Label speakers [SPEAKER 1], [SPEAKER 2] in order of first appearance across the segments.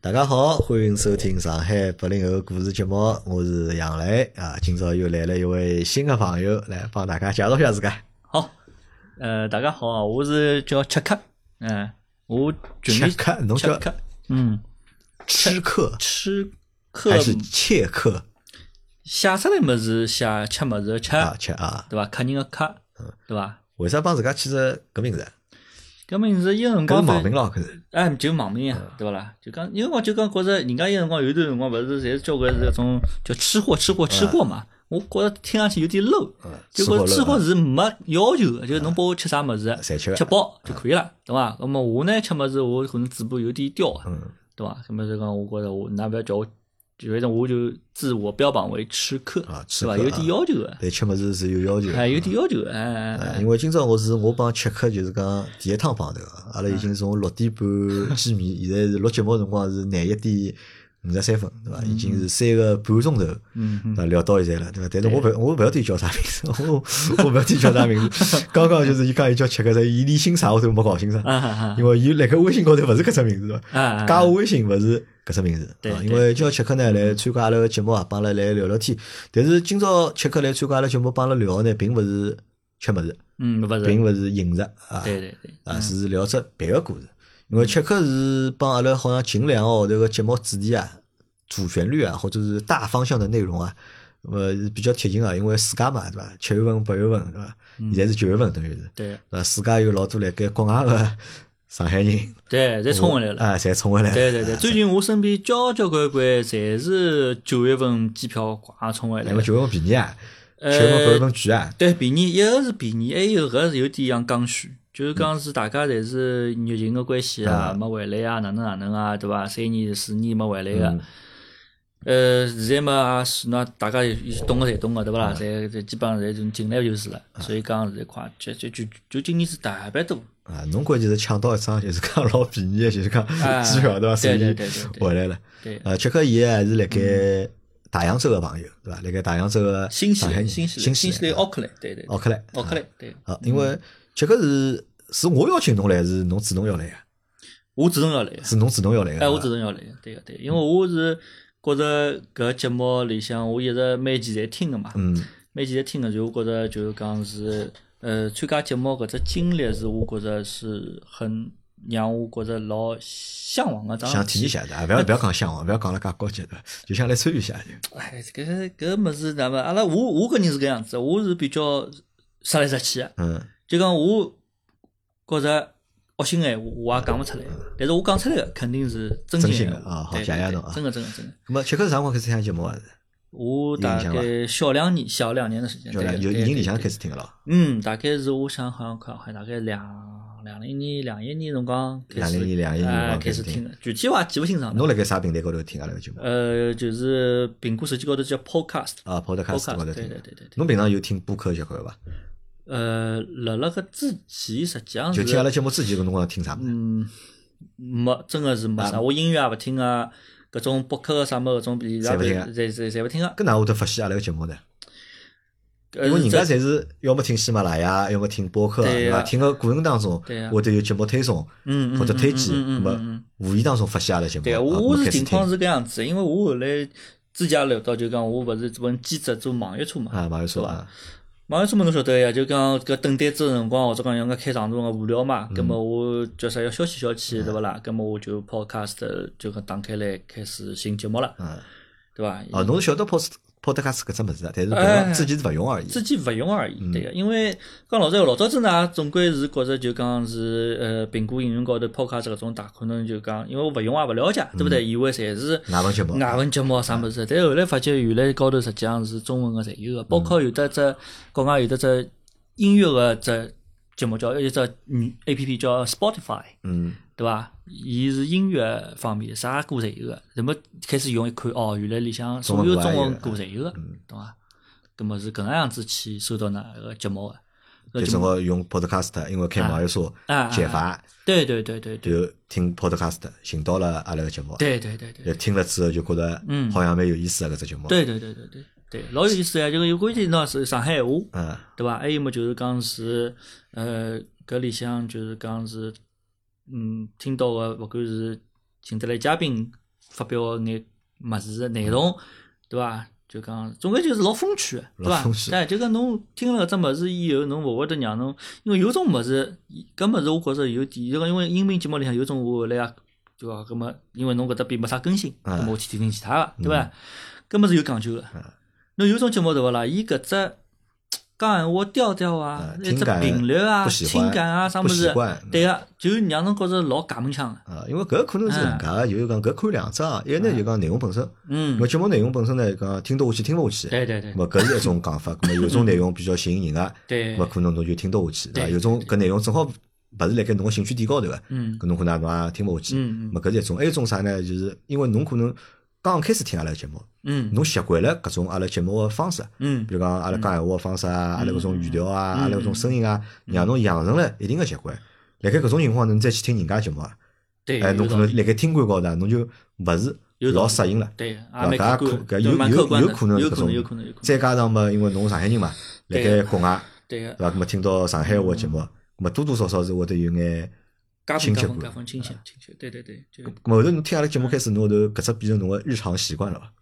[SPEAKER 1] 大家好，欢迎收听上海八零后故事节目，我是杨磊啊。今朝又来了一位新的朋友，来帮大家介绍一下自家。
[SPEAKER 2] 好，呃，大家好啊，我是叫吃客，嗯，我群里
[SPEAKER 1] 吃客侬
[SPEAKER 2] 吃
[SPEAKER 1] 叫
[SPEAKER 2] 客，嗯，
[SPEAKER 1] 吃客
[SPEAKER 2] 吃客
[SPEAKER 1] 还是切客
[SPEAKER 2] 写出来么子写吃么子吃，
[SPEAKER 1] 啊？嗯切啊？
[SPEAKER 2] 对伐？客人个客，对伐？
[SPEAKER 1] 为啥帮自家起只搿名字啊？
[SPEAKER 2] 搿么是有辰
[SPEAKER 1] 搿
[SPEAKER 2] 光
[SPEAKER 1] 是
[SPEAKER 2] 反
[SPEAKER 1] 网名咯，搿是
[SPEAKER 2] 哎，就网
[SPEAKER 1] 嗯
[SPEAKER 2] 名呀，对伐啦？就讲有辰光就讲觉着人家有辰光有段辰光勿是侪是交关是搿种叫吃货吃货吃货嘛，我觉着听上去有点 low，就觉着
[SPEAKER 1] 嗯吃啊
[SPEAKER 2] 吃
[SPEAKER 1] 货
[SPEAKER 2] 货
[SPEAKER 1] low，
[SPEAKER 2] 是没要求的，就是侬拨我吃啥么子，
[SPEAKER 1] 侪啊吃
[SPEAKER 2] 吃饱就可以了，对伐？那么我呢吃么子，我可能嘴巴有点刁啊，
[SPEAKER 1] 嗯
[SPEAKER 2] 对伐？那么就讲我觉着我㑚勿要叫我，就反正我就自我标榜为吃客，
[SPEAKER 1] 啊吃
[SPEAKER 2] 对伐？
[SPEAKER 1] 客
[SPEAKER 2] 有点
[SPEAKER 1] 啊
[SPEAKER 2] 要求的，
[SPEAKER 1] 对吃么子是有要求的。
[SPEAKER 2] 哎，有点要求的，哎哎哎
[SPEAKER 1] 啊，因为今朝我是我帮吃客，就是讲第一趟碰头啊，阿拉已经从六点半见面，现在是录节目的辰光是廿一点五十三分，对伐？已经是三个半钟头，
[SPEAKER 2] 嗯嗯
[SPEAKER 1] 啊，聊到现在了，对伐？但是我勿我勿晓得伊叫啥名字， 我我勿晓得伊叫啥名字。刚刚就是伊讲伊叫吃客，但伊连姓啥我都没搞清爽，
[SPEAKER 2] 啊啊
[SPEAKER 1] 因为伊辣盖微信高头勿是搿只名字，对伐？
[SPEAKER 2] 啊啊！
[SPEAKER 1] 加我微信勿是搿只名字，
[SPEAKER 2] 对
[SPEAKER 1] 啊
[SPEAKER 2] 对
[SPEAKER 1] 因为叫吃客呢来参加阿拉个节目啊，帮阿拉来聊聊天。但是今朝吃客来参加阿拉节目，帮阿拉聊呢，并勿是吃物事，
[SPEAKER 2] 嗯，勿是，
[SPEAKER 1] 并勿是饮食啊，
[SPEAKER 2] 对对对，
[SPEAKER 1] 啊，是聊只别个故事。因为
[SPEAKER 2] 嗯
[SPEAKER 1] 吃客是帮阿拉好像近两个号头个节目主题啊、主旋律啊，或者是大方向的内容啊，呃，是比较贴近啊，因为暑假嘛，对伐？七月份、八月份，对伐？
[SPEAKER 2] 嗯
[SPEAKER 1] 现在是九月份，等于是，
[SPEAKER 2] 对
[SPEAKER 1] 对伐？暑假有老多辣盖国外个 上海人
[SPEAKER 2] 对，侪冲回来了。
[SPEAKER 1] 啊，侪冲回来了。
[SPEAKER 2] 对对对，最近我身边交交关关侪是九月份机票快冲回来
[SPEAKER 1] 那么
[SPEAKER 2] 了。
[SPEAKER 1] 九月份便宜啊，七
[SPEAKER 2] 呃
[SPEAKER 1] 月份、八月份贵啊，
[SPEAKER 2] 对，便宜，一个是便宜，还有搿是有点像刚需，就是讲是大家侪是疫情个关系啊，
[SPEAKER 1] 嗯
[SPEAKER 2] 没回来啊，哪能哪能啊，对伐？三年四年没回来
[SPEAKER 1] 嗯
[SPEAKER 2] 个。呃，现在嘛，也是那大家懂个侪懂个，对勿
[SPEAKER 1] 嗯
[SPEAKER 2] 啦？侪侪基本上侪就进来就是了，所以讲现在快，就就就就今年是特别多。
[SPEAKER 1] 啊，侬关键是抢到一张，就是讲老便宜的，就是讲
[SPEAKER 2] 啊
[SPEAKER 1] 机票对伐？所
[SPEAKER 2] 对对
[SPEAKER 1] 以
[SPEAKER 2] 对对对
[SPEAKER 1] 回来了。
[SPEAKER 2] 对，
[SPEAKER 1] 呃，切克伊还是辣盖大洋洲个朋友，对伐？辣盖大洋洲个
[SPEAKER 2] 嗯新西
[SPEAKER 1] 上海
[SPEAKER 2] 兰，
[SPEAKER 1] 人
[SPEAKER 2] 新西兰，新西兰
[SPEAKER 1] 奥
[SPEAKER 2] 奥克兰，对对，
[SPEAKER 1] 啊奥克兰，
[SPEAKER 2] 奥克兰，对。嗯
[SPEAKER 1] 啊，因为切克是是我邀请侬来，是侬主动要来个，
[SPEAKER 2] 我主动要来个。
[SPEAKER 1] 是侬主动要来个。
[SPEAKER 2] 哎，我
[SPEAKER 1] 对
[SPEAKER 2] 主动要来，对个对个，因为我是觉着搿节目里向我一直每期侪听个嘛，
[SPEAKER 1] 嗯
[SPEAKER 2] 每期侪听个，就我觉着就是讲是，呃，参加节目搿只经历是我觉着是很让我觉着老向往个。
[SPEAKER 1] 伐，
[SPEAKER 2] 当
[SPEAKER 1] 想
[SPEAKER 2] 然
[SPEAKER 1] 体验一下，对伐？勿 要勿要讲向往，勿要讲了介高级，对伐？就想来参与一下就。
[SPEAKER 2] 哎，搿搿物事哪么？阿拉我我个人是搿样子，我是比较直来直去个，
[SPEAKER 1] 嗯
[SPEAKER 2] 就讲我觉着。恶心个闲话我也讲勿出来，但是我讲出来个肯定是真
[SPEAKER 1] 真心
[SPEAKER 2] 心的
[SPEAKER 1] 的啊好
[SPEAKER 2] 对
[SPEAKER 1] 谢谢
[SPEAKER 2] 对
[SPEAKER 1] 侬
[SPEAKER 2] 对
[SPEAKER 1] 啊
[SPEAKER 2] 真个真个真个。
[SPEAKER 1] 那么切克是啥辰光开始听节目啊？
[SPEAKER 2] 我大
[SPEAKER 1] 有
[SPEAKER 2] 概小两年，小两年的时间，
[SPEAKER 1] 就
[SPEAKER 2] 对
[SPEAKER 1] 就
[SPEAKER 2] 对
[SPEAKER 1] 已经里
[SPEAKER 2] 对
[SPEAKER 1] 向
[SPEAKER 2] 对
[SPEAKER 1] 开始听个咯，
[SPEAKER 2] 嗯，大概是我想好像看，好像大概两两零年、两一年辰光开始，
[SPEAKER 1] 2001两一年辰光
[SPEAKER 2] 哎
[SPEAKER 1] 开
[SPEAKER 2] 开
[SPEAKER 1] 始
[SPEAKER 2] 始
[SPEAKER 1] 听
[SPEAKER 2] 听的，具体我也记不清爽了。
[SPEAKER 1] 侬辣盖啥平台高头听阿拉个节目？
[SPEAKER 2] 呃，就是苹果手机高头叫 Podcast，
[SPEAKER 1] 啊，Podcast 高头
[SPEAKER 2] 呃
[SPEAKER 1] 听
[SPEAKER 2] Podcast，对
[SPEAKER 1] 的
[SPEAKER 2] 对对对。对
[SPEAKER 1] 侬平常有听播客习惯伐？
[SPEAKER 2] 呃，辣辣搿之前实际上
[SPEAKER 1] 就是听阿拉节目之前，侬光听啥物事？
[SPEAKER 2] 嗯，没，真的是没啥，我音乐也勿听啊，搿种播客个啥么搿种，侪
[SPEAKER 1] 侪勿听啊
[SPEAKER 2] 侪侪侪勿听啊。
[SPEAKER 1] 搿哪会得发现阿拉个节目呢？
[SPEAKER 2] 呃
[SPEAKER 1] 因为人家
[SPEAKER 2] 是
[SPEAKER 1] 侪是要么听喜马拉雅，要么听播客，
[SPEAKER 2] 对
[SPEAKER 1] 对
[SPEAKER 2] 呀
[SPEAKER 1] 伐？听个过程当中
[SPEAKER 2] 对呀
[SPEAKER 1] 会得有节目推送
[SPEAKER 2] 嗯嗯
[SPEAKER 1] 或者推荐，那
[SPEAKER 2] 嗯嗯嗯嗯嗯
[SPEAKER 1] 么
[SPEAKER 2] 嗯
[SPEAKER 1] 无意当中发现阿拉节目，
[SPEAKER 2] 对啊，
[SPEAKER 1] 啊
[SPEAKER 2] 我
[SPEAKER 1] 我
[SPEAKER 2] 我
[SPEAKER 1] 们
[SPEAKER 2] 是
[SPEAKER 1] 开始
[SPEAKER 2] 情
[SPEAKER 1] 听
[SPEAKER 2] 况是搿样子，因为我后来之前也聊到，就讲我勿是这本兼职做网约车嘛，
[SPEAKER 1] 啊，马友说
[SPEAKER 2] 对吧
[SPEAKER 1] 啊，
[SPEAKER 2] 网约车嘛侬晓得呀，就讲搿等单子个辰光，或者讲人家开长途个无聊嘛，葛
[SPEAKER 1] 嗯
[SPEAKER 2] 末我叫啥要消遣消遣，
[SPEAKER 1] 啊
[SPEAKER 2] 对勿啦？葛末我就 podcast 就搿打开来开始寻节目了，
[SPEAKER 1] 嗯，
[SPEAKER 2] 对伐？
[SPEAKER 1] 哦，侬是晓得 pod podcast 搿只物事啊，但是平
[SPEAKER 2] 哎
[SPEAKER 1] 常自己是勿用而已。
[SPEAKER 2] 自己勿用而已，对个，
[SPEAKER 1] 嗯
[SPEAKER 2] 因为讲老早老早子呢，总归是觉着就讲是呃，苹果应用高头 podcast 搿种大可能就讲，因为我勿用也勿了解，对勿
[SPEAKER 1] 嗯
[SPEAKER 2] 对？以为侪是
[SPEAKER 1] 外文节目
[SPEAKER 2] 外文节目啊啥物事，但后来发觉原来高头实际上是中文个侪有个，包括有的只国外有的只音乐个只节目叫一只嗯 A P P 叫 Spotify，
[SPEAKER 1] 嗯，
[SPEAKER 2] 对伐？伊是音乐方面啥歌侪有个，那么开始用一看哦，原来里向所有
[SPEAKER 1] 中
[SPEAKER 2] 中
[SPEAKER 1] 文
[SPEAKER 2] 文
[SPEAKER 1] 歌
[SPEAKER 2] 歌侪有个，嗯懂伐？葛么是搿能样子去收到哪个节目个？
[SPEAKER 1] 就
[SPEAKER 2] 搿节
[SPEAKER 1] 辰
[SPEAKER 2] 目
[SPEAKER 1] 光用 podcast，因为开马友说
[SPEAKER 2] 啊啊
[SPEAKER 1] 解乏，
[SPEAKER 2] 对对对对对
[SPEAKER 1] 就听 podcast，寻到了阿拉个节目，
[SPEAKER 2] 对对对对。
[SPEAKER 1] 就听了之后就觉得，
[SPEAKER 2] 嗯
[SPEAKER 1] 好像蛮有意思个啊搿只节目，，
[SPEAKER 2] 对对对对对对，老有意思呀！就有关键喏是上海闲话，
[SPEAKER 1] 嗯，
[SPEAKER 2] 对伐？还有么就是讲是，呃，搿里向就是讲是，嗯，听到个勿管是请得来嘉宾发表个眼物事个内容，对伐？就讲，总归就是老风趣的，对
[SPEAKER 1] 老
[SPEAKER 2] 伐
[SPEAKER 1] 风趣？
[SPEAKER 2] 但就讲侬听了搿只物事以后，侬勿会得让侬，因为有种物事，搿物事我觉着有点，就讲因为音频节目里向有种我后来啊，对伐？搿么因为侬搿搭边没啥更新，
[SPEAKER 1] 嗯
[SPEAKER 2] 搿么我去听听其他个，对伐？搿么是有讲究个
[SPEAKER 1] 嗯。
[SPEAKER 2] 侬有种节目对勿啦？伊搿只讲闲话调调啊，
[SPEAKER 1] 嗯
[SPEAKER 2] 一
[SPEAKER 1] 听
[SPEAKER 2] 只
[SPEAKER 1] 感
[SPEAKER 2] 频率啊，
[SPEAKER 1] 不喜欢
[SPEAKER 2] 情感啊，啥物
[SPEAKER 1] 不习
[SPEAKER 2] 事，
[SPEAKER 1] 惯。嗯
[SPEAKER 2] 对个，就让侬觉着老夹门腔个。
[SPEAKER 1] 啊，因为搿可能是搿能介
[SPEAKER 2] 啊
[SPEAKER 1] 个，就是讲搿看两桩，一个呢就讲内容本身，
[SPEAKER 2] 嗯
[SPEAKER 1] 咾，节目内容本身呢，讲听得下去听勿下去，
[SPEAKER 2] 对对对
[SPEAKER 1] 咾么搿是一种讲 法，咾么有种内容比较吸引人个，
[SPEAKER 2] 对
[SPEAKER 1] 咾，么可能侬就听得下去，对伐？
[SPEAKER 2] 对
[SPEAKER 1] 有种搿内容正好勿是辣盖侬个兴趣点高头个，
[SPEAKER 2] 嗯
[SPEAKER 1] 搿侬可能侬也听勿下去，
[SPEAKER 2] 嗯嗯
[SPEAKER 1] 咾搿是一种，还有一种啥呢？就是因为侬可能刚开始听阿拉节目，
[SPEAKER 2] 嗯
[SPEAKER 1] 侬习惯了搿种阿拉节目个方式，
[SPEAKER 2] 嗯
[SPEAKER 1] 比如讲阿拉讲闲话个方式啊，阿拉搿种语调啊，
[SPEAKER 2] 嗯
[SPEAKER 1] 阿拉搿种声音啊，让侬养成了一定个习惯。辣盖搿种情况，侬再去听人家节目啊，
[SPEAKER 2] 对，
[SPEAKER 1] 哎，侬
[SPEAKER 2] 有
[SPEAKER 1] 可
[SPEAKER 2] 道理
[SPEAKER 1] 能辣盖听感高头啊，侬就勿是
[SPEAKER 2] 有道理
[SPEAKER 1] 老适应了。
[SPEAKER 2] 对，也
[SPEAKER 1] 啊
[SPEAKER 2] 蛮
[SPEAKER 1] 搿也
[SPEAKER 2] 客观，
[SPEAKER 1] 可搿
[SPEAKER 2] 对
[SPEAKER 1] 有
[SPEAKER 2] 蛮
[SPEAKER 1] 有
[SPEAKER 2] 客观
[SPEAKER 1] 有
[SPEAKER 2] 的
[SPEAKER 1] 可能
[SPEAKER 2] 有
[SPEAKER 1] 搿
[SPEAKER 2] 可能，
[SPEAKER 1] 种
[SPEAKER 2] 有可能，有可能，
[SPEAKER 1] 再加上嘛，因为侬上海人嘛，辣盖
[SPEAKER 2] 对
[SPEAKER 1] 国外
[SPEAKER 2] 对啊
[SPEAKER 1] 对
[SPEAKER 2] 个，
[SPEAKER 1] 伐？搿么听到上海话节目，搿么多多少少是会得有眼。
[SPEAKER 2] 加分
[SPEAKER 1] 亲
[SPEAKER 2] 加
[SPEAKER 1] 切啊
[SPEAKER 2] 分
[SPEAKER 1] 感
[SPEAKER 2] 加分，亲切亲切，对对对，就
[SPEAKER 1] 搿么后头侬听阿拉节目开始，侬后头搿只变成侬个日常习惯了伐？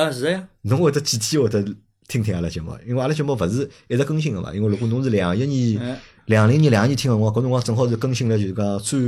[SPEAKER 2] 啊是的呀，
[SPEAKER 1] 侬会得几天会得听听阿拉节目，因为阿拉节目勿是一直更新个嘛。因为如果侬是两一年
[SPEAKER 2] 哎、
[SPEAKER 1] 两零年、两一年听个辰光，搿辰光正好是更新了，就是讲最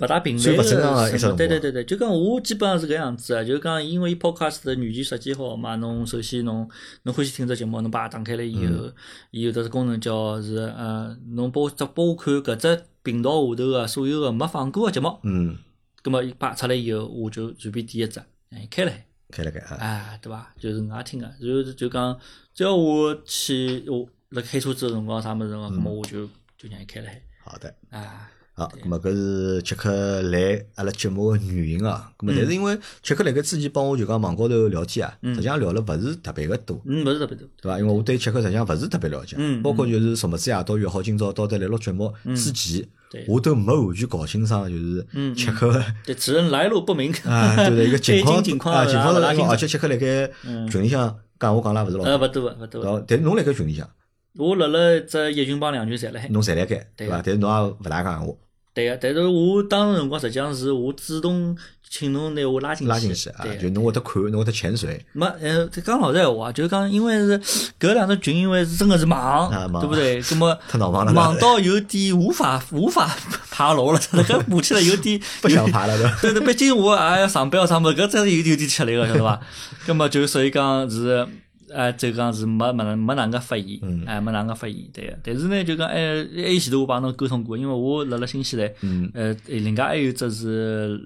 [SPEAKER 2] 勿大频
[SPEAKER 1] 最
[SPEAKER 2] 率
[SPEAKER 1] 勿正常的一只
[SPEAKER 2] 个什么，对对
[SPEAKER 1] 辰
[SPEAKER 2] 对对，就讲我基本上是搿样子啊，就讲因为伊 podcast 的软件设计好嘛，侬首先侬侬欢喜听只节目，侬把它打开来以后，伊有得是功能叫是呃，侬拨只拨我看搿只频道下头个所有个没放过个节目，
[SPEAKER 1] 嗯，
[SPEAKER 2] 葛末伊摆出来以后，我就随便点一只，哎开来。
[SPEAKER 1] 开了盖啊，
[SPEAKER 2] 哎，对伐？就是搿能介听个，然后就讲，只要我去我辣开车子个辰光啥物事个，咾么我就就让伊开了海。
[SPEAKER 1] 好的。
[SPEAKER 2] 啊，
[SPEAKER 1] 好，咁么搿是杰克来阿拉节目个原因啊。咁么，但是因为杰克辣盖之前帮我就讲网高头聊天啊，实际上聊了勿是特别个多，
[SPEAKER 2] 嗯，勿是特别多。
[SPEAKER 1] 对伐？因为我对杰克实际上勿是特别了解，
[SPEAKER 2] 嗯
[SPEAKER 1] 包括就是什么子夜到约好今朝到底来录节目之前，
[SPEAKER 2] 对
[SPEAKER 1] 我都没完全搞清爽就是
[SPEAKER 2] 嗯嗯
[SPEAKER 1] 杰克个
[SPEAKER 2] 对，此人来路不明。
[SPEAKER 1] 啊，对 的一个情况
[SPEAKER 2] 最近情况
[SPEAKER 1] 啊，
[SPEAKER 2] 勿
[SPEAKER 1] 情
[SPEAKER 2] 大
[SPEAKER 1] 况
[SPEAKER 2] 勿
[SPEAKER 1] 是
[SPEAKER 2] 大
[SPEAKER 1] 因为
[SPEAKER 2] 清
[SPEAKER 1] 而
[SPEAKER 2] 楚
[SPEAKER 1] 且杰克辣盖群里向讲我讲啦勿是老
[SPEAKER 2] 嗯
[SPEAKER 1] 多，
[SPEAKER 2] 呃，勿多勿
[SPEAKER 1] 对
[SPEAKER 2] 多。
[SPEAKER 1] 伐？但是侬辣盖群里向，
[SPEAKER 2] 我辣辣只一群帮两群侪辣海。
[SPEAKER 1] 侬侪辣盖，对
[SPEAKER 2] 对
[SPEAKER 1] 伐？但是侬也勿大讲闲话，
[SPEAKER 2] 对个，但是我当时辰光实际上是我主动请侬拿我拉进去。
[SPEAKER 1] 拉进去啊，
[SPEAKER 2] 对
[SPEAKER 1] 就侬会得看，侬会得潜水，
[SPEAKER 2] 没，呃，这讲老实闲话，就是讲，因为是搿两只群，因为是真的是忙
[SPEAKER 1] 啊，忙
[SPEAKER 2] 对不对？葛 么
[SPEAKER 1] 太闹忙了
[SPEAKER 2] 忙到有点无法无法爬 楼了， 这个爬起来有点
[SPEAKER 1] 不想。爬了，对伐？
[SPEAKER 2] 有对对，毕竟我也要上班要啥么，搿真是有点有点吃力个，晓得 伐？葛么就所以讲是，呃，就讲是没没能没哪能介发言，哎，没哪能介发言，对个。但是呢，就讲，哎，还有前头我帮侬沟通过，因为我辣辣新西兰，呃，另外还有一只是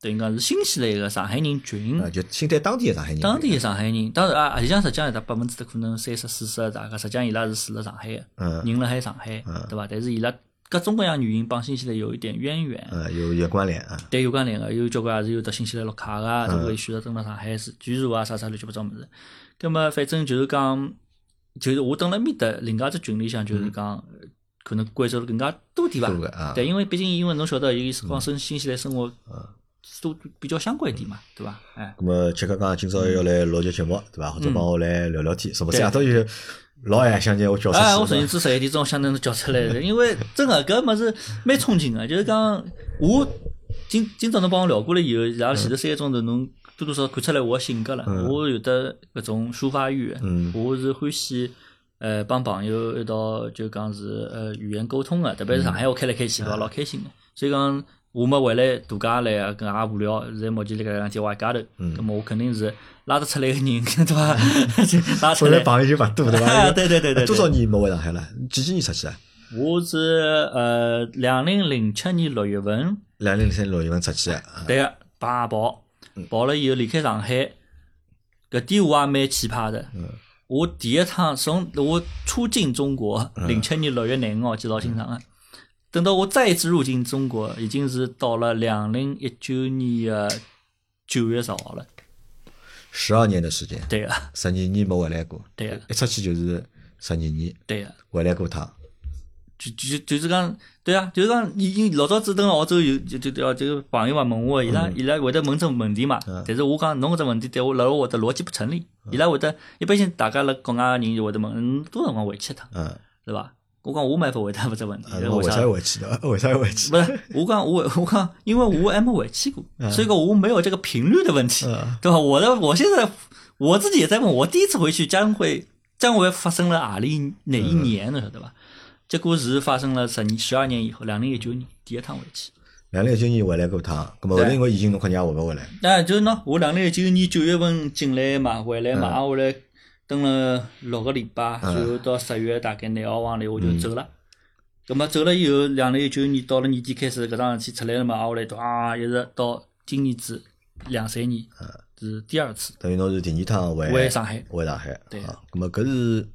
[SPEAKER 2] 等于讲是新西兰个上海人群
[SPEAKER 1] 啊，，就新对当地的上海人，
[SPEAKER 2] 嗯当地的上海人，当然啊，实际上实际上有得百分之的可能三十四十，大概实际上伊拉是住辣上海的，
[SPEAKER 1] 嗯
[SPEAKER 2] 人辣海上海，对伐？但是伊拉各种各样原因帮新西兰有一点渊源，
[SPEAKER 1] 呃，有有关联啊，
[SPEAKER 2] 对有关联个，有交关也是有得新西兰绿卡啊
[SPEAKER 1] 嗯
[SPEAKER 2] 个，对勿对？选择蹲辣上海是居住啊，啥啥乱七八糟物事。葛么反正就是讲，就是我蹲辣埃面搭另外一只群里向，就是讲可能关注了更加多点
[SPEAKER 1] 嗯多个
[SPEAKER 2] 伐？
[SPEAKER 1] 啊，嗯
[SPEAKER 2] 对，因为毕竟因为侬晓得，有辰光生新西兰生活都比较相关一点嘛，对伐？哎，
[SPEAKER 1] 那么杰克讲今朝要来录节节目，对伐？或者帮我来聊聊天，什么？这
[SPEAKER 2] 对
[SPEAKER 1] 夜到就老晚相见，我叫出
[SPEAKER 2] 哎，我昨
[SPEAKER 1] 去
[SPEAKER 2] 天
[SPEAKER 1] 了。
[SPEAKER 2] 至十一点钟想能叫出来的，因为真个搿物事蛮憧憬个，就是讲我今今朝侬帮我聊过了以后，然后前头三个钟头侬多多少少看出来我个性格了，
[SPEAKER 1] 嗯
[SPEAKER 2] 我有得搿种抒发欲的，我是欢喜。呃，帮朋友一道就讲是呃语言沟通个、特别是上海话开来开
[SPEAKER 1] 嗯
[SPEAKER 2] 去，对伐？老开心个。所以讲，我没回来度假来啊，搿也无聊。现在目前辣搿两天我一家头，
[SPEAKER 1] 嗯
[SPEAKER 2] 咁么我肯定是拉得出来个人， 对伐？就拉 出
[SPEAKER 1] 本来
[SPEAKER 2] 来。
[SPEAKER 1] 朋友就勿多，对伐？
[SPEAKER 2] 对对对对对
[SPEAKER 1] 多少年没回上海了？几几年出去啊？
[SPEAKER 2] 我是呃，两零零七年六月份，
[SPEAKER 1] 两零零三六月份出去啊，
[SPEAKER 2] 对个，帮也跑，跑了以后离开上海，搿点我也蛮奇葩的。我第一趟从我出境中国，零七年六月廿五号记得老清爽个。等到我再一次入境中国，已经是到了两零一九年的九月十号了。
[SPEAKER 1] 十二年的时间，
[SPEAKER 2] 对个，啊
[SPEAKER 1] 十二年没回来过。
[SPEAKER 2] 对啊
[SPEAKER 1] 一出去就是十二年，
[SPEAKER 2] 对啊个。
[SPEAKER 1] 回来过趟。
[SPEAKER 2] 就就就是讲，对啊，就是讲，已经老早子等澳洲有就就就就有朋友嘛问我，伊拉伊拉会得问这问题嘛，但是我讲侬搿只问题对我辣我会得逻辑不啊成立，伊拉会得一般性大家辣国外个人就会得问，嗯，多少辰光回去一趟，
[SPEAKER 1] 嗯，
[SPEAKER 2] 对伐？我讲我没法回答勿只问题，
[SPEAKER 1] 啊为
[SPEAKER 2] 为
[SPEAKER 1] 啥
[SPEAKER 2] 啥
[SPEAKER 1] 要？回去呢？ 为啥要回去？
[SPEAKER 2] 不是，我讲我我讲，因为我还没回去过，所以讲我没有这个频率的问题，
[SPEAKER 1] 嗯
[SPEAKER 2] 对吧？我的我现在我自己也在问，我第一次回去将会将会发生了哪里哪一年呢？对吧？结果是发生了十十二年以后，两零一九年第一趟回去。
[SPEAKER 1] 两零一九年回来过一趟，咁么后头
[SPEAKER 2] 对
[SPEAKER 1] 因为疫情侬快让回勿回来，
[SPEAKER 2] 那就是喏，我两零一九年九月份进来嘛，回来嘛，后来蹲了六个礼拜，
[SPEAKER 1] 嗯
[SPEAKER 2] 最后到十月大概廿啊号往里我就走了。咁么走了以后，两零一九年到了年底开始，搿桩事体出来了嘛，啊后来啊一直到今年子两三年是第二次
[SPEAKER 1] 等于侬是第二趟回
[SPEAKER 2] 回上海。
[SPEAKER 1] 回上海。
[SPEAKER 2] 对
[SPEAKER 1] 啊，咁么搿是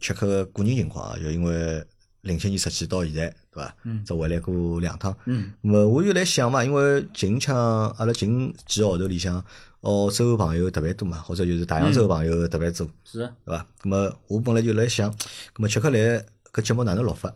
[SPEAKER 1] 吃客个个人情况啊，就因为零七年出去到现在，对伐？
[SPEAKER 2] 嗯
[SPEAKER 1] 只回来过两趟。
[SPEAKER 2] 嗯
[SPEAKER 1] 咁么我就来想嘛，因为近腔阿拉近几个号头里向，澳洲朋友特别多嘛，或者就是大洋洲朋友特别多，
[SPEAKER 2] 是，
[SPEAKER 1] 对伐？咁么我本来就来想，咁么吃客来搿节目哪能录法？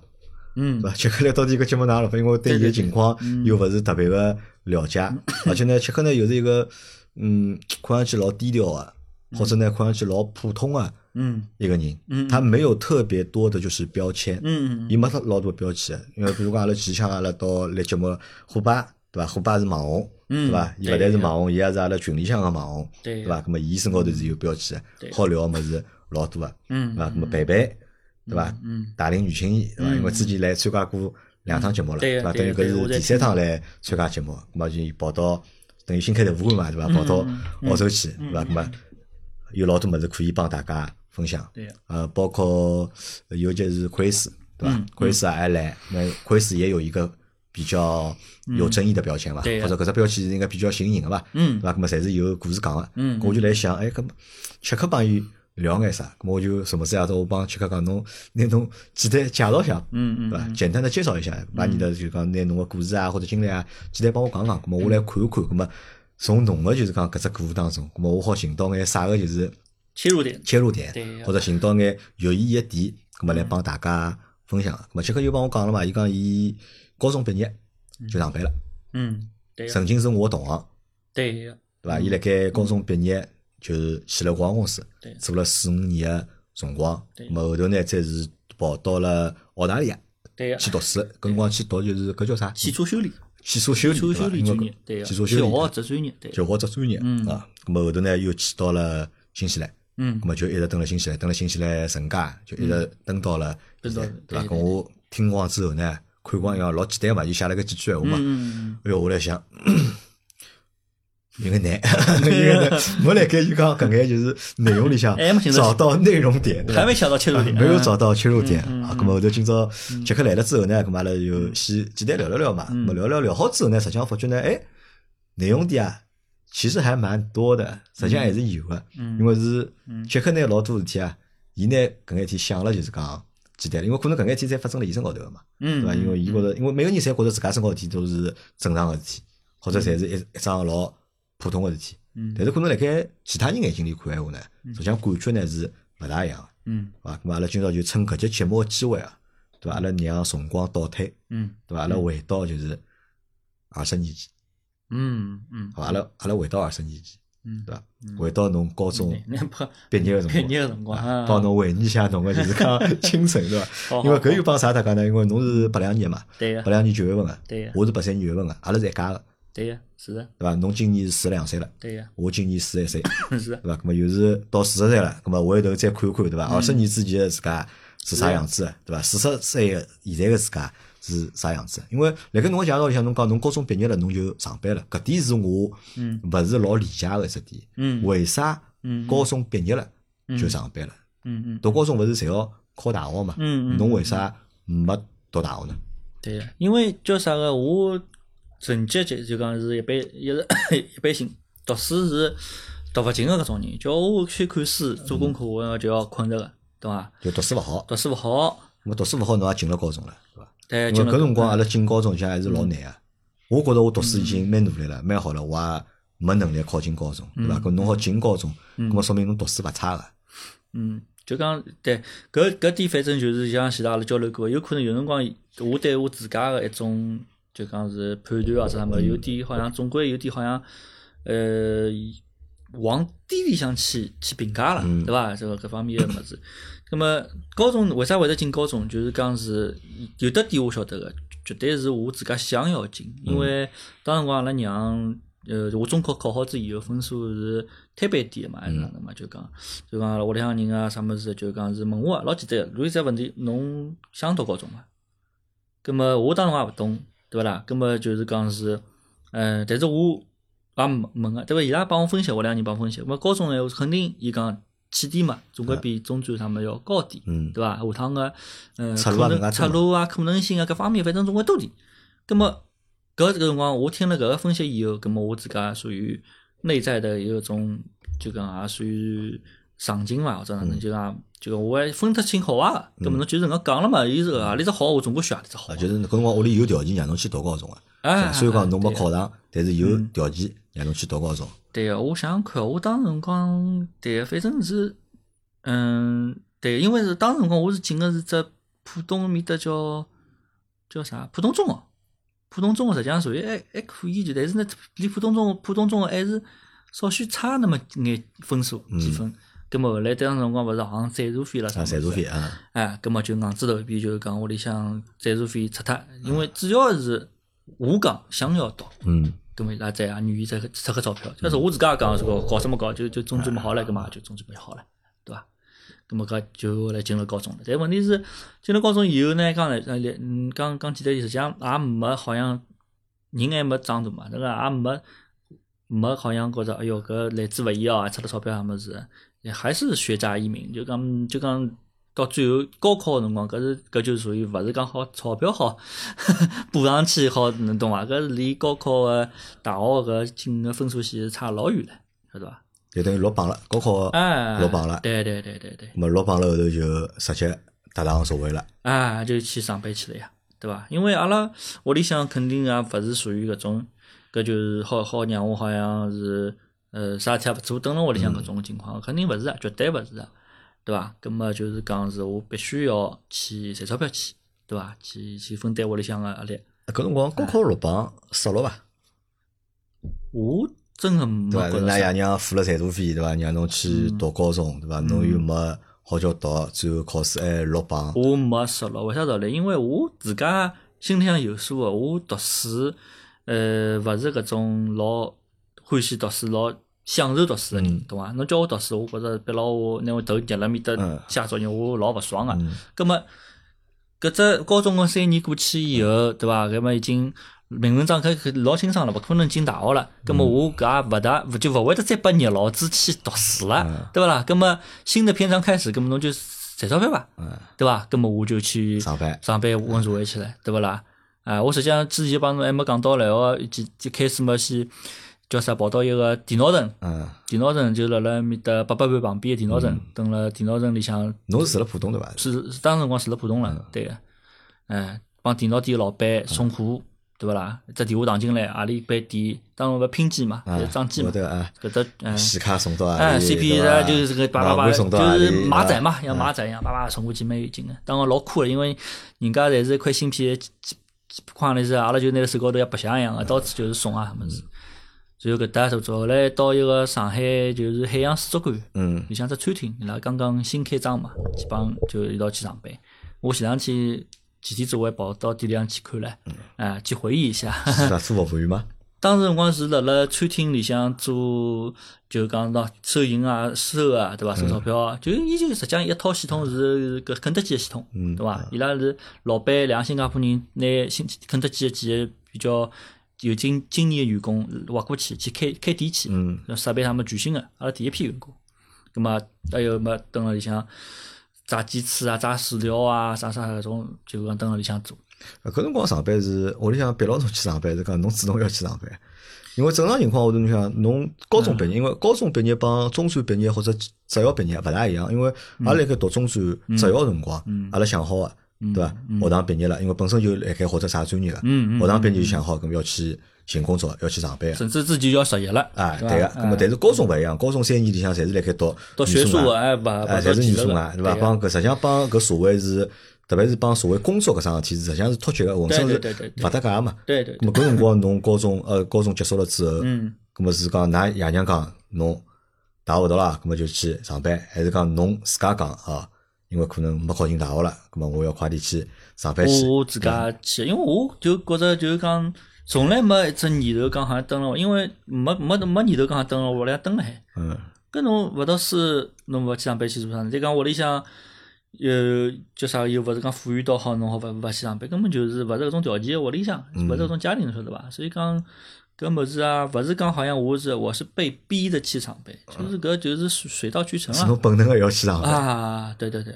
[SPEAKER 2] 嗯
[SPEAKER 1] 对 伐？切克力到底搿节目哪能录？因为我对伊个
[SPEAKER 2] 对对
[SPEAKER 1] 情况又勿是特别个了解，而且呢，切克呢又是一个嗯，看上去老低调啊，或者呢看上去老普通啊
[SPEAKER 2] 嗯
[SPEAKER 1] 一个人，
[SPEAKER 2] 嗯
[SPEAKER 1] 他没有特别多的就是标签，
[SPEAKER 2] 嗯
[SPEAKER 1] 伊没他老多标签，因为比如讲阿拉前腔阿拉到来节目虎爸对伐？虎爸是网红。
[SPEAKER 2] 嗯
[SPEAKER 1] 对伐？伊勿但是网红，伊也是阿拉群里向个网红，
[SPEAKER 2] 对
[SPEAKER 1] 伐？咁么伊身高头是有标签的
[SPEAKER 2] 对，
[SPEAKER 1] 好聊个物事老多个，
[SPEAKER 2] 嗯
[SPEAKER 1] 对伐？咁么贝贝，对伐？
[SPEAKER 2] 嗯
[SPEAKER 1] 大龄女青年，对伐？因为之前来参加过两趟节目了，
[SPEAKER 2] 嗯对
[SPEAKER 1] 伐？
[SPEAKER 2] 个
[SPEAKER 1] 等于
[SPEAKER 2] 对
[SPEAKER 1] 搿是
[SPEAKER 2] 个对个
[SPEAKER 1] 第三趟来参加节目，咁么就跑到等于新开头武馆嘛，对伐？
[SPEAKER 2] 嗯
[SPEAKER 1] 跑到澳洲去，对伐？咁么有老多物事可以帮大家分享，
[SPEAKER 2] 对个
[SPEAKER 1] 呃，包括呃尤其是奎斯，对
[SPEAKER 2] 嗯
[SPEAKER 1] 伐？奎斯也来，那奎斯也有一个比较有争议的标签伐？
[SPEAKER 2] 嗯对个
[SPEAKER 1] 或者搿只标签是应该比较新颖个伐？对
[SPEAKER 2] 嗯
[SPEAKER 1] 伐？咁么侪是有故事讲个。
[SPEAKER 2] 嗯
[SPEAKER 1] 我就来想，哎，搿么切克帮伊聊眼啥？咁我就什么子呀？我帮切克讲，侬拿侬简单介绍一下，
[SPEAKER 2] 嗯
[SPEAKER 1] 对伐
[SPEAKER 2] 嗯，？
[SPEAKER 1] 简单的介绍一下，把你的就讲拿侬个故事啊或者经历啊，简单帮我讲讲，咁么我
[SPEAKER 2] 嗯
[SPEAKER 1] 来看一看，咁么从侬个就是讲搿只故事当中，咁么我好寻到眼啥个就是
[SPEAKER 2] 切入点，
[SPEAKER 1] 切入点
[SPEAKER 2] 对，呀
[SPEAKER 1] 或者寻到眼有意义的点，咁啊么来帮大家分享。咁么啊切克又帮我讲了嘛，伊讲伊高中毕业就上班了，
[SPEAKER 2] 嗯对嗯个
[SPEAKER 1] 曾经是我的同行。
[SPEAKER 2] 对个
[SPEAKER 1] 对伐？伊辣盖高中毕业就是去了广告公司
[SPEAKER 2] 对，
[SPEAKER 1] 做了四五年个辰光，
[SPEAKER 2] 对
[SPEAKER 1] 咹后头呢，再是跑到了澳大利亚
[SPEAKER 2] 对个
[SPEAKER 1] 去读书，搿辰光去读嗯就是搿叫啥？
[SPEAKER 2] 汽车修理，
[SPEAKER 1] 汽车修理，
[SPEAKER 2] 汽车
[SPEAKER 1] 对
[SPEAKER 2] 修
[SPEAKER 1] 伐？
[SPEAKER 2] 理
[SPEAKER 1] 因为
[SPEAKER 2] 专业
[SPEAKER 1] 搿，
[SPEAKER 2] 对个，
[SPEAKER 1] 汽
[SPEAKER 2] 小
[SPEAKER 1] 车修
[SPEAKER 2] 学
[SPEAKER 1] 理，
[SPEAKER 2] 只专业，对个，
[SPEAKER 1] 就学只专业
[SPEAKER 2] 嗯
[SPEAKER 1] 啊。咾么后头呢，又去到了新西兰。
[SPEAKER 2] 嗯
[SPEAKER 1] 咁么就一直蹲了新西兰，蹲了新西兰成家，就一直蹲到了现
[SPEAKER 2] 蹲到
[SPEAKER 1] 在，对伐？
[SPEAKER 2] 嗯对对
[SPEAKER 1] 搿我听光之后呢，看光一样老简单嘛，就写了搿几句闲话嘛。
[SPEAKER 2] 嗯
[SPEAKER 1] 哎哟，我来想，有眼难， 有眼难。我辣盖就讲搿眼就是内容里向
[SPEAKER 2] 哎没寻到
[SPEAKER 1] 找到内容点，对
[SPEAKER 2] 嗯，
[SPEAKER 1] 吧
[SPEAKER 2] 还没想到切入
[SPEAKER 1] 啊
[SPEAKER 2] 点，
[SPEAKER 1] 没有找到切入点
[SPEAKER 2] 嗯嗯嗯
[SPEAKER 1] 啊。咁么后头今朝杰克来了之后呢，咁么阿拉就先简单聊聊聊嘛。咁么聊聊聊好之后呢，实际上发觉呢，哎，内容点啊，其实还蛮多的，实际上还是有的，
[SPEAKER 2] 嗯
[SPEAKER 1] 因为是杰克呢老多事体啊，伊呢搿眼事体想了就是讲简单了，因为可能搿眼事体侪发生了伊身高头个嘛。
[SPEAKER 2] 嗯，
[SPEAKER 1] 对伐？因为伊
[SPEAKER 2] 嗯
[SPEAKER 1] 觉着，因为每个人侪觉着自家身高事体都是正常个事体，或者侪是一一桩老普通个事体。
[SPEAKER 2] 嗯
[SPEAKER 1] 但是可能辣盖其他人眼睛里看闲话呢，实际上感觉呢是勿大一样个，
[SPEAKER 2] 嗯
[SPEAKER 1] 对伐？咁啊阿拉今朝就趁搿节节目个机会啊，对伐？阿拉让辰光倒退，
[SPEAKER 2] 嗯
[SPEAKER 1] 对伐？阿拉回到就是二十年前，
[SPEAKER 2] 嗯嗯
[SPEAKER 1] 好伐？阿拉阿拉回到二十年前，
[SPEAKER 2] 嗯，
[SPEAKER 1] 对伐？回到侬高中
[SPEAKER 2] 对那不
[SPEAKER 1] 毕业个辰光，
[SPEAKER 2] 毕业的辰光
[SPEAKER 1] 啊
[SPEAKER 2] 啊
[SPEAKER 1] 帮侬回忆一下侬个就是讲青春，对伐？
[SPEAKER 2] 好
[SPEAKER 1] 因为
[SPEAKER 2] 好
[SPEAKER 1] 搿又帮啥大家呢？因为侬是八两年嘛，
[SPEAKER 2] 对呀
[SPEAKER 1] 八两年九月份个
[SPEAKER 2] 对呀，
[SPEAKER 1] 我是八三年九月份个，阿拉是一家个，
[SPEAKER 2] 对呀，是的，
[SPEAKER 1] 对伐？侬今年是四十两岁了，
[SPEAKER 2] 对呀，
[SPEAKER 1] 我今年四十一岁，对
[SPEAKER 2] 是的，
[SPEAKER 1] 伐？咁么又是到四十岁了，咁么回头再看看，对伐？
[SPEAKER 2] 嗯
[SPEAKER 1] 二十年之前个自家是啥样子的，对伐？四十岁个现在个自家是啥样子的？因为辣盖侬个介绍里向，侬讲侬高中毕业了，侬就上班了，搿点是我
[SPEAKER 2] 嗯
[SPEAKER 1] 勿是老理解个一只点。
[SPEAKER 2] 嗯
[SPEAKER 1] 为啥
[SPEAKER 2] 嗯
[SPEAKER 1] 高中毕业了就上班了？
[SPEAKER 2] 嗯嗯，
[SPEAKER 1] 读高中勿是侪要考大学嘛？
[SPEAKER 2] 嗯嗯
[SPEAKER 1] 侬为啥没读大学呢？
[SPEAKER 2] 对呀，因为叫啥个，我成绩就就讲是一般，一直一般性，读书是读勿进个搿种人，叫我去看书做功课，我就要困着个，对伐？
[SPEAKER 1] 就读书勿好，
[SPEAKER 2] 读书勿好，
[SPEAKER 1] 咁么读书勿好，侬也进了高中了，对伐？
[SPEAKER 2] 对，
[SPEAKER 1] 因
[SPEAKER 2] 进
[SPEAKER 1] 为
[SPEAKER 2] 了
[SPEAKER 1] 搿辰光阿拉进高中其实还是老难啊。我觉着我读书已经蛮努力了，蛮好了，我也没能力考进高中，对伐？搿侬好进高中，搿么说明侬读书勿差个。
[SPEAKER 2] 嗯，就讲对，搿搿点反正就是像前头阿拉交流过，有可能有辰光我对我自家个一种就讲是判断啊，啥物事，有点好像总归有点好像呃往低里向去去评价了，对伐？这个各方面个物事。那么高中为啥会得进高中？就是讲是有的点我晓得个，绝对是我自家想要进，因为当辰光阿拉娘。呃，我中考考好之以后，分数是推班低的嘛，还是哪能嘛？就讲，就讲屋里向人啊，啥物事，就讲是问我啊，老简单个。如果只问题，侬想读高中伐？葛么我当辰光也勿懂，对勿啦？葛么就是讲是，嗯，但是我也问问个，对伐？伊拉帮我分析，我两个人帮我分析。咾么高中呢，肯定伊讲起点嘛，总归比中专啥物事要高点，
[SPEAKER 1] 嗯
[SPEAKER 2] 对伐？下趟个，嗯，
[SPEAKER 1] 出路啊
[SPEAKER 2] 可
[SPEAKER 1] 更
[SPEAKER 2] 能
[SPEAKER 1] 加
[SPEAKER 2] 出
[SPEAKER 1] 多
[SPEAKER 2] 路啊，可能性啊，各方面反正总归多点。葛么搿这个辰光，我听了搿个分析以后，葛么我自家属于内在的有一种，就讲也啊属于上进伐，或者哪
[SPEAKER 1] 嗯
[SPEAKER 2] 能，就讲就讲我还分得清好坏个。葛么侬就是搿能讲了嘛，伊是何里只好，我总归选何里只好
[SPEAKER 1] 啊，。就是搿辰光屋里有条件让侬去读高中啊。
[SPEAKER 2] 哎，
[SPEAKER 1] 虽然讲侬
[SPEAKER 2] 对
[SPEAKER 1] 没考上，但是有条件让侬去读高中。
[SPEAKER 2] 对个，我想想看，我当辰光对个，反正是，嗯，对，因为是当辰光我是进个是只浦东面搭叫叫啥浦东中学，浦东中学哦实际上属于还还可以，就但是呢，比浦东中学浦东中学还是稍许差那么眼分数几分。葛么后来当辰光勿是好像赞助费了
[SPEAKER 1] 嗯
[SPEAKER 2] 啥
[SPEAKER 1] 啊，
[SPEAKER 2] 物事
[SPEAKER 1] 赞助费啊，
[SPEAKER 2] 哎，葛么就硬子头皮，就是讲屋里向赞助费出脱，因为只要是我讲想要读。
[SPEAKER 1] 嗯，
[SPEAKER 2] 咁么伊拉再也愿意再出个钞票。但是我自家也讲是搞搞什么搞，就就中专么好了，搿嘛就中专么就好了，对伐？咁么搿就后来进了高中了。但问题是进了高中以后呢，讲来呃来嗯讲讲简单点，实际上也没好像人还没长大嘛，那个也没没好像觉着哎哟搿来之勿易啊，出了钞票啥物事，也还是学家一名，就讲就讲。到最后高考个辰光，搿是搿就属于勿是讲好钞票好补上去好，侬懂伐？搿是离高考个大学搿进个分数线是差老远了，晓得伐？
[SPEAKER 1] 就等于落榜了，高考
[SPEAKER 2] 哎，
[SPEAKER 1] 落榜了。
[SPEAKER 2] 对对对对对，
[SPEAKER 1] 那么落榜了后头就直接踏上社会了。
[SPEAKER 2] 啊，就去上班去了呀，对伐？因为阿拉屋里向肯定也勿是属于搿种，搿就是好好让我好像是呃啥事体也勿做，蹲辣屋里向搿种情况，肯定勿是啊，绝对勿是啊，对伐？葛么就是讲是我必须要去赚钞票去，对伐？去去分担屋里向个压力。
[SPEAKER 1] 搿辰光
[SPEAKER 2] 哎
[SPEAKER 1] 高考落榜失落伐？
[SPEAKER 2] 我真个没
[SPEAKER 1] 对伐？
[SPEAKER 2] 觉着
[SPEAKER 1] 㑚
[SPEAKER 2] 啥嗯
[SPEAKER 1] 爷娘付了赞助费，对伐？让侬去读高中，对伐？侬又没好叫读，最后考试哎还落榜。
[SPEAKER 2] 我没失落，为啥道理？因为我自家心里向有数个，我读书，呃，勿是搿种老欢喜读书、老享受读书个人，
[SPEAKER 1] 嗯
[SPEAKER 2] 懂伐？侬叫我读书，我觉着别老我拿我头夹辣面搭
[SPEAKER 1] 嗯
[SPEAKER 2] 写作业，我老勿爽啊个、
[SPEAKER 1] 嗯
[SPEAKER 2] 葛么，搿只高中个三年过去以后，对伐？搿么已经明文章搿搿老清爽了，勿可能进大学了。葛
[SPEAKER 1] 嗯
[SPEAKER 2] 么我搿也勿大，勿就勿会得再拨热老子去读书
[SPEAKER 1] 嗯
[SPEAKER 2] 了，对勿啦？葛么新的篇章开始，葛么侬就赚钞票伐？
[SPEAKER 1] 嗯，
[SPEAKER 2] 对伐？葛么我就去
[SPEAKER 1] 上班
[SPEAKER 2] 上班混社会去了，对勿啦？啊，我实际上之前帮侬还没讲到来哦，几几开始嘛先叫啥跑到一个电脑城，
[SPEAKER 1] 嗯，
[SPEAKER 2] 电脑城就辣辣埃面搭八佰伴旁边个电脑城，蹲辣电脑城里向
[SPEAKER 1] 侬是住了浦东对伐？
[SPEAKER 2] 是是当时辰光住了浦东了，对个，嗯，帮电脑店个老板送货，对勿啦？只电话打进来，阿里班店当然勿拼机嘛，
[SPEAKER 1] 啊
[SPEAKER 2] 就是装机
[SPEAKER 1] 我
[SPEAKER 2] 嘛，
[SPEAKER 1] 对啊，
[SPEAKER 2] 搿只嗯。
[SPEAKER 1] 显卡送到啊
[SPEAKER 2] 哎，CP 呢就是这个叭叭叭，
[SPEAKER 1] 送到
[SPEAKER 2] 就是
[SPEAKER 1] 阿里
[SPEAKER 2] 马仔
[SPEAKER 1] 对伐
[SPEAKER 2] 嘛，像
[SPEAKER 1] 啊
[SPEAKER 2] 马仔一样，叭叭送过去蛮有劲个。当然老酷了，因为人家侪是一块新片，几几几框里是，阿拉就拿在手高头像白相一样个，到处就是送啊，么
[SPEAKER 1] 嗯
[SPEAKER 2] 子。然后搿搭做做，后来到一个上海就是海洋水族馆，
[SPEAKER 1] 嗯，
[SPEAKER 2] 里向只餐厅，伊拉刚刚新开张嘛，去帮就一道去上班。我前两天前天子我还跑到店里向去看了，
[SPEAKER 1] 嗯
[SPEAKER 2] 啊，去回忆 一下。
[SPEAKER 1] 是啥做服务员吗？
[SPEAKER 2] 当时辰光是辣辣餐厅里向做，就讲喏收银啊、收啊，对伐？收钞票啊，就伊就实际上一套系统是搿肯德基个系统，对伐？伊拉是老板两个新加坡人拿新肯德基个几个比较有经经验个员工挖过去去开开店去，
[SPEAKER 1] 嗯，
[SPEAKER 2] 设备啥么全新个，阿拉第一批员工，葛么还有么蹲辣里向炸鸡翅啊、炸薯条啊、啥啥搿种，就讲蹲辣里向做。
[SPEAKER 1] 啊搿辰光上班是屋里向逼牢侬去上班，是讲侬主动要去上班。因为正常情况下头，侬想侬高中
[SPEAKER 2] 嗯
[SPEAKER 1] 毕业，因为高中毕业帮中专毕业或者职校毕业勿大一样，因为
[SPEAKER 2] 嗯
[SPEAKER 1] 阿拉辣盖读中专、职校辰光，阿拉想好个，
[SPEAKER 2] 嗯
[SPEAKER 1] 对伐？学堂毕业了，因为本身就辣盖或者啥专业个，
[SPEAKER 2] 嗯嗯
[SPEAKER 1] 学堂毕业就想好，搿么要去寻工作，要去上班个。
[SPEAKER 2] 甚至自己要实习了
[SPEAKER 1] 啊，
[SPEAKER 2] 对
[SPEAKER 1] 对个
[SPEAKER 2] 伐，
[SPEAKER 1] 那么但是高中勿一样，高中三年里向侪是辣盖读
[SPEAKER 2] 嗯读
[SPEAKER 1] 女
[SPEAKER 2] 学
[SPEAKER 1] 生
[SPEAKER 2] 术
[SPEAKER 1] 啊
[SPEAKER 2] 的哎，勿勿
[SPEAKER 1] 哎，
[SPEAKER 2] 到
[SPEAKER 1] 侪是
[SPEAKER 2] 技
[SPEAKER 1] 女
[SPEAKER 2] 术
[SPEAKER 1] 生
[SPEAKER 2] 的
[SPEAKER 1] 啊，对伐？
[SPEAKER 2] 个
[SPEAKER 1] 帮搿实际上帮搿社会是，特别是帮社会工作搿桩事体，实际上是脱节个，浑身
[SPEAKER 2] 对
[SPEAKER 1] 是
[SPEAKER 2] 对对对
[SPEAKER 1] 勿搭界个嘛。
[SPEAKER 2] 对对
[SPEAKER 1] 咾
[SPEAKER 2] 对，
[SPEAKER 1] 么搿辰光侬高中呃高中结束了之后，
[SPEAKER 2] 嗯
[SPEAKER 1] 咾么是讲㑚爷娘讲侬大学勿读了，葛么就去上班，还是讲侬自家讲啊？因为可能没考进大学了，葛么我要快点去上班去。
[SPEAKER 2] 我我自家去，因为我就觉着就是讲，从来没一只念头讲好像蹲了，因为没没没念头讲好像蹲了屋里向蹲了海。
[SPEAKER 1] 嗯
[SPEAKER 2] 搿侬勿读书，侬勿去上班去做啥呢？再讲屋里向，呃，叫啥又勿是讲富裕到好，侬好勿勿去上班，根本就是勿是搿种条件的屋里向，
[SPEAKER 1] 嗯
[SPEAKER 2] 勿是搿种家庭，侬晓得伐？所以讲搿物事啊，勿是讲好像我是我是被逼着去上班，就是搿就是水水到渠成
[SPEAKER 1] 是
[SPEAKER 2] 了
[SPEAKER 1] 侬本能个要去上班。
[SPEAKER 2] 啊！对对对，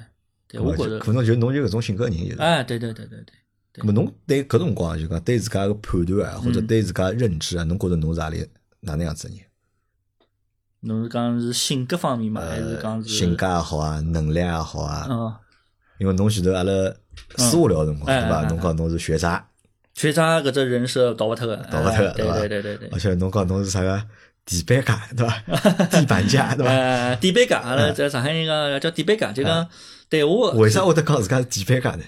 [SPEAKER 2] 对
[SPEAKER 1] 葛
[SPEAKER 2] 我
[SPEAKER 1] 么
[SPEAKER 2] 觉
[SPEAKER 1] 就
[SPEAKER 2] 着，
[SPEAKER 1] 可能就侬就搿种性格的人就是。
[SPEAKER 2] 哎，对对对对对，
[SPEAKER 1] 葛么侬对搿辰光就讲对自家个判断啊，或
[SPEAKER 2] 嗯
[SPEAKER 1] 者对自家认知啊，侬觉着侬是何里哪能样子的人？
[SPEAKER 2] 侬是讲是性格方面嘛，还是讲
[SPEAKER 1] 呃，
[SPEAKER 2] 是
[SPEAKER 1] 性格也好啊，能力也好啊，
[SPEAKER 2] 嗯，
[SPEAKER 1] 因为侬前头阿拉私下聊的辰光对
[SPEAKER 2] 嗯
[SPEAKER 1] 伐？
[SPEAKER 2] 哎哎
[SPEAKER 1] 侬讲侬是学渣，
[SPEAKER 2] 学渣搿只人设逃勿脱个，
[SPEAKER 1] 逃勿脱
[SPEAKER 2] 哎
[SPEAKER 1] 的
[SPEAKER 2] 对
[SPEAKER 1] 伐？
[SPEAKER 2] 对对对对
[SPEAKER 1] 而。且侬讲侬是啥个地板架对 伐？地板架对伐？
[SPEAKER 2] 呃，底板
[SPEAKER 1] 嗯
[SPEAKER 2] 架，阿拉在上海人讲叫底板架，就讲对我
[SPEAKER 1] 为啥会得讲自家是地板架呢？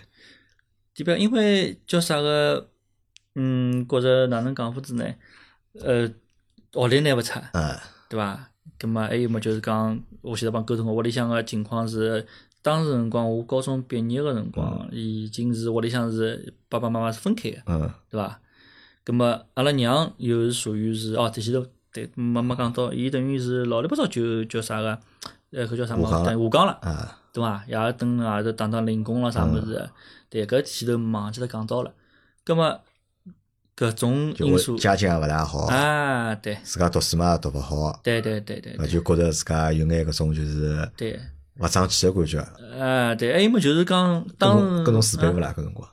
[SPEAKER 2] 底板，因为叫啥个，嗯，觉着哪能讲法子呢？呃，学历拿勿出，
[SPEAKER 1] 啊，
[SPEAKER 2] 对伐？葛么还有么，就是讲我现在帮沟通，我屋里向个情况是，当时辰光我高中毕业个辰光，已经是屋里向是爸爸妈妈是分开个，
[SPEAKER 1] 嗯
[SPEAKER 2] 对伐？葛么阿拉娘又是属于是哦，这些都对，没没讲到，伊等于是老里八早就叫啥个，呃，搿叫啥
[SPEAKER 1] 下岗
[SPEAKER 2] 么？
[SPEAKER 1] 了
[SPEAKER 2] 等于下岗了。
[SPEAKER 1] 啊，
[SPEAKER 2] 对伐？夜到蹲夜头打打零工了啥物
[SPEAKER 1] 嗯
[SPEAKER 2] 事，对搿前头忘记了讲到了。葛么搿种
[SPEAKER 1] 就
[SPEAKER 2] 因
[SPEAKER 1] 我
[SPEAKER 2] 素
[SPEAKER 1] 家境也勿大好，
[SPEAKER 2] 啊，对
[SPEAKER 1] 自家读书嘛也读勿好，
[SPEAKER 2] 对对对对
[SPEAKER 1] 啊，就觉着自家有眼搿种就是
[SPEAKER 2] 对，
[SPEAKER 1] 勿争气的感觉。
[SPEAKER 2] 啊对，还有么就是讲
[SPEAKER 1] 跟
[SPEAKER 2] 当嗯
[SPEAKER 1] 侬
[SPEAKER 2] 时
[SPEAKER 1] 跟侬自卑勿
[SPEAKER 2] 啦？
[SPEAKER 1] 啦？搿辰光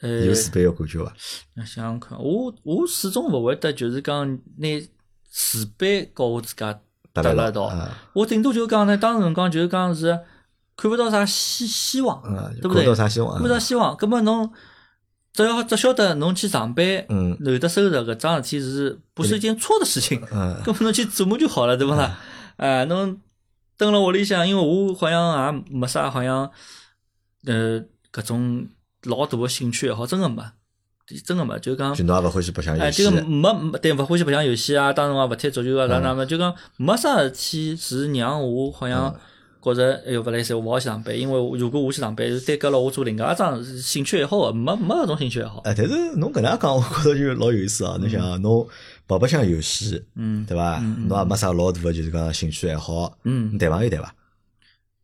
[SPEAKER 2] 呃，
[SPEAKER 1] 有自卑个感觉伐？
[SPEAKER 2] 想想看，我我始终勿会得就是讲拿自卑和我自家
[SPEAKER 1] 搭
[SPEAKER 2] 搭
[SPEAKER 1] 了
[SPEAKER 2] 了一道
[SPEAKER 1] 啊，
[SPEAKER 2] 我顶多就讲呢，当时辰光就是讲是看勿到啥希希望，
[SPEAKER 1] 嗯
[SPEAKER 2] 对不
[SPEAKER 1] 看
[SPEAKER 2] 对？
[SPEAKER 1] 不到啥希望
[SPEAKER 2] 看不到希望。葛么侬只要只晓得侬去上班，
[SPEAKER 1] 嗯
[SPEAKER 2] 有得收入搿桩事体是不是一件错的事情？
[SPEAKER 1] 嗯
[SPEAKER 2] 葛么侬去琢磨就好了，对勿啦？啊，侬蹲辣屋里向，因为我好像也啊没啥好像呃搿种老大个兴趣爱好，真个没，真个没，就讲
[SPEAKER 1] 就侬也勿欢喜白相
[SPEAKER 2] 哎，
[SPEAKER 1] 游戏啊
[SPEAKER 2] 这，个没没对，勿欢喜白相游戏啊，当辰光勿踢足球啊，哪哪么，就讲没啥事体是让我好像觉着哎哟勿来三，我勿好去上班，因为我如果我去上班，就耽搁了我做另外一桩兴趣爱好个，没没搿种兴趣爱好。
[SPEAKER 1] 哎，但是侬搿能介讲，我觉着就老有意思啊！侬想啊，侬白白相游戏，
[SPEAKER 2] 嗯
[SPEAKER 1] 对伐？侬也没啥老大个，就是讲兴趣爱好。
[SPEAKER 2] 嗯
[SPEAKER 1] 侬，谈朋友谈伐？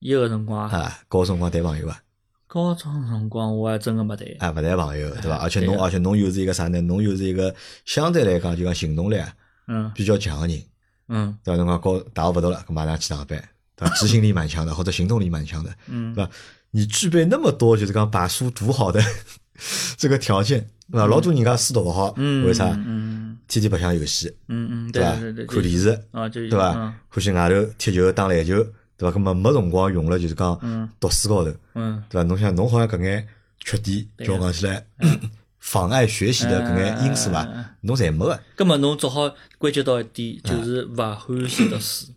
[SPEAKER 2] 伊个辰光啊，
[SPEAKER 1] 啊，高中辰光谈朋友伐？
[SPEAKER 2] 高中辰光我还真个没谈，
[SPEAKER 1] 啊，勿谈朋友，对伐？
[SPEAKER 2] 哎
[SPEAKER 1] 而且侬，
[SPEAKER 2] 对
[SPEAKER 1] 而且侬又是一个啥呢？侬又是一个相对来讲就讲行动力啊
[SPEAKER 2] 嗯
[SPEAKER 1] 比较强个人，
[SPEAKER 2] 嗯
[SPEAKER 1] 对伐？侬讲高大学勿读了，搿马上去上班，对伐？执行力蛮强的，或者行动力蛮强的，
[SPEAKER 2] 嗯，
[SPEAKER 1] 对吧？你具备那么多就是讲把书读好的 这个条件，对吧？老多人家书读不好，
[SPEAKER 2] 嗯，
[SPEAKER 1] 为啥？
[SPEAKER 2] 嗯
[SPEAKER 1] 天天白相游戏，
[SPEAKER 2] 嗯嗯，对
[SPEAKER 1] 吧
[SPEAKER 2] 对对？
[SPEAKER 1] 看
[SPEAKER 2] 对，
[SPEAKER 1] 电视，
[SPEAKER 2] 啊，就
[SPEAKER 1] 对吧？欢喜外头踢球、打篮球，对吧？根本没辰光用了就是讲
[SPEAKER 2] 嗯
[SPEAKER 1] 读书高头，对
[SPEAKER 2] 嗯
[SPEAKER 1] 吧？侬想，侬好像搿眼缺点，
[SPEAKER 2] 对
[SPEAKER 1] 叫
[SPEAKER 2] 啊
[SPEAKER 1] 讲起来 妨碍学习的搿眼因素
[SPEAKER 2] 嗯嗯嗯
[SPEAKER 1] 伐，侬侪没个，
[SPEAKER 2] 葛么侬只好归结到一点，就是勿欢喜读书。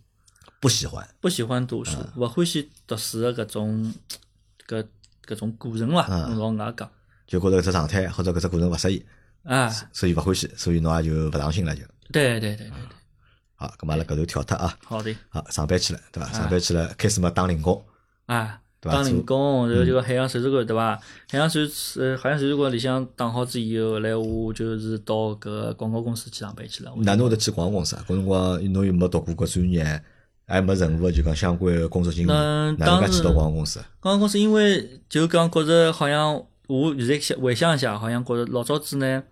[SPEAKER 1] 不喜欢
[SPEAKER 2] 不喜欢读书，勿欢喜读书的搿种搿搿种过程啦，
[SPEAKER 1] 嗯
[SPEAKER 2] 侬老外讲
[SPEAKER 1] 就觉着搿只状态或者搿只过程勿适意，
[SPEAKER 2] 啊，
[SPEAKER 1] 所以勿欢喜，所以侬也就勿上心了就。
[SPEAKER 2] 对对对对对，
[SPEAKER 1] 好，咁阿拉搿头跳脱啊。
[SPEAKER 2] 好的
[SPEAKER 1] 啊，上班去了，对
[SPEAKER 2] 嗯
[SPEAKER 1] 伐？上班去了，开始嘛打零工，
[SPEAKER 2] 啊，
[SPEAKER 1] 对吧
[SPEAKER 2] 当零工，然后就个海洋水族馆对伐？海洋水呃海洋水族馆里向打好之以后，后来我就是到搿个广告公司去上班去了。我
[SPEAKER 1] 哪能会得去广告公司啊？搿辰光侬又没读过搿专业，还没任何就讲相关个工作经历，哪
[SPEAKER 2] 嗯
[SPEAKER 1] 能介
[SPEAKER 2] 当
[SPEAKER 1] 去
[SPEAKER 2] 时
[SPEAKER 1] 到广告公司？
[SPEAKER 2] 广告公司因为就讲觉着好像我现在想回想一下，好像觉着老早子呢，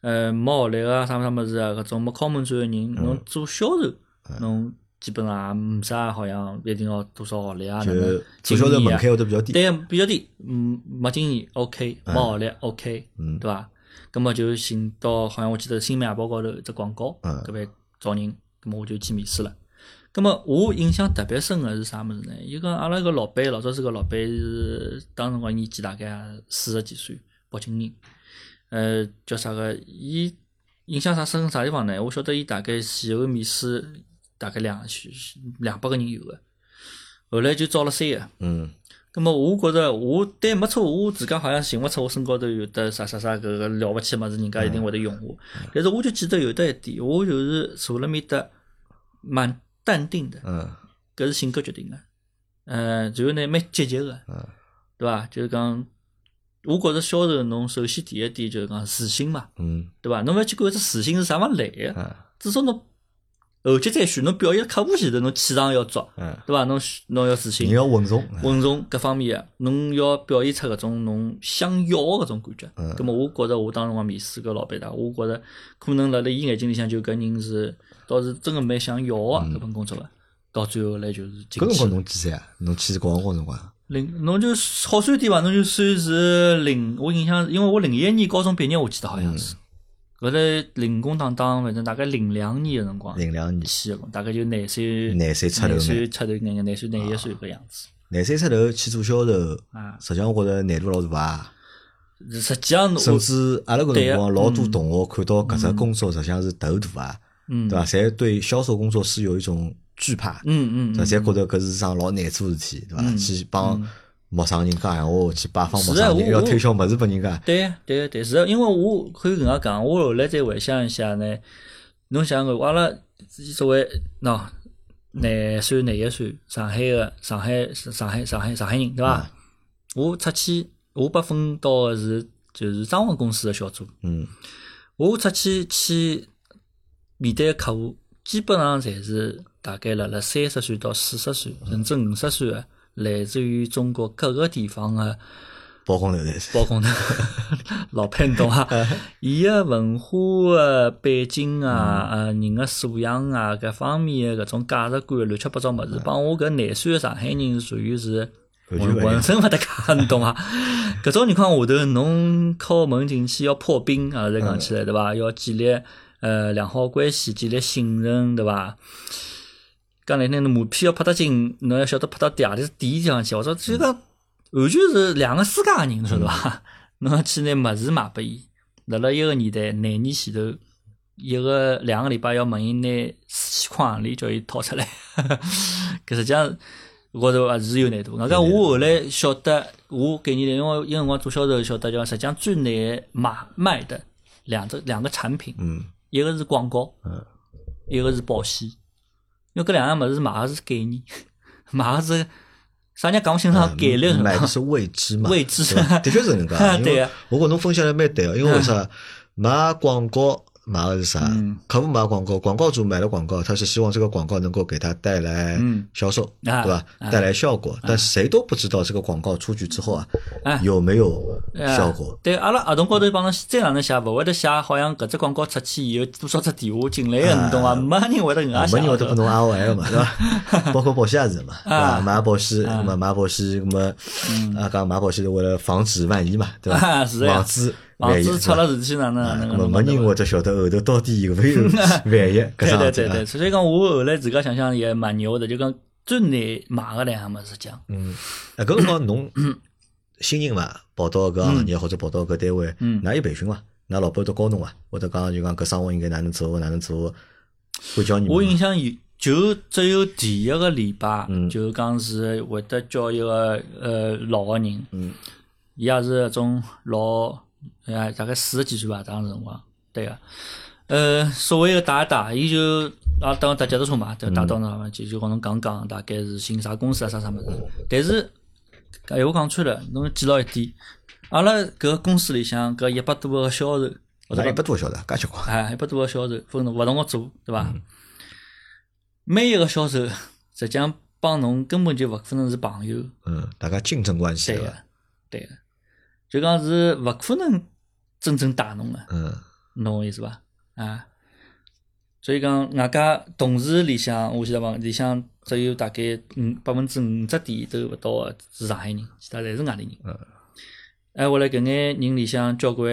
[SPEAKER 2] 呃，没学历啊，啥么啥么子啊，搿种没敲门砖个人，侬做销售，侬基本上没啥好像一定要多少学历啊，
[SPEAKER 1] 就
[SPEAKER 2] 哪能
[SPEAKER 1] 做销售
[SPEAKER 2] 经验
[SPEAKER 1] 门
[SPEAKER 2] 啊
[SPEAKER 1] 槛会得比较低。哎
[SPEAKER 2] 对，比较低，嗯，没经验，OK，没学历，OK，
[SPEAKER 1] 嗯
[SPEAKER 2] 对伐？葛么就寻到好像我记得《新民夜啊报》高头一只广告，
[SPEAKER 1] 嗯
[SPEAKER 2] 搿边招人，葛么我就去面试了。葛么我印象特别深个是啥物事呢？伊讲阿拉搿老板，老早子搿老板是当辰光年纪大概四十几岁，北京人，呃，叫啥个？伊印象啥深啥地方呢？我晓得伊大概前后面试大概两两百个人有个，后来就招了三个。
[SPEAKER 1] 嗯，
[SPEAKER 2] 咁么，我觉着我对没错，我自家好像寻勿出我身高头有得啥啥啥搿个了勿起物事，人家一定会得用我。但是我就记得有得一点，我就是坐辣面搭蛮淡定的，
[SPEAKER 1] 嗯
[SPEAKER 2] 搿是性格决定的。嗯，然后呢，蛮积极的，
[SPEAKER 1] 嗯
[SPEAKER 2] 对伐？就是讲，我觉着销售侬首先第一点就是讲自信嘛，
[SPEAKER 1] 嗯
[SPEAKER 2] 对伐？侬勿要去管这自信是啥物事来的，
[SPEAKER 1] 嗯
[SPEAKER 2] 至少侬后期再选，侬表现客户前头，侬气场要足，
[SPEAKER 1] 嗯，
[SPEAKER 2] 对伐？侬侬要自信
[SPEAKER 1] 你，要稳重，
[SPEAKER 2] 稳重各方面的，侬要表现出搿种侬想要的搿种感觉。
[SPEAKER 1] 嗯
[SPEAKER 2] 咁么，我觉着我当时光面试搿老板大，我觉着可能辣辣伊眼睛里向就搿人是倒是真个蛮想要的搿份工作个，到最后来就是进
[SPEAKER 1] 嗯搿辰
[SPEAKER 2] 去
[SPEAKER 1] 光
[SPEAKER 2] 了。
[SPEAKER 1] 侬几岁啊？侬去广告辰光，
[SPEAKER 2] 零，侬就好算点伐？侬就算是零，我印象，因为我零一年高中毕业，我记得好像
[SPEAKER 1] 嗯
[SPEAKER 2] 是，搿来零工当当，反正大概零两年个辰光
[SPEAKER 1] 零两年，
[SPEAKER 2] 去个，大概就廿岁，
[SPEAKER 1] 廿岁出头
[SPEAKER 2] 廿岁出头眼眼，廿岁廿一岁搿样子。
[SPEAKER 1] 廿岁出头去做销售
[SPEAKER 2] 啊，
[SPEAKER 1] 实际上我觉着难度老大啊。
[SPEAKER 2] 实际上，
[SPEAKER 1] 甚
[SPEAKER 2] 我
[SPEAKER 1] 至阿拉搿
[SPEAKER 2] 对
[SPEAKER 1] 辰
[SPEAKER 2] 啊呀
[SPEAKER 1] 光老多同学看到搿只工作实际上是头大啊，
[SPEAKER 2] 嗯
[SPEAKER 1] 对伐？侪对销售工作是有一种惧怕，
[SPEAKER 2] 嗯嗯
[SPEAKER 1] 对伐，
[SPEAKER 2] 嗯
[SPEAKER 1] 侪觉得搿是桩老难做的事体，对伐？
[SPEAKER 2] 嗯
[SPEAKER 1] 去帮陌生人讲闲话，去拜访陌
[SPEAKER 2] 是啊
[SPEAKER 1] 生人，
[SPEAKER 2] 我
[SPEAKER 1] 要
[SPEAKER 2] 我
[SPEAKER 1] 推销物事拨人家，
[SPEAKER 2] 对呀对呀对，是的因为我可以搿能介讲，我后来再回想一下呢，侬想个阿拉自己作为喏廿岁廿一岁，上海个上海上海上海上海人对伐？我出去，我被分到个是就是张文公司个小组，
[SPEAKER 1] 嗯
[SPEAKER 2] 我出去去面对个客户，基本上侪是大概辣辣三十岁到四十岁，甚至五十岁个，来自于中国各个地方个、
[SPEAKER 1] 包工头才是，
[SPEAKER 2] 包工头老板侬懂啊，伊个文化个背景啊，呃，人个素养啊，各方面个搿种价值观乱七八糟物事，帮我搿廿岁个上海人是属于是
[SPEAKER 1] 完
[SPEAKER 2] 浑
[SPEAKER 1] 全勿一样
[SPEAKER 2] 浑身勿搭界，你懂伐？啊搿种情况下头，侬敲门进去要破冰啊，再讲起来对伐？要建立呃良好关系，建立信任对伐？讲难听点，马屁要拍得紧，侬要晓得拍到底何里点上去。我说，就讲完全是两个世界个人，侬晓得
[SPEAKER 1] 嗯
[SPEAKER 2] 伐？ 侬要去拿物事卖拨伊，辣辣一个年代，廿年前头，一个两个礼拜要问伊拿四千块行钿叫伊掏出来， 搿实际上我头还是有难度。外加我后来晓得，我搿年代因为有辰光做销售晓得，叫实际上最难买卖的两只两个产品，
[SPEAKER 1] 嗯
[SPEAKER 2] 一个是广告，
[SPEAKER 1] 嗯
[SPEAKER 2] 一个是保险，因为搿两样物事买个是概念， 买个是啥人家讲勿清爽概念是
[SPEAKER 1] 嗯买的
[SPEAKER 2] 吧？
[SPEAKER 1] 是未知嘛，
[SPEAKER 2] 嗯未知
[SPEAKER 1] 对 伐的确是搿能介。
[SPEAKER 2] 对啊
[SPEAKER 1] 呀
[SPEAKER 2] 呀，
[SPEAKER 1] 我觉侬分析了蛮对个，因为为啥买广告买的是啥
[SPEAKER 2] 嗯？
[SPEAKER 1] 客户买广告，广告主买了广告，他是希望这个广告能够给他带来
[SPEAKER 2] 嗯
[SPEAKER 1] 销售，对
[SPEAKER 2] 啊
[SPEAKER 1] 吧？
[SPEAKER 2] 啊
[SPEAKER 1] 带来效果，但谁都不知道这个广告出去之后啊
[SPEAKER 2] 啊
[SPEAKER 1] 有没有
[SPEAKER 2] 哎
[SPEAKER 1] 效果。
[SPEAKER 2] 对，阿拉合同高头帮侬再哪能写，勿会得写好像搿只广告出去以后多少只电话进来个，
[SPEAKER 1] 啊
[SPEAKER 2] 侬懂伐？没人会得搿能
[SPEAKER 1] 没人会
[SPEAKER 2] 介
[SPEAKER 1] 得
[SPEAKER 2] 写
[SPEAKER 1] 帮。侬 ROL 嘛，对伐？包括保险也是嘛，对伐？
[SPEAKER 2] 啊嗯
[SPEAKER 1] 买保险，那么买保险，那么啊，讲买保险是为了防止万一嘛，对伐？
[SPEAKER 2] 啊是呀
[SPEAKER 1] 防止
[SPEAKER 2] 房
[SPEAKER 1] 万一
[SPEAKER 2] 子
[SPEAKER 1] 是
[SPEAKER 2] 出
[SPEAKER 1] 吧
[SPEAKER 2] 了事体哪能哪能
[SPEAKER 1] 那
[SPEAKER 2] 哪能
[SPEAKER 1] 么没人会得晓得后头到底有没有 万一搿
[SPEAKER 2] 对
[SPEAKER 1] 桩事
[SPEAKER 2] 对
[SPEAKER 1] 体
[SPEAKER 2] 对对，
[SPEAKER 1] 啊？
[SPEAKER 2] 所以讲我后来自家想想也蛮牛的，就讲最难买个两样物事讲，
[SPEAKER 1] 嗯，啊，搿辰光 侬新人嘛，跑到搿行业或者跑到搿单位，
[SPEAKER 2] 嗯
[SPEAKER 1] 哪有培训伐？㑚老板都教侬伐？或者讲就讲搿生活应该哪能做，哪能做，会教你
[SPEAKER 2] 我印
[SPEAKER 1] 吗？
[SPEAKER 2] 象有就只有第一个礼拜
[SPEAKER 1] 嗯，
[SPEAKER 2] 就讲是会得叫一个呃老个人，
[SPEAKER 1] 嗯
[SPEAKER 2] 伊也是搿种老，呃，大概四十几岁吧，当时辰光，对个、呃，所谓个带带，伊就啊，当搭脚踏车嘛，
[SPEAKER 1] 嗯
[SPEAKER 2] 就带到那嘛，就就跟侬讲讲，大概是寻啥公司啊，啥啥物事。但是，搿闲话讲穿了，侬记牢一点，阿拉搿个公司里向搿一百多个销售，
[SPEAKER 1] 我大概一百多晓得，介结棍。
[SPEAKER 2] 哎，一百多个销售分勿同个组，对伐？每一个销售实际上帮侬根本就勿可能是朋友。
[SPEAKER 1] 嗯，大家竞争关系
[SPEAKER 2] 对啊
[SPEAKER 1] 对
[SPEAKER 2] 个
[SPEAKER 1] 伐？，
[SPEAKER 2] 对个，就讲是勿可能真正打侬个，
[SPEAKER 1] 嗯
[SPEAKER 2] 侬懂我意思伐？啊，所以讲外加同事里向，我记得往里向只有大概五百分之五十点都勿到个是上海人，其他侪是外地人。
[SPEAKER 1] 嗯
[SPEAKER 2] 哎，后来搿眼人里向交关，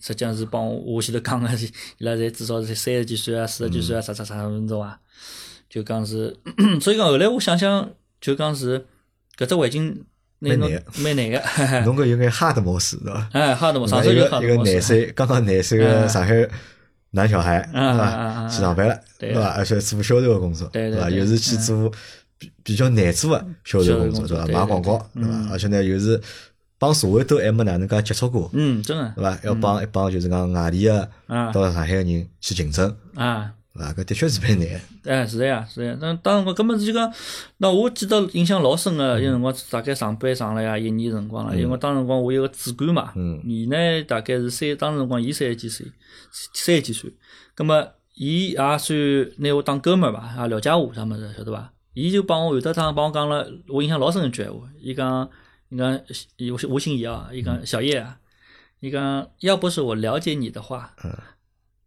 [SPEAKER 2] 实际上是帮我我前头讲个， 伊拉侪至少是三十几岁啊、四十几
[SPEAKER 1] 嗯
[SPEAKER 2] 岁啊，啥啥啥那种啊，就讲是， 所以讲后来我想想，就讲是搿只环境拿
[SPEAKER 1] 蛮
[SPEAKER 2] 侬
[SPEAKER 1] 难
[SPEAKER 2] 蛮难个，
[SPEAKER 1] 侬搿有眼哈德模式对伐？
[SPEAKER 2] 哎，哈德嘛，上
[SPEAKER 1] 一
[SPEAKER 2] 周就
[SPEAKER 1] 个
[SPEAKER 2] 哈
[SPEAKER 1] 一
[SPEAKER 2] 德
[SPEAKER 1] 个
[SPEAKER 2] 嘛，
[SPEAKER 1] 廿
[SPEAKER 2] 是
[SPEAKER 1] 岁，刚刚廿岁的
[SPEAKER 2] 嗯
[SPEAKER 1] 上海男小孩，是
[SPEAKER 2] 嗯嗯嗯
[SPEAKER 1] 吧？
[SPEAKER 2] 嗯
[SPEAKER 1] 去上班了，
[SPEAKER 2] 对
[SPEAKER 1] 对吧？而且做销售的工作，
[SPEAKER 2] 对对
[SPEAKER 1] 吧？
[SPEAKER 2] 对嗯
[SPEAKER 1] 又是去做比比较难做的销售工
[SPEAKER 2] 销售工
[SPEAKER 1] 对
[SPEAKER 2] 作
[SPEAKER 1] 吧？
[SPEAKER 2] 对
[SPEAKER 1] 卖
[SPEAKER 2] 对
[SPEAKER 1] 广告，对
[SPEAKER 2] 对
[SPEAKER 1] 吧
[SPEAKER 2] 嗯？
[SPEAKER 1] 而且呢，又是帮社会都还没哪能介接触过，
[SPEAKER 2] 嗯，真个
[SPEAKER 1] 对吧？要帮一帮就是讲外地的
[SPEAKER 2] 啊
[SPEAKER 1] 到上海的人去竞争，
[SPEAKER 2] 啊，
[SPEAKER 1] 啊，搿的确是蛮难。
[SPEAKER 2] 哎，是呀，是呀。那当我根本就讲，那我记得印象老深个，有辰光大概上班上了呀一年辰光了，因为我当辰光我有个主管嘛，伊呢大概是三，当辰光伊三十几岁，三十几岁，葛么伊也算拿我当哥们儿吧，啊也了解我啥物事，晓得伐？伊就帮我有得趟帮我讲了，我印象老深一句闲话，伊讲，伊讲，伊我姓我姓伊啊，伊讲小叶啊，伊讲要不是我了解你的话，
[SPEAKER 1] 嗯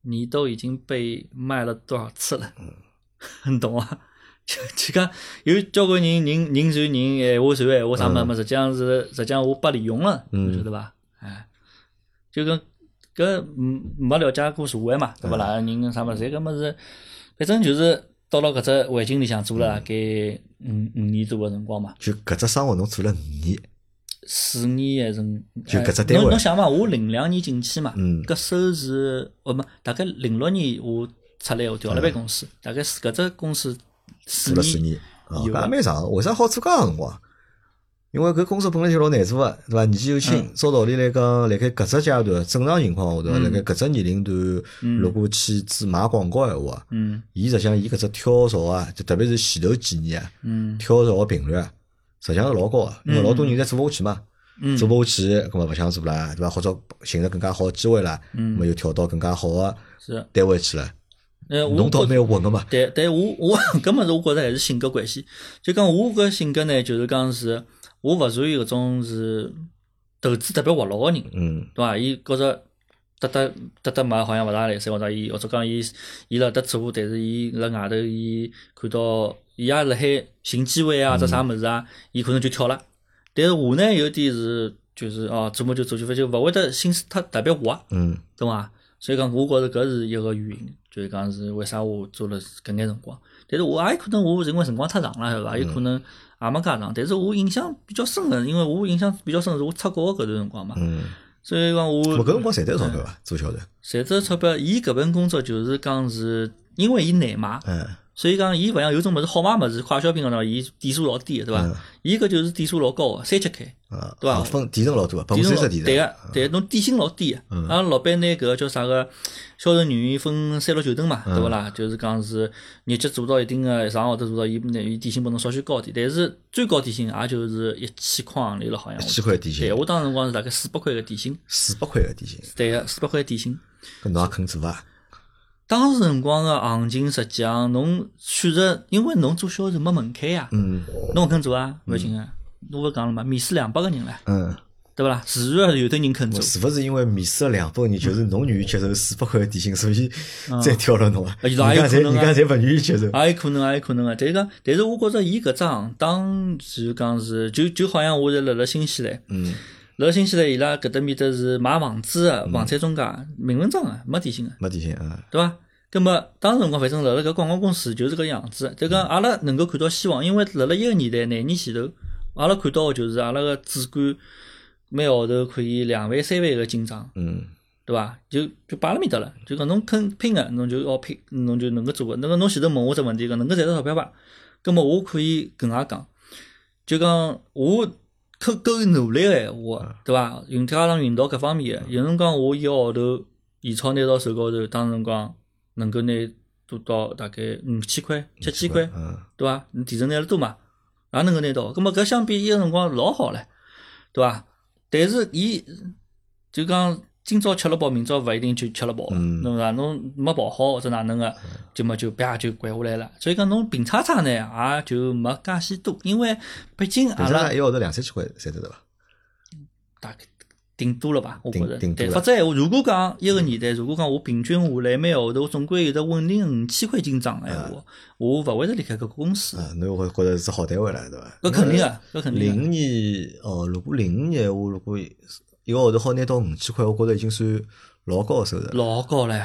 [SPEAKER 2] 你都已经被卖了多少次了，
[SPEAKER 1] 嗯
[SPEAKER 2] 你懂啊？就就讲有交关人人人传人闲话传闲话啥么么，实际上是实际上我被利用了，
[SPEAKER 1] 嗯
[SPEAKER 2] 晓得伐？哎，就跟搿嗯没了解过社会嘛，
[SPEAKER 1] 嗯
[SPEAKER 2] 对勿啦？人啥么事，搿么是，反正就是到了搿只环境里向做
[SPEAKER 1] 嗯
[SPEAKER 2] 了大嗯概五五年多个辰光嘛。
[SPEAKER 1] 就搿只生活侬做了五年，
[SPEAKER 2] 四年还是五
[SPEAKER 1] 就
[SPEAKER 2] 哎
[SPEAKER 1] 搿只单位
[SPEAKER 2] 侬侬想嘛，我零两年进去嘛，
[SPEAKER 1] 嗯
[SPEAKER 2] 搿收入哦没，大概零六年我出来，我调了办公室，大概是搿只公司四
[SPEAKER 1] 嗯做了四年，啊，
[SPEAKER 2] 有
[SPEAKER 1] 搿
[SPEAKER 2] 啊
[SPEAKER 1] 也蛮长。为啥好做介辰光？因为搿工作本来就老难做个，对伐？年纪又轻，照道理来讲，辣盖搿只阶段正常情况下头，啊
[SPEAKER 2] 嗯
[SPEAKER 1] 辣盖搿只年龄段，如果去做买广告闲话啊，
[SPEAKER 2] 嗯
[SPEAKER 1] 伊实际上伊搿只跳槽啊，就特别是前头几年啊，
[SPEAKER 2] 嗯
[SPEAKER 1] 跳槽个频率啊，实际上是老高个，因为
[SPEAKER 2] 嗯
[SPEAKER 1] 老多人侪做勿下去嘛。
[SPEAKER 2] 嗯，
[SPEAKER 1] 做不下去，咁啊么勿想做啦，对伐？或者寻着更加好个机会啦，
[SPEAKER 2] 嗯
[SPEAKER 1] 咁啊么又跳到更加好个
[SPEAKER 2] 是，
[SPEAKER 1] 单位去了。
[SPEAKER 2] 呃，我
[SPEAKER 1] 侬倒
[SPEAKER 2] 觉
[SPEAKER 1] 蛮混个嘛，
[SPEAKER 2] 但但我我 搿么子，我觉着还是性格关系。就讲我搿性格呢，就是讲是，我勿属于搿种是投资特别活络个人，
[SPEAKER 1] 嗯
[SPEAKER 2] 对伐？伊觉着得得得得买好像勿大来三或者伊或者讲伊伊辣搭做，但是伊辣外头伊看到伊也辣海寻机会
[SPEAKER 1] 嗯
[SPEAKER 2] 啊，或者啥物事啊，伊可能就跳了。但是我呢，有点是就是哦，做么就做就就勿会得心思太特别活。
[SPEAKER 1] 嗯
[SPEAKER 2] 对伐？所以讲，我觉着搿是一个原因，就是讲是为啥我做了搿眼辰光。但是我也可能我认为辰光太长了，晓得伐？有
[SPEAKER 1] 嗯
[SPEAKER 2] 可能也没介长。但是我印象比较深个，因为我印象比较深是我出国搿段辰光嘛，
[SPEAKER 1] 嗯，
[SPEAKER 2] 所以讲
[SPEAKER 1] 我搿辰
[SPEAKER 2] 我嗯
[SPEAKER 1] 光赚得钞票伐？做晓得，
[SPEAKER 2] 赚这钞票，伊搿份工作就是讲是因为伊难买，
[SPEAKER 1] 嗯
[SPEAKER 2] 所以讲伊勿像有种物事好买物事，快消品搿种，伊点数老低个，对
[SPEAKER 1] 嗯
[SPEAKER 2] 伐？伊搿就是点数老高个，三七开。
[SPEAKER 1] 啊，
[SPEAKER 2] 对伐
[SPEAKER 1] 啊分提成老多，百分
[SPEAKER 2] 底
[SPEAKER 1] 之
[SPEAKER 2] 层
[SPEAKER 1] 三
[SPEAKER 2] 老
[SPEAKER 1] 十提
[SPEAKER 2] 对啊
[SPEAKER 1] 成，
[SPEAKER 2] 个，对个，侬底薪老低个。
[SPEAKER 1] 嗯
[SPEAKER 2] 拉老板拿搿个叫啥个销售人员分三六九等嘛，
[SPEAKER 1] 嗯
[SPEAKER 2] 对勿啦？就是讲是业绩做到一定个上个号头做到，伊拿伊底薪拨侬稍许高点，但是最高底薪也就是一千块行钿了，好像。
[SPEAKER 1] 一千。块底
[SPEAKER 2] 对，啊
[SPEAKER 1] 薪，
[SPEAKER 2] 我当时辰光是大概四百块个底薪，
[SPEAKER 1] 四百块个底薪，
[SPEAKER 2] 对个，四百块底薪。
[SPEAKER 1] 搿侬也肯做伐？
[SPEAKER 2] 当时辰光个行情，实际上侬选择，因为侬做销售没门槛呀，
[SPEAKER 1] 嗯
[SPEAKER 2] 侬勿肯做啊，勿要紧啊。我勿讲了嘛，面试两百个人唻，
[SPEAKER 1] 嗯，
[SPEAKER 2] 对勿啦？自然有的人肯做
[SPEAKER 1] 我。是勿是因为面试了两百个人，就是侬愿意接受四百块个底薪，所以再挑了侬啊？
[SPEAKER 2] 啊伊
[SPEAKER 1] 人
[SPEAKER 2] 拉
[SPEAKER 1] 家
[SPEAKER 2] 也有
[SPEAKER 1] 侪
[SPEAKER 2] 可能
[SPEAKER 1] 人
[SPEAKER 2] 啊
[SPEAKER 1] 家侪勿愿意接受，
[SPEAKER 2] 也有可能，也有可能啊。但是讲，但是我觉着伊搿只行当就讲是，就就好像我是辣辣新西兰，
[SPEAKER 1] 嗯
[SPEAKER 2] 辣辣新西兰伊拉搿搭面搭是买房子个房产中介，明文章个，啊没底薪个，
[SPEAKER 1] 没底薪啊，
[SPEAKER 2] 对伐？葛末当时辰光，反正辣辣搿广告公司就是搿样子。就讲阿拉能够看到希望，因为辣辣一个年代廿年前头，阿拉看到个就是阿拉个主管每号头可以两万三万个进账，
[SPEAKER 1] 嗯
[SPEAKER 2] 对伐？就就摆辣面搭了，就讲侬肯拼个，侬就要拼，侬就能够做个。那个侬前头问我只问题，讲能够赚到钞票伐？葛末我可以搿能介讲，就讲我可够努力个闲话，对伐？运加上运道各方面个，有辰光我一个号头现钞拿到手高头，当辰光能够拿多到大概五千块、七千块，
[SPEAKER 1] 嗯
[SPEAKER 2] 对伐？你提成拿了多嘛，也能够拿到。葛末搿相比伊个辰光老好唻，对伐？但是伊就讲今朝吃了饱，明朝勿一定就吃了饱，
[SPEAKER 1] 嗯
[SPEAKER 2] 侬伐？侬没跑好或者哪能个，就么就啪就掼下来了。所以讲侬平差差呢，也就没介许多，因为毕竟
[SPEAKER 1] 但
[SPEAKER 2] 阿
[SPEAKER 1] 是啊
[SPEAKER 2] 拉
[SPEAKER 1] 拉一个号头两三千块赚得到伐？
[SPEAKER 2] 大概顶多了吧，我觉
[SPEAKER 1] 顶
[SPEAKER 2] 着。
[SPEAKER 1] 顶多
[SPEAKER 2] 对，
[SPEAKER 1] 了
[SPEAKER 2] 否则闲话，如果讲一个年代，如果讲我平均下来每个号头，我总归有得稳定五千块进账个闲
[SPEAKER 1] 嗯
[SPEAKER 2] 话，我勿会得离开搿个公司。
[SPEAKER 1] 啊，侬会觉着是好单位了，对伐？
[SPEAKER 2] 搿肯定啊，搿肯定
[SPEAKER 1] 零
[SPEAKER 2] 啊。
[SPEAKER 1] 五年哦，如果零五年闲话，如果一个号头好拿到五千块，我觉着已经算老高个收入了。
[SPEAKER 2] 老高唻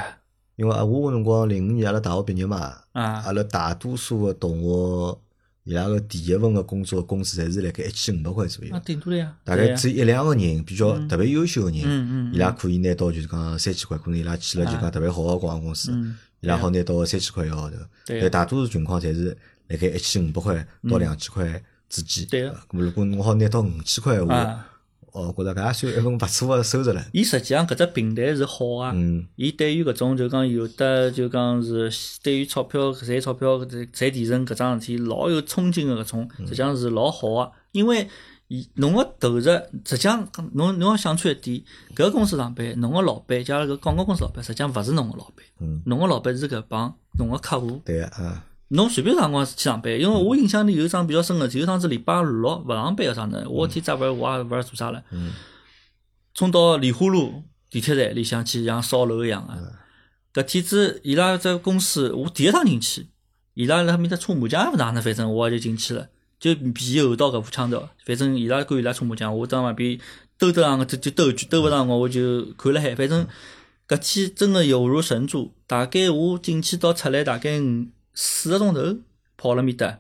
[SPEAKER 1] 因为啊，我搿辰光零五年阿拉大学毕业嘛，
[SPEAKER 2] 啊！
[SPEAKER 1] 阿拉大多数个同学伊拉个第一份个工作工资侪是辣盖一千五百块左右
[SPEAKER 2] 那，顶多了呀，
[SPEAKER 1] 大
[SPEAKER 2] 哦对
[SPEAKER 1] 概
[SPEAKER 2] 呀
[SPEAKER 1] 只有一两个人比较
[SPEAKER 2] 嗯
[SPEAKER 1] 特别优秀个人，
[SPEAKER 2] 嗯嗯，
[SPEAKER 1] 伊拉可以拿到就是讲三千块，可能伊拉去了就
[SPEAKER 2] 啊
[SPEAKER 1] 讲特别好个广告公司，
[SPEAKER 2] 嗯
[SPEAKER 1] 伊拉好拿到三千块一个号头，
[SPEAKER 2] 对啊呀
[SPEAKER 1] 但大多数情况侪是辣盖一千五百块到两千块之间。
[SPEAKER 2] 对呀
[SPEAKER 1] 啊，咁如果侬好拿到五千块闲话，
[SPEAKER 2] 啊，
[SPEAKER 1] 哦，觉着搿也算一份勿错个收入了。
[SPEAKER 2] 伊实际上搿只平台是好啊，
[SPEAKER 1] 嗯
[SPEAKER 2] 伊对于搿种就讲有的就讲是对于钞票赚钞票赚提成搿桩事体老有冲劲个搿种，
[SPEAKER 1] 嗯
[SPEAKER 2] 实际上是老好个、因为伊侬个投入实际上侬侬要想穿一点，搿个公司上班，侬个老板加上搿广告公司老板，实际上勿是侬个老板，
[SPEAKER 1] 嗯，
[SPEAKER 2] 侬个老板是搿帮侬个客户。
[SPEAKER 1] 对个啊，
[SPEAKER 2] 侬随便啥辰光去上班，因为我印象里有一桩比较深个，就有一趟是礼拜六勿上班个啥呢？我天早勿我也勿知道做啥了，
[SPEAKER 1] 嗯
[SPEAKER 2] 冲到莲花路地铁站里向去，像烧楼一样啊个。搿天子伊拉只公司，我第一趟进去，伊拉辣面搭搓麻将也勿哪能，反正我也就进去了，就便宜后道搿副腔调。反正伊拉管伊拉搓麻将，我当旁边兜兜上个就就兜一句，兜勿上我我就看了海，反正。搿天真个有如神助，大概我进去到出来大概五四个钟头跑了面搭。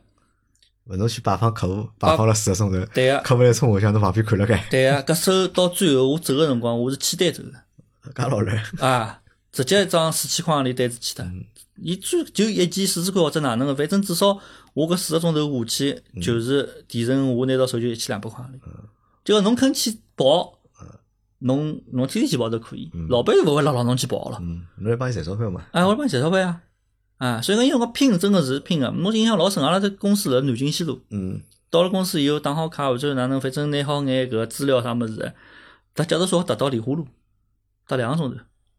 [SPEAKER 1] 勿侬去摆放客户，摆放了四个钟头，
[SPEAKER 2] 对啊，
[SPEAKER 1] 客户来冲我向侬旁边看了 盖，
[SPEAKER 2] 对啊，搿手到最后我走个辰光，我是签单走的
[SPEAKER 1] 介老了，
[SPEAKER 2] 啊，直接一张四千块洋钿单子签的。伊最就一件四千块或者哪能个，反正至少我搿四个钟头下去，就是提成我拿到手就一千两百块洋钿。就讲侬肯去跑，侬侬天天去跑都可以，老板又勿会拉牢侬去跑了。
[SPEAKER 1] 嗯，侬来帮伊赚钞票嘛，
[SPEAKER 2] 啊，我帮你赚钞票呀！啊，所以讲，因为我拼真个是拼个，我印象老深，阿拉这公司辣南京西路，
[SPEAKER 1] 嗯，
[SPEAKER 2] 到了公司以后打好卡或者哪能，反正拿好眼搿资料啥物事，搭脚踏车搭到莲花路，搭两个钟头，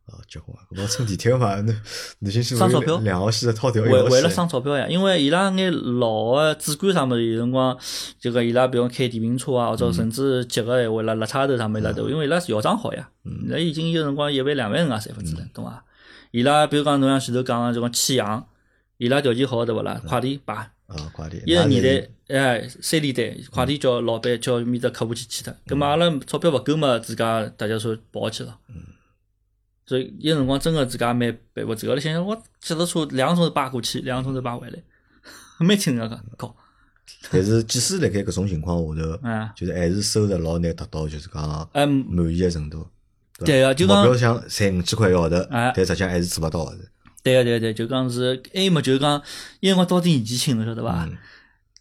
[SPEAKER 1] 哦，结婚啊，搿帮乘地铁嘛， 侬南京西路
[SPEAKER 2] 上
[SPEAKER 1] 有
[SPEAKER 2] 钞票
[SPEAKER 1] 两号线的套条一
[SPEAKER 2] 为
[SPEAKER 1] 号
[SPEAKER 2] 为了
[SPEAKER 1] 线，
[SPEAKER 2] 省钞票呀，因为伊拉眼老个主管啥物事，有辰光就讲伊拉比如开电瓶车啊，或者甚至急个闲话啦，辣叉头啥物事
[SPEAKER 1] 嗯
[SPEAKER 2] 啦，对伐，因为伊拉是校长好呀，伊拉已经有辰光一万两万人啊，赚勿
[SPEAKER 1] 嗯
[SPEAKER 2] 止了，懂伐？伊拉比如讲侬像前头讲个，就讲起洋，伊拉条件好对勿啦？快递摆。
[SPEAKER 1] 啊，快点，
[SPEAKER 2] 一个
[SPEAKER 1] 那
[SPEAKER 2] 年
[SPEAKER 1] 是，
[SPEAKER 2] 代，哎，三连单，快点叫老板叫面搭客户去签脱。葛末阿拉钞票勿够嘛，自家大家说跑去了。
[SPEAKER 1] 嗯
[SPEAKER 2] 所以有辰光真个自家蛮蛮我自家来想想，我脚踏车两个钟头扒过去，两个钟头扒回来， 蛮听人家讲搞。
[SPEAKER 1] 但是即使辣盖搿种情况下头，
[SPEAKER 2] 嗯
[SPEAKER 1] 就是还是收入老难达到，就是讲
[SPEAKER 2] 嗯
[SPEAKER 1] 满意的程度。吧
[SPEAKER 2] 对啊就
[SPEAKER 1] 目
[SPEAKER 2] 讲
[SPEAKER 1] 标想赚五千块一个号头，
[SPEAKER 2] 哎
[SPEAKER 1] 但实际上还是做勿到的。
[SPEAKER 2] 对个对个对，就讲是还有么，就是讲因为我到底年纪轻了，晓得伐？
[SPEAKER 1] 嗯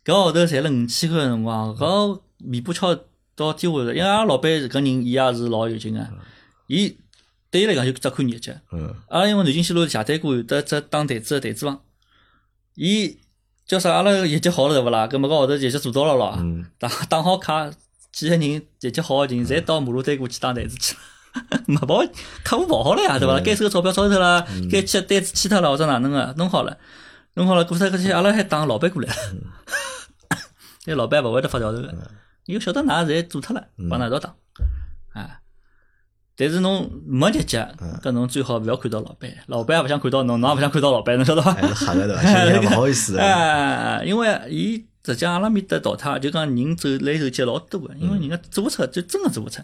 [SPEAKER 2] 搿号头赚了五千块个辰光，搿尾巴翘到天花了。因为阿拉老板搿人伊也是老有劲个，伊对伊来讲就只看业绩。
[SPEAKER 1] 嗯，
[SPEAKER 2] 阿拉啊因为南京西路斜对过有得只打台子个台子房，伊叫啥？阿拉业绩好了对勿啦？搿么个号头业绩做到了咯，
[SPEAKER 1] 嗯
[SPEAKER 2] 打打好卡，几个人业绩好个人，侪到马路对过去打台子去 了。没跑，客户跑好了呀，对伐？该收个钞票收脱了，该签单子签脱了，或者哪能啊个弄好了，弄好了，过脱搿些阿拉还打老板过来了， 那老板勿会得发条头个，伊就晓得㑚侪做脱了，帮㑚一道打，啊。但是侬没日节，搿侬最好勿要看到老板，老板也勿想看到侬，侬也勿想看到老板，侬晓得伐？
[SPEAKER 1] 还是吓个对伐？心 里还勿好意思啊的。
[SPEAKER 2] 哎，因为伊实际上阿拉面搭淘汰，就讲人走来走去老多个，因为人家做勿出，就真个做勿出，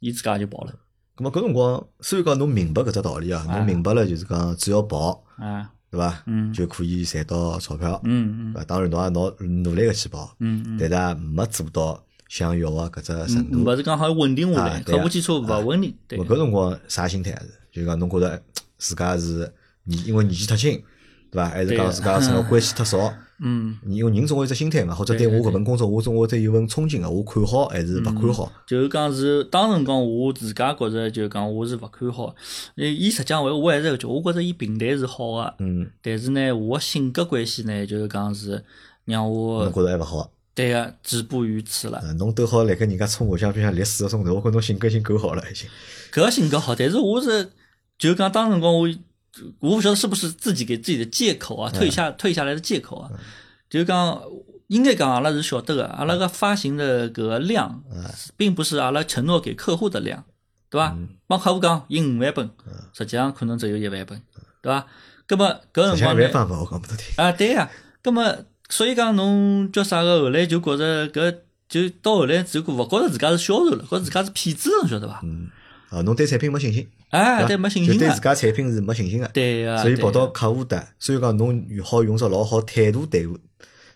[SPEAKER 2] 伊自家就跑了。
[SPEAKER 1] 咁么搿辰光，虽然讲侬明白搿只道理啊，侬明白了就是讲只要跑，
[SPEAKER 2] 啊，
[SPEAKER 1] 对伐？
[SPEAKER 2] 哎嗯
[SPEAKER 1] 就可以赚到钞票。
[SPEAKER 2] 嗯嗯
[SPEAKER 1] 啊，当然侬也拿努力个去跑，
[SPEAKER 2] 嗯
[SPEAKER 1] 但是也没做到想要个搿只程
[SPEAKER 2] 嗯，
[SPEAKER 1] 度。
[SPEAKER 2] 勿是讲好像稳定下
[SPEAKER 1] 啊
[SPEAKER 2] 来，
[SPEAKER 1] 对啊
[SPEAKER 2] 客户基础勿稳定，对
[SPEAKER 1] 我，搿辰光啥心态是？就讲侬觉着自家是年，因为年纪太轻，对伐？还是
[SPEAKER 2] 对啊
[SPEAKER 1] 讲
[SPEAKER 2] 个
[SPEAKER 1] 自家生活关系太少？
[SPEAKER 2] 嗯，
[SPEAKER 1] 因为人总归有只心态嘛，或者对我搿份工作，我总归得有份憧憬个，啊我看好还是勿看好？
[SPEAKER 2] 就是讲是当辰光我自家觉着，就是讲我是勿看好，呃伊实际上我我还是搿句，我觉着伊平台是好个，
[SPEAKER 1] 嗯，
[SPEAKER 2] 但是呢，我性格关系呢，就是讲是让
[SPEAKER 1] 侬
[SPEAKER 2] 我
[SPEAKER 1] 觉着还勿好？
[SPEAKER 2] 对个止步于此了。
[SPEAKER 1] 呃侬都好辣盖人家冲我相边上立四个钟头，我觉侬性格已经够好了，已经。
[SPEAKER 2] 搿个性格好，但是我是就是讲当辰光我我不晓得是不是自己给自己的借口啊，退下、退下来的借口啊，就是讲应该讲阿拉是晓得个，阿拉个发行的搿个量，并不是阿拉承诺给客户的量，对伐？帮客户讲印五万本，实际上可能只有一万本，对伐？搿么搿辰
[SPEAKER 1] 想
[SPEAKER 2] 光
[SPEAKER 1] 没
[SPEAKER 2] 呢？
[SPEAKER 1] 办法，我讲拨侬听。
[SPEAKER 2] 啊，对呀、葛么所以讲侬叫啥个，后来就觉着搿就到后来结果勿觉着自家是销售了，觉着自家是骗子了，晓得伐？
[SPEAKER 1] 啊，侬对产品没信心，
[SPEAKER 2] 哎，
[SPEAKER 1] 对
[SPEAKER 2] 对，
[SPEAKER 1] 吧
[SPEAKER 2] 没信心
[SPEAKER 1] 就对
[SPEAKER 2] 啊
[SPEAKER 1] 自。家产品是没信心个，
[SPEAKER 2] 对个、
[SPEAKER 1] 所以
[SPEAKER 2] 对啊
[SPEAKER 1] 跑
[SPEAKER 2] 个
[SPEAKER 1] 到客户端，虽然讲侬好用着老好态度对付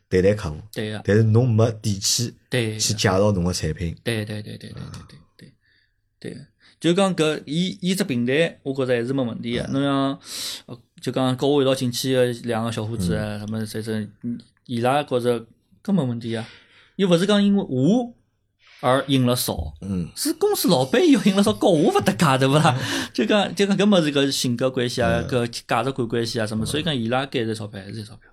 [SPEAKER 1] 对待客户，
[SPEAKER 2] 对个、
[SPEAKER 1] 但是侬没底气
[SPEAKER 2] 对
[SPEAKER 1] 去
[SPEAKER 2] 个
[SPEAKER 1] 介绍侬个产品。
[SPEAKER 2] 对啊对对对对对对对对个，就讲搿伊伊只平台，我觉着还是没问题啊
[SPEAKER 1] 嗯
[SPEAKER 2] 个。侬像呃就讲跟我一道进去个两个小伙子
[SPEAKER 1] 嗯
[SPEAKER 2] 啊，什么反正伊拉觉着搿没问题啊。又勿是讲因为我而赢了少。
[SPEAKER 1] 嗯，
[SPEAKER 2] 是公司老板要赢了少高，我勿搭界对勿啦？就讲就讲搿么是个性格关系啊，搿价值观关系啊什么，所以讲伊拉该赚钞票还是赚钞票，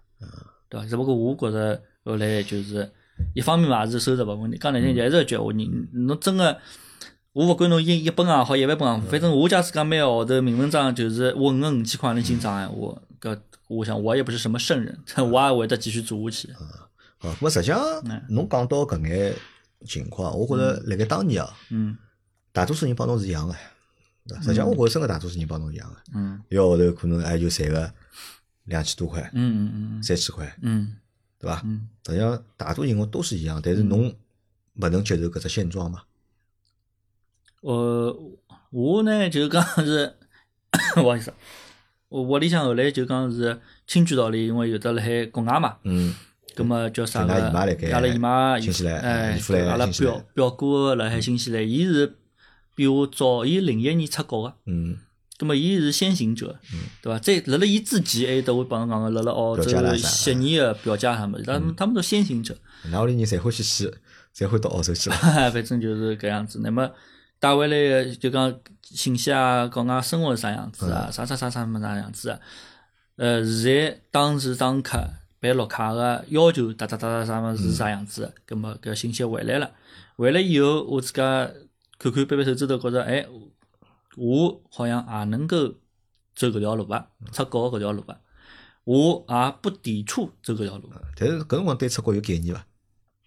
[SPEAKER 2] 对伐？只不过我觉着后来就是一方面嘛也是收入个问题，讲难听点还是一句闲话，你侬真个。我勿管侬印一本也好，一万本也好，反正我假使讲每个号头明文章就是我五个五千块能进账闲话，搿我想我也不是什么圣人， 我也会得继续做下去。
[SPEAKER 1] 好，咁啊实际上
[SPEAKER 2] 嗯
[SPEAKER 1] 侬讲到搿眼情况，我觉着辣盖当年啊，
[SPEAKER 2] 嗯
[SPEAKER 1] 大多数人帮侬是一样个，对吧实际上我觉着真个大多数人帮侬一样个，
[SPEAKER 2] 嗯
[SPEAKER 1] 一个号头可能也就赚个两千多块
[SPEAKER 2] 嗯、嗯嗯
[SPEAKER 1] 三千块，
[SPEAKER 2] 嗯
[SPEAKER 1] 对伐？
[SPEAKER 2] 嗯，
[SPEAKER 1] 实际上大多情况都是一样，但是侬勿能接受搿只现状嘛？
[SPEAKER 2] 呃，我呢就讲是， 不好意思，我屋里向后来就讲是亲眷道理，因为有的辣海国外嘛，
[SPEAKER 1] 嗯
[SPEAKER 2] 葛么叫啥
[SPEAKER 1] 就
[SPEAKER 2] 个？
[SPEAKER 1] 㑚姨妈辣盖
[SPEAKER 2] 阿拉姨妈，
[SPEAKER 1] 新西兰
[SPEAKER 2] 哎，
[SPEAKER 1] 伊夫来嗯
[SPEAKER 2] 阿拉
[SPEAKER 1] 新西兰
[SPEAKER 2] 表表哥辣海新西兰，伊是比我早，伊零一年出国个。
[SPEAKER 1] 嗯
[SPEAKER 2] 葛么伊是先行者，对伐？在辣辣伊之前，还有得我帮侬讲个，辣辣澳洲
[SPEAKER 1] 表姐啦啥嗯
[SPEAKER 2] 悉尼个表姐他们，他们他们都先行者，
[SPEAKER 1] 㑚屋里人侪欢喜去，侪欢到澳洲去了。
[SPEAKER 2] 反正就是搿样子。那么带回来个就讲信息啊，讲俺生活是啥样子啊，啥啥啥啥么啥样子啊。呃，现在当时当客办绿卡个要求，哒哒哒哒啥么是啥样子的？葛么搿信息回来了，回来以后我自家看看掰掰手指头，觉着哎，我好像也能够走搿条路伐，出国搿条路伐，啊我也不抵触走搿条路。
[SPEAKER 1] 但是搿辰光对出国有概念伐？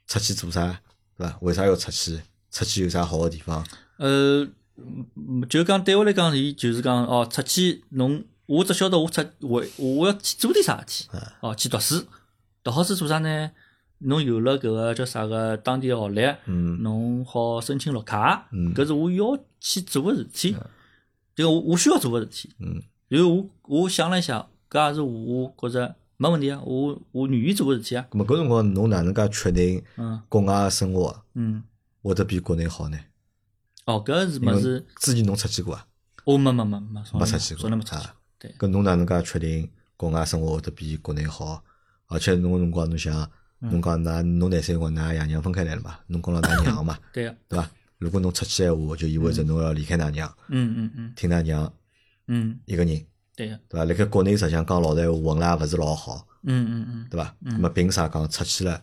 [SPEAKER 1] 出去做啥？对伐？为啥要出去？出去有啥好个地方？
[SPEAKER 2] 呃，嗯就讲对我来讲，伊就是讲哦，出去侬，我只晓得我出我我要去做点啥事体，
[SPEAKER 1] 嗯
[SPEAKER 2] 哦，去读书，读好书做啥呢？侬有了搿个叫啥个当地学历，
[SPEAKER 1] 嗯
[SPEAKER 2] 侬好申请绿卡，
[SPEAKER 1] 嗯
[SPEAKER 2] 搿是我要去做个事体，就我我需要做个事体。
[SPEAKER 1] 嗯
[SPEAKER 2] 然后我我想了一下，搿也是我觉着没问题啊，我我愿意做个事体啊，
[SPEAKER 1] 咁么搿辰光侬哪能介确定
[SPEAKER 2] 嗯
[SPEAKER 1] 国外个生活
[SPEAKER 2] 嗯，
[SPEAKER 1] 会得比国内好呢？
[SPEAKER 2] 哦，搿是
[SPEAKER 1] 因
[SPEAKER 2] 么
[SPEAKER 1] 为
[SPEAKER 2] 是，
[SPEAKER 1] 之前侬出去过啊？
[SPEAKER 2] 哦，没没没没，从
[SPEAKER 1] 没
[SPEAKER 2] 来
[SPEAKER 1] 出去过
[SPEAKER 2] 从来没出去
[SPEAKER 1] 啊
[SPEAKER 2] 过，对。
[SPEAKER 1] 搿侬哪能介确定国外生活会得比国内好？而且侬搿辰光侬想，侬讲㑚侬廿岁辰光㑚爷娘分开来了嘛，侬讲了㑚娘嘛，
[SPEAKER 2] 对啊个，
[SPEAKER 1] 对伐？如果侬出去闲话，就意味着侬要离开㑚娘，
[SPEAKER 2] 嗯嗯嗯
[SPEAKER 1] 听㑚娘
[SPEAKER 2] 嗯，
[SPEAKER 1] 一个人，
[SPEAKER 2] 对个，
[SPEAKER 1] 对伐？辣盖国内实际上讲老实闲话，混了也勿是老好，
[SPEAKER 2] 嗯嗯嗯，
[SPEAKER 1] 对伐？那么凭啥讲出去了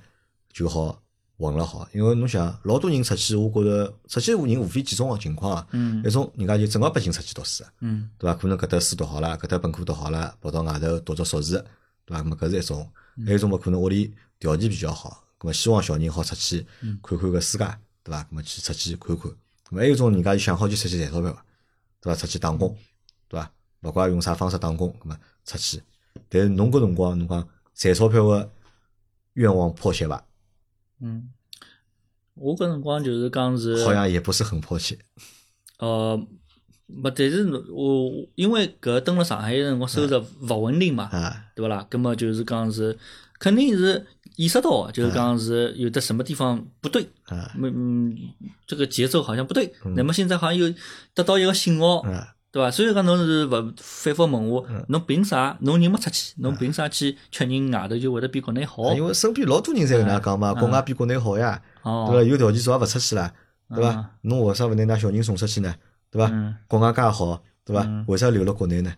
[SPEAKER 1] 就好混了好？因为侬想，老多人出去，我觉着出去的人无非几种情况啊，
[SPEAKER 2] 嗯
[SPEAKER 1] 一种人家就正儿八经出去读书啊，
[SPEAKER 2] 嗯
[SPEAKER 1] 对伐？可能搿搭书读好了，搿搭本科读好了，跑到外头读读硕士，对伐？咁么搿是一种，还有一种嘛，可能屋里条件比较好，咁么希望小人好出去看看搿世界，对伐？咁么去出去看看，咁么还有一种人家就想好就出去赚钞票个，对伐？出去打工，对伐？勿管用啥方式打工，咁么出去。但是侬搿辰光，侬讲赚钞票个愿望迫切伐？
[SPEAKER 2] 嗯，我搿辰光就是讲是，
[SPEAKER 1] 好像也不是很迫切。
[SPEAKER 2] 呃，没，但是侬我因为搿蹲辣上海个辰光收入
[SPEAKER 1] 嗯
[SPEAKER 2] 勿稳定嘛，
[SPEAKER 1] 啊，
[SPEAKER 2] 对勿啦？葛么就是讲是，肯定是意识到的，就是讲是有的什么地方不对，
[SPEAKER 1] 啊
[SPEAKER 2] 没嗯，这个节奏好像不对。
[SPEAKER 1] 嗯
[SPEAKER 2] 那么现在好像又得到一个信号，
[SPEAKER 1] 啊，
[SPEAKER 2] 对伐？所以讲侬是勿反复问我，
[SPEAKER 1] 嗯
[SPEAKER 2] 侬凭啥侬人没出去？侬凭啥去确认外头就会得比国内好？
[SPEAKER 1] 啊因为身边老多人侪搿能介讲嘛，国外比国内好呀。对伐？
[SPEAKER 2] 哦，
[SPEAKER 1] 有条件早也勿出去啦，对伐？侬为啥勿拿㑚小人送出去呢？对伐
[SPEAKER 2] 嗯？
[SPEAKER 1] 国外介好，对伐？为啥留辣国内呢？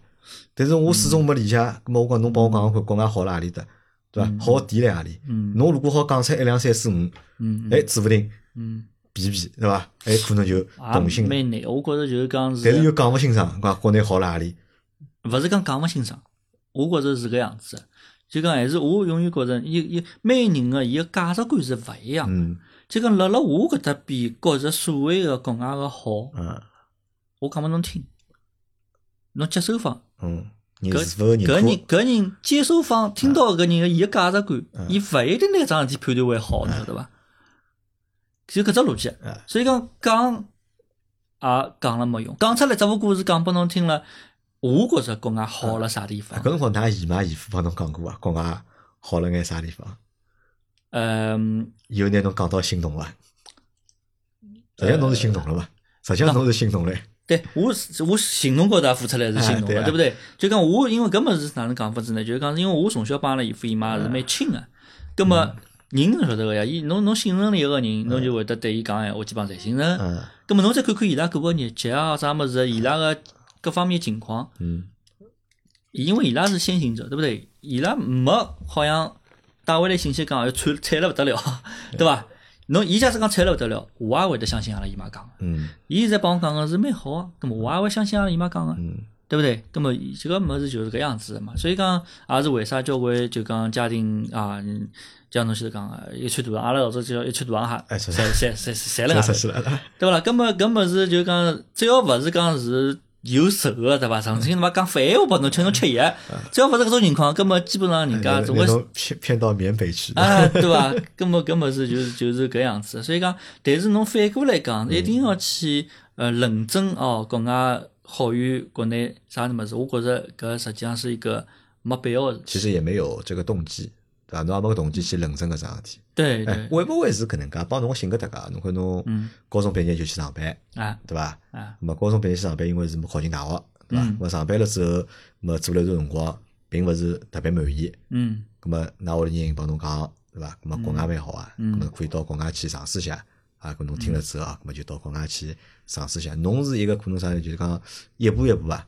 [SPEAKER 1] 但是我始终没理解，
[SPEAKER 2] 嗯
[SPEAKER 1] 咁么我讲侬帮我讲讲看，国外好辣何里搭，对伐？好的点辣何里？
[SPEAKER 2] 嗯
[SPEAKER 1] 侬如果好讲出一两三四五，
[SPEAKER 2] 嗯
[SPEAKER 1] 哎，指勿定
[SPEAKER 2] 嗯，
[SPEAKER 1] 比比，对伐？哎，可能就动
[SPEAKER 2] 也
[SPEAKER 1] 心了。
[SPEAKER 2] 蛮难。我觉着就是讲
[SPEAKER 1] 但是又
[SPEAKER 2] 是，
[SPEAKER 1] 讲勿清爽，讲国内好辣何里？
[SPEAKER 2] 勿是讲讲勿清爽，我觉着是搿样子的。就讲还是我永远觉着，伊伊每个人个伊个价值观是勿一样的。
[SPEAKER 1] 嗯
[SPEAKER 2] 就讲辣辣我搿搭边，觉着所谓个国外个好，
[SPEAKER 1] 嗯
[SPEAKER 2] 我讲拨侬听，侬接收方
[SPEAKER 1] 嗯，人
[SPEAKER 2] 搿
[SPEAKER 1] 是否认
[SPEAKER 2] 搿人
[SPEAKER 1] 可？
[SPEAKER 2] 搿人接收方听到搿人个伊个价值观，
[SPEAKER 1] 嗯
[SPEAKER 2] 伊勿一定拿桩事体判断为好，侬晓得伐？就搿只逻辑
[SPEAKER 1] 嗯，
[SPEAKER 2] 所以讲讲也讲了没用，讲出来只不过是讲拨侬听了，我觉着国外好了啥地
[SPEAKER 1] 啊搿辰
[SPEAKER 2] 方？
[SPEAKER 1] 光㑚姨妈姨父帮侬讲过伐？啊国外好辣眼啥地方？
[SPEAKER 2] 嗯，
[SPEAKER 1] 有拿侬讲到心动伐？实际上侬是心动了伐？实际上侬是心动嘞。
[SPEAKER 2] 对我是我行动高头也付出来是行
[SPEAKER 1] 哎
[SPEAKER 2] 动
[SPEAKER 1] 对
[SPEAKER 2] 的，
[SPEAKER 1] 啊
[SPEAKER 2] 对不对？就讲
[SPEAKER 1] 嗯
[SPEAKER 2] 我因为搿么是哪能讲法子呢？就是讲是因为我从小帮阿拉姨父姨妈是蛮亲个，葛么人能晓得个呀，伊侬侬信任了一个人，侬就会得对伊讲闲话，基本上侪信任。
[SPEAKER 1] 嗯
[SPEAKER 2] 咁么侬再看看伊拉各个日节啊，啥物事，伊拉个各方面情况，
[SPEAKER 1] 嗯
[SPEAKER 2] 因为伊拉是先行者，对不对？伊拉没好像带回来信息讲要哎惨惨了不得了， 对伐？侬伊假使讲惨了不得了，我也会得相信阿拉姨妈讲的。
[SPEAKER 1] 嗯
[SPEAKER 2] 伊现在帮我讲个是蛮好啊，咁么我也会相信阿拉姨妈讲个，
[SPEAKER 1] 嗯
[SPEAKER 2] 对不对？咁么这个物事就是搿样子的嘛。所以讲也是为啥交关就讲家庭啊，嗯就像侬前头讲个，一穿大行，阿拉老早就叫一穿大行
[SPEAKER 1] 哎是
[SPEAKER 2] 鞋，侪侪侪侪了
[SPEAKER 1] 这
[SPEAKER 2] 啊外
[SPEAKER 1] 出
[SPEAKER 2] 头。
[SPEAKER 1] 事了，啊
[SPEAKER 2] 对伐啦？根本根本是就讲，只要勿是讲是有仇个，对伐？上天他妈讲反闲话拨侬，请侬吃药，
[SPEAKER 1] 嗯
[SPEAKER 2] 只要勿是搿种情况，根本基本上人家总归
[SPEAKER 1] 那
[SPEAKER 2] 是
[SPEAKER 1] 种骗骗到缅北去的，
[SPEAKER 2] 啊，对伐？根本根本是就是就是搿样子。所以讲，但是侬反过来讲，一定要去呃论证哦，国外好于国内啥物事，我觉着搿实际上是一个没必要的事。
[SPEAKER 1] 其实也没有这个动机，对伐？侬也没个动机去论证搿桩事体。
[SPEAKER 2] 对
[SPEAKER 1] 哎
[SPEAKER 2] 对，嗯
[SPEAKER 1] 会不会是搿能介？帮侬性格搭界，侬看侬高中毕业就去上班，
[SPEAKER 2] 啊
[SPEAKER 1] 对伐？
[SPEAKER 2] 啊，
[SPEAKER 1] 咁么高中毕业去上班，因为是没考进大学，对伐？
[SPEAKER 2] 嗯
[SPEAKER 1] 咁么上班了之后，咁么做了一段辰光，并勿是特别满意，
[SPEAKER 2] 嗯
[SPEAKER 1] 咁么㑚屋里人帮侬讲，对伐？咁么国外蛮好啊，
[SPEAKER 2] 嗯
[SPEAKER 1] 咁么可以到国外去尝试下。啊，搿侬听了之后啊，咁么就到国外去尝试下。侬是一个可能啥呢？就是讲一步一步啊，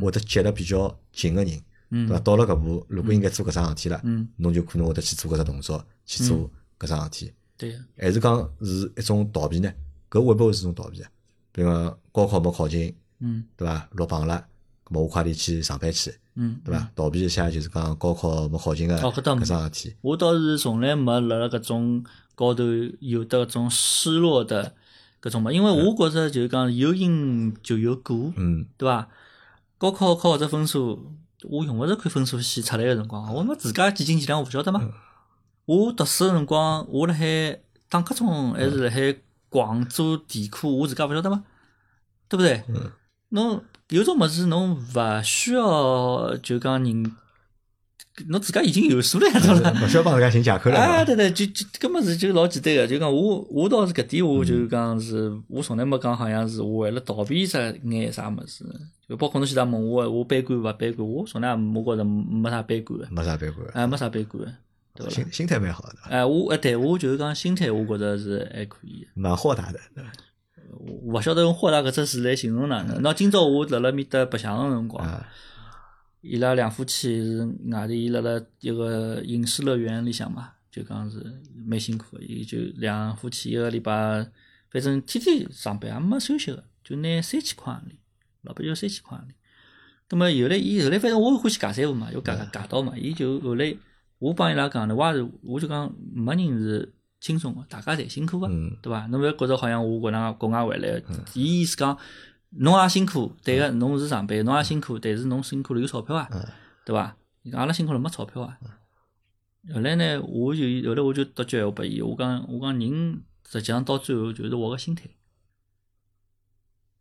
[SPEAKER 1] 会得接得比较近个人，对伐？
[SPEAKER 2] 嗯
[SPEAKER 1] 到了搿步，如果应该做搿桩事体了，
[SPEAKER 2] 嗯，
[SPEAKER 1] 侬就可能会得去做搿只动作，去做搿桩事体。
[SPEAKER 2] 对，
[SPEAKER 1] 还是讲是一种逃避呢？搿会不会是一种逃避啊？比如讲高考没考进，
[SPEAKER 2] 嗯
[SPEAKER 1] 对伐？落榜了，咁么我快点去上班去，
[SPEAKER 2] 嗯，
[SPEAKER 1] 对伐？逃避一下就是讲高考没考进个
[SPEAKER 2] 哦搿倒没
[SPEAKER 1] 搿桩事体。
[SPEAKER 2] 我倒是从来没辣辣搿种高头有得搿种失落的搿种嘛，因为我觉着就是讲有因就有果，
[SPEAKER 1] 嗯
[SPEAKER 2] 对伐？高考考搿只分数，我用勿着看分数线出来个辰光，我没自家几斤几两我勿晓得嘛。我读书个辰光，我辣海打卡中还是辣海广州地区，我自家勿晓得嘛，对不对？
[SPEAKER 1] 嗯
[SPEAKER 2] 侬有种物事侬勿需要就讲人，侬自家已经有数了呀，对伐？
[SPEAKER 1] 勿需要帮自家寻借口
[SPEAKER 2] 啊，
[SPEAKER 1] 了嘛。
[SPEAKER 2] 对对，就就搿么事就老简单个，就讲我我倒是搿点，我
[SPEAKER 1] 嗯
[SPEAKER 2] 就讲是，我从来没讲好像是我为了逃避啥眼啥物事，就包括侬现在问我，我悲观勿悲观，我从来没觉着没啥悲观个，
[SPEAKER 1] 没啥别个，
[SPEAKER 2] 哎，没啥悲观个，对伐？
[SPEAKER 1] 心心态蛮好的，
[SPEAKER 2] 哎，我哎，对我就是讲心态，我觉着是还可以的。
[SPEAKER 1] 蛮豁达的。对伐
[SPEAKER 2] 我勿晓得用豁达搿只词来形容哪能。那今朝我辣辣面搭白相个辰光，
[SPEAKER 1] 啊，
[SPEAKER 2] 伊拉两夫妻是外地，伊辣辣一个影视乐园里向嘛，就讲是蛮辛苦个，伊就两夫妻一个礼拜，反正天天上班，也没休息个，就拿三千块行钿，老板要三千块行钿。咁么后来伊后来反正我欢喜假三胡嘛，有假
[SPEAKER 1] 嗯
[SPEAKER 2] 假到嘛，伊就后来我帮伊拉讲呢，我也是我就讲没人是轻松个，大家侪辛苦个。
[SPEAKER 1] 嗯
[SPEAKER 2] 对伐？侬勿要觉着好像我国外国外回来，伊意思讲，侬也辛苦，对个，侬是上班，侬也辛苦，但是侬辛苦了有钞票啊，
[SPEAKER 1] 嗯
[SPEAKER 2] 对伐？伊讲阿拉辛苦了没钞票啊。后来呢，我就后来我就搭句闲话拨伊，我讲我讲人实际上到最后就是活个心态。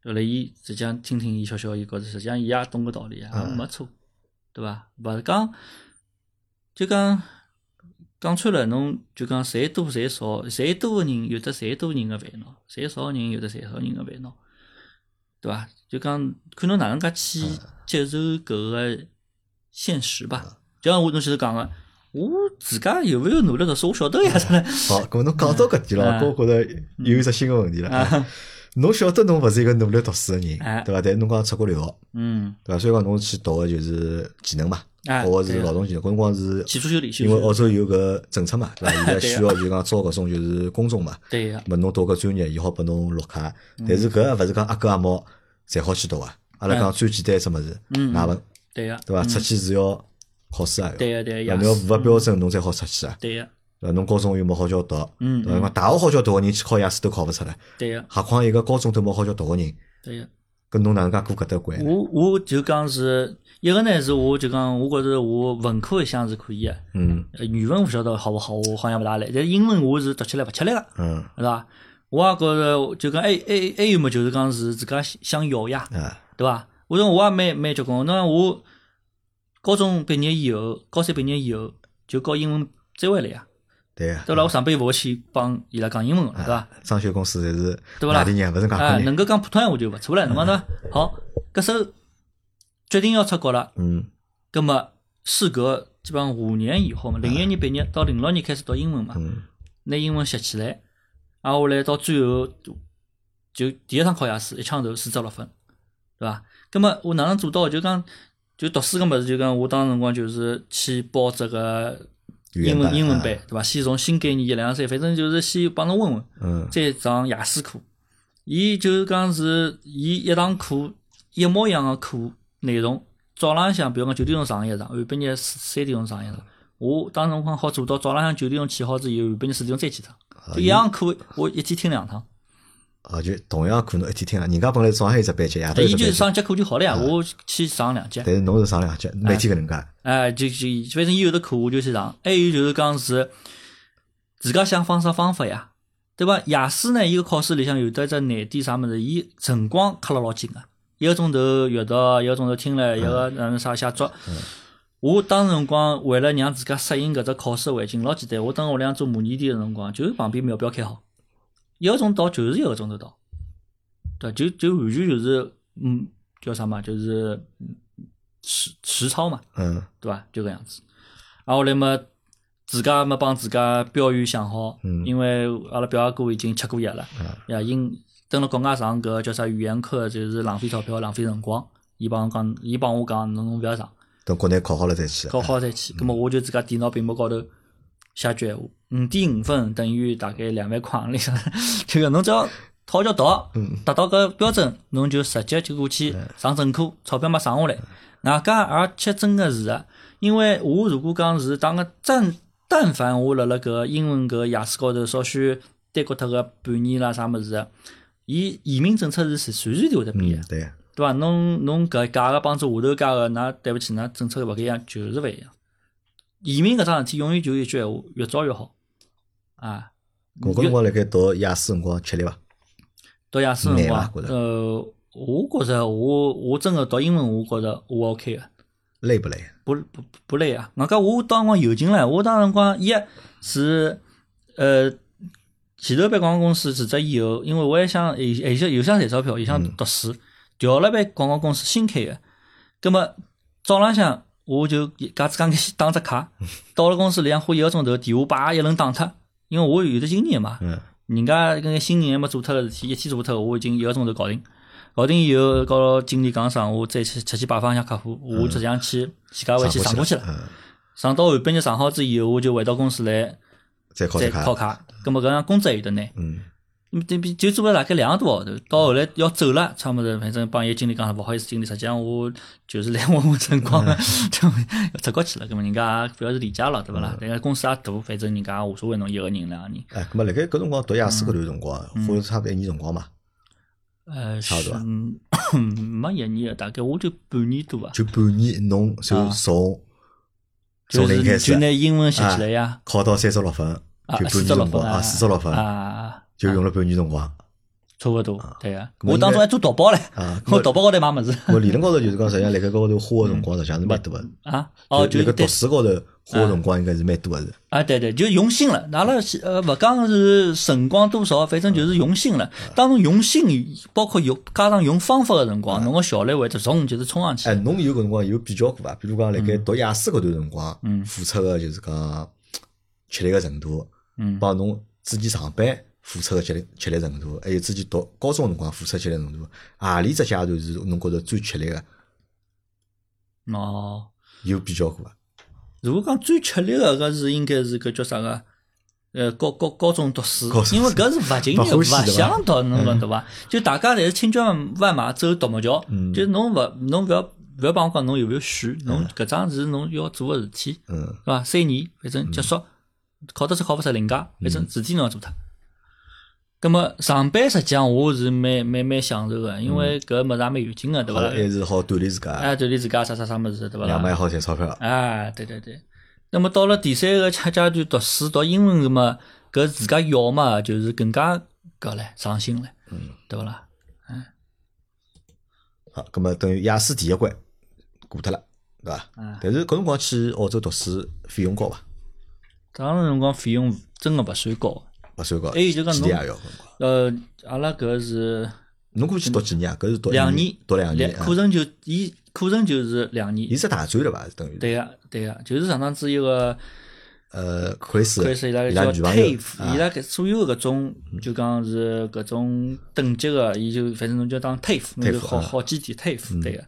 [SPEAKER 2] 后来伊实际上听听伊笑笑，伊觉着实际上伊也懂个道理啊，
[SPEAKER 1] 嗯
[SPEAKER 2] 没错，对伐？勿是讲就讲讲穿了，侬就讲谁多谁少，谁多个人有得谁多人个烦恼，谁少个人有得谁少人个烦恼，对伐？就讲看侬哪能介去
[SPEAKER 1] 嗯
[SPEAKER 2] 接受搿个现实吧。就像我侬前头讲个，我自家有勿有努力读书，我晓得
[SPEAKER 1] 嗯
[SPEAKER 2] 呀，啥嘞？
[SPEAKER 1] 好，咁么侬讲到搿点了，
[SPEAKER 2] 啊
[SPEAKER 1] 我觉着有一只新个问题了
[SPEAKER 2] 啊。
[SPEAKER 1] 侬晓得侬勿是一个努力读书个人，
[SPEAKER 2] 哎
[SPEAKER 1] 对伐？但是侬讲出国留学，
[SPEAKER 2] 嗯，
[SPEAKER 1] 对伐？所以讲侬去读个就是技能嘛，
[SPEAKER 2] 哎
[SPEAKER 1] 学个是
[SPEAKER 2] 对啊
[SPEAKER 1] 劳动技能，搿辰光是
[SPEAKER 2] 技术修理，技
[SPEAKER 1] 因
[SPEAKER 2] 术
[SPEAKER 1] 为
[SPEAKER 2] 修理
[SPEAKER 1] 澳洲有搿政策嘛，对伐？现在
[SPEAKER 2] 对啊
[SPEAKER 1] 需要就讲招搿种就是工种嘛，
[SPEAKER 2] 对个，
[SPEAKER 1] 么侬读搿专业，伊好拨侬绿卡，
[SPEAKER 2] 嗯
[SPEAKER 1] 但是搿也勿是讲阿哥阿猫侪好去读啊。阿拉讲最简单一只物事，
[SPEAKER 2] 哎嗯
[SPEAKER 1] 外文，
[SPEAKER 2] 对个，
[SPEAKER 1] 对伐？出去是要考试啊，要
[SPEAKER 2] 嗯对个，
[SPEAKER 1] 对
[SPEAKER 2] 对
[SPEAKER 1] 伐
[SPEAKER 2] 个，
[SPEAKER 1] 侬要符合标准，侬才好出去啊。
[SPEAKER 2] 对个，
[SPEAKER 1] 对伐？侬高中又没好叫读，
[SPEAKER 2] 嗯
[SPEAKER 1] 对伐？讲大学好叫读个人去考雅思都考勿出来，
[SPEAKER 2] 对个，
[SPEAKER 1] 何况一个高中都没好叫读个人，
[SPEAKER 2] 对个。
[SPEAKER 1] 搿侬哪能介过搿搭关呢？
[SPEAKER 2] 我我就讲是一个呢，是我就讲，我觉着我文科一项是可以个，
[SPEAKER 1] 嗯
[SPEAKER 2] 呃语文勿晓得好勿好，我好像勿大来。但是英文我是读起来勿吃力个，
[SPEAKER 1] 嗯
[SPEAKER 2] 是伐？我也觉着就讲还还还有么，就是讲是自家想要呀，
[SPEAKER 1] 啊
[SPEAKER 2] 对伐？我说我也蛮蛮结棍，那我高中毕业以后，高三毕业以后就搞英文再回来呀，
[SPEAKER 1] 对啊，
[SPEAKER 2] 对伐？我上班勿会去帮伊拉讲英文了，对伐？
[SPEAKER 1] 装修公司侪是
[SPEAKER 2] 对啊不啦
[SPEAKER 1] 外地人，勿是外
[SPEAKER 2] 啊
[SPEAKER 1] 国，人。
[SPEAKER 2] 能够讲普通闲话就勿错了，侬讲对伐？好，搿时候决定要出国了。
[SPEAKER 1] 嗯
[SPEAKER 2] 葛么事隔基本上五年以后嘛，零一年毕业到零六年开始读英文嘛，
[SPEAKER 1] 嗯
[SPEAKER 2] 拿英文学起来，挨下来到最后就第一趟考雅思一枪头四十六分，对伐？葛么我哪能做到？就讲就读书个物事，就讲我当时辰光就是去报这个
[SPEAKER 1] 语言
[SPEAKER 2] 英文
[SPEAKER 1] 班
[SPEAKER 2] 英文
[SPEAKER 1] 啊
[SPEAKER 2] 班，对伐？先从新概念一两三，反正就是先帮侬问问，
[SPEAKER 1] 嗯
[SPEAKER 2] 再上雅思课。伊就是讲是伊一堂课一模一样个课内容，早浪向比如讲九点钟上一堂，下半日三点钟上一堂。我当时辰光好做到早浪向九点钟起好之后，下半日四点钟再去一趟。就一样课我一天听两趟，
[SPEAKER 1] 啊，就同样可能一天听啊，人家本来早上一只班级，夜
[SPEAKER 2] 哎
[SPEAKER 1] 头一
[SPEAKER 2] 伊
[SPEAKER 1] 只
[SPEAKER 2] 就
[SPEAKER 1] 班级，
[SPEAKER 2] 上啊一节课就好了呀，我去上两节。
[SPEAKER 1] 但是侬是上两节，每天搿能介，
[SPEAKER 2] 哎，就就反正伊有的课我就去上，还有就是讲是自家想方式方法呀，对伐？雅思呢，伊个考试里向有的只难点啥物事，伊辰光卡了老紧个，一个钟头阅读，一个钟头听了，一个哪能啥写作。我当时辰光为了让自家适应搿只考试环境，老简单。我当时屋里向做模拟题个辰光，就是旁边秒表开好，一个钟到就是一个钟头到，对，就就完全就是嗯叫啥嘛，就是嗯实实操嘛。
[SPEAKER 1] 嗯
[SPEAKER 2] 对伐？就搿样子。啊，后来嘛，自家嘛帮自家标语想好，
[SPEAKER 1] 嗯
[SPEAKER 2] 因为阿拉表阿哥已经吃过药了，呀，因蹲辣国外上搿叫啥语言课，就是浪费钞票、浪费辰光。伊帮我讲，伊帮我讲，侬侬勿要上，
[SPEAKER 1] 等国内考好了再去。啊
[SPEAKER 2] 搞好再去。葛末我就自家电脑屏幕高头写句闲话，五点五分等于大概两万块行钿 上。就搿侬只要好叫读，达到搿标准，侬就直接就过去上正科，钞票嘛省下来。外加也吃真个是个，因为我如果讲是当个但但凡我辣辣搿英文搿雅思高头稍许耽搁脱个半年啦啥物事，伊移民政策是随随便会得变
[SPEAKER 1] 嗯
[SPEAKER 2] 个。，
[SPEAKER 1] 对，
[SPEAKER 2] 对伐？侬侬搿价格帮做下头价格，㑚对勿起，㑚政策勿一样，就是勿一样。移民搿桩事体永远就一句闲话，越早越好啊！
[SPEAKER 1] 我搿辰光辣盖读雅思辰光吃力伐？
[SPEAKER 2] 读雅思辰
[SPEAKER 1] 难
[SPEAKER 2] 光
[SPEAKER 1] 伐觉，得
[SPEAKER 2] 呃，我觉着我我真个读英文，我觉着我 OK 个，
[SPEAKER 1] 累啊不累？
[SPEAKER 2] 不不不累啊！外加我当辰光有劲唻，我当辰光一是呃前头被广告公司辞职以后，因为我也想也也想有想赚钞票，也想读书，调了被广告公司新开个，葛么早浪向我就家自家眼先打只 卡，到了公司里向花一个钟头，电话叭一轮打脱，因为我有得经验嘛，
[SPEAKER 1] 嗯
[SPEAKER 2] 人家搿眼新人还没做脱个事体，一天做脱，我已经一个钟头搞定。搞定以后，告经理讲啥，我再去出去拜访一下客户，我就这样去自家回去嗯啊上过去了。
[SPEAKER 1] 嗯，
[SPEAKER 2] 上到下半日上好之以后，我就回到公司来
[SPEAKER 1] 再考
[SPEAKER 2] 再
[SPEAKER 1] 试
[SPEAKER 2] 考
[SPEAKER 1] 卡，
[SPEAKER 2] 卡。葛么搿样工资也有得拿，
[SPEAKER 1] 嗯，
[SPEAKER 2] 那么对比就做了大概两个多号头。到后来要走了，差么子，反正帮伊经理讲，勿好意思，经理，实际上我就是来问问辰光，
[SPEAKER 1] 嗯
[SPEAKER 2] 就要出国去了。葛么人家也表示理解了，对勿
[SPEAKER 1] 嗯
[SPEAKER 2] 啦？人家公司也大，反正人家也无所谓侬一个人两个人。
[SPEAKER 1] 哎，咁么辣盖搿辰光读雅思搿段辰光，啊
[SPEAKER 2] 嗯
[SPEAKER 1] 或者差不多一年辰光嘛，
[SPEAKER 2] 呃，
[SPEAKER 1] 差不多
[SPEAKER 2] 是， 没一年，大概我就半年多吧。
[SPEAKER 1] 就半年侬就
[SPEAKER 2] 啊
[SPEAKER 1] 从
[SPEAKER 2] 就
[SPEAKER 1] 从零开
[SPEAKER 2] 是
[SPEAKER 1] 始
[SPEAKER 2] 就拿英文写起来呀，
[SPEAKER 1] 考到三十六分，
[SPEAKER 2] 啊
[SPEAKER 1] 就半，
[SPEAKER 2] 四
[SPEAKER 1] 年
[SPEAKER 2] 十六
[SPEAKER 1] 辰
[SPEAKER 2] 分
[SPEAKER 1] 光啊，四十六分
[SPEAKER 2] 啊，
[SPEAKER 1] 就用了半年辰光
[SPEAKER 2] 差不多，对呀。
[SPEAKER 1] 啊那么
[SPEAKER 2] 我当
[SPEAKER 1] 应
[SPEAKER 2] 中
[SPEAKER 1] 该
[SPEAKER 2] 还做淘宝嘞，
[SPEAKER 1] 啊。咁
[SPEAKER 2] 我
[SPEAKER 1] 么
[SPEAKER 2] 淘宝高头买物事
[SPEAKER 1] 我理论高头就是讲，实际上辣盖高头花个辰光实际上是蛮多的。
[SPEAKER 2] 啊。哦，
[SPEAKER 1] 就辣
[SPEAKER 2] 就
[SPEAKER 1] 盖
[SPEAKER 2] 对嗯
[SPEAKER 1] 读书高头花个辰光应该是蛮多的。
[SPEAKER 2] 啊，对对，就用心了。阿拉是呃，勿讲是辰光多少，反正就是用心了。
[SPEAKER 1] 嗯
[SPEAKER 2] 当中用心，包括用加上用方法个辰光，侬个效率会得冲，就是冲上
[SPEAKER 1] 嗯
[SPEAKER 2] 去
[SPEAKER 1] 哎，。侬有搿辰光有比较过伐？比如讲辣
[SPEAKER 2] 嗯
[SPEAKER 1] 盖读雅思搿段辰光，付出个就是讲吃力个程度，
[SPEAKER 2] 嗯
[SPEAKER 1] 帮侬之前上班付出个吃力吃力程度，还有之前读高中个辰光付出吃力程度，何里只阶段是侬觉着最吃力个？
[SPEAKER 2] 哦，
[SPEAKER 1] 有比较过伐？
[SPEAKER 2] 如果讲最吃力个，搿是应该是搿叫啥个？呃，高高高中读书
[SPEAKER 1] 高，中
[SPEAKER 2] 因为搿是勿情
[SPEAKER 1] 不
[SPEAKER 2] 愿、勿
[SPEAKER 1] 欢喜对伐嗯
[SPEAKER 2] 想读，侬讲对伐？就大家侪是千军万马走独木桥，
[SPEAKER 1] 嗯
[SPEAKER 2] 就侬勿侬勿要勿要帮我讲侬有没有选，侬搿桩事侬要做个事体，
[SPEAKER 1] 嗯，
[SPEAKER 2] 对伐？三年反正结束，考得出考勿出零加，反正事体侬要做脱。葛么上班实际上我是蛮蛮蛮享受个，因为搿物事也蛮有劲个，对
[SPEAKER 1] 好
[SPEAKER 2] 伐
[SPEAKER 1] 了，？还是好锻炼自
[SPEAKER 2] 哎，
[SPEAKER 1] 家，
[SPEAKER 2] 锻炼自家啥啥啥物事，对伐？
[SPEAKER 1] 两万也好赚钞票。
[SPEAKER 2] 啊，对对对。那么到了第三个阶阶段，读书读英文嘛，搿自家要嘛，就是更加搿唻，上心唻，嗯，对勿啦？
[SPEAKER 1] 好，咁么等于雅思第一关过脱了，对伐？
[SPEAKER 2] 嗯
[SPEAKER 1] 但是搿辰光去澳洲读书费用高伐？
[SPEAKER 2] 当时辰光费用真个勿算高，
[SPEAKER 1] 勿算高，
[SPEAKER 2] 还有哎就讲
[SPEAKER 1] 几
[SPEAKER 2] 侬
[SPEAKER 1] 年也要搿辰光。
[SPEAKER 2] 呃，阿拉搿是
[SPEAKER 1] 侬过去读几年啊？搿是读一
[SPEAKER 2] 两年，
[SPEAKER 1] 读两年。啊
[SPEAKER 2] 课程就伊课程就是两年
[SPEAKER 1] 伊。是大专了吧？等于
[SPEAKER 2] 对呀、对呀、就是上趟子一个
[SPEAKER 1] 呃，奎斯，
[SPEAKER 2] 开始伊拉
[SPEAKER 1] 伊
[SPEAKER 2] 叫
[SPEAKER 1] 女朋友
[SPEAKER 2] TAFE，伊
[SPEAKER 1] 啊，嗯
[SPEAKER 2] 拉搿所有搿种就讲是搿种等级个，伊就反正侬就当 TAFE，侬就
[SPEAKER 1] TAFE，
[SPEAKER 2] 好
[SPEAKER 1] 啊
[SPEAKER 2] 好记点 TAFE 对个。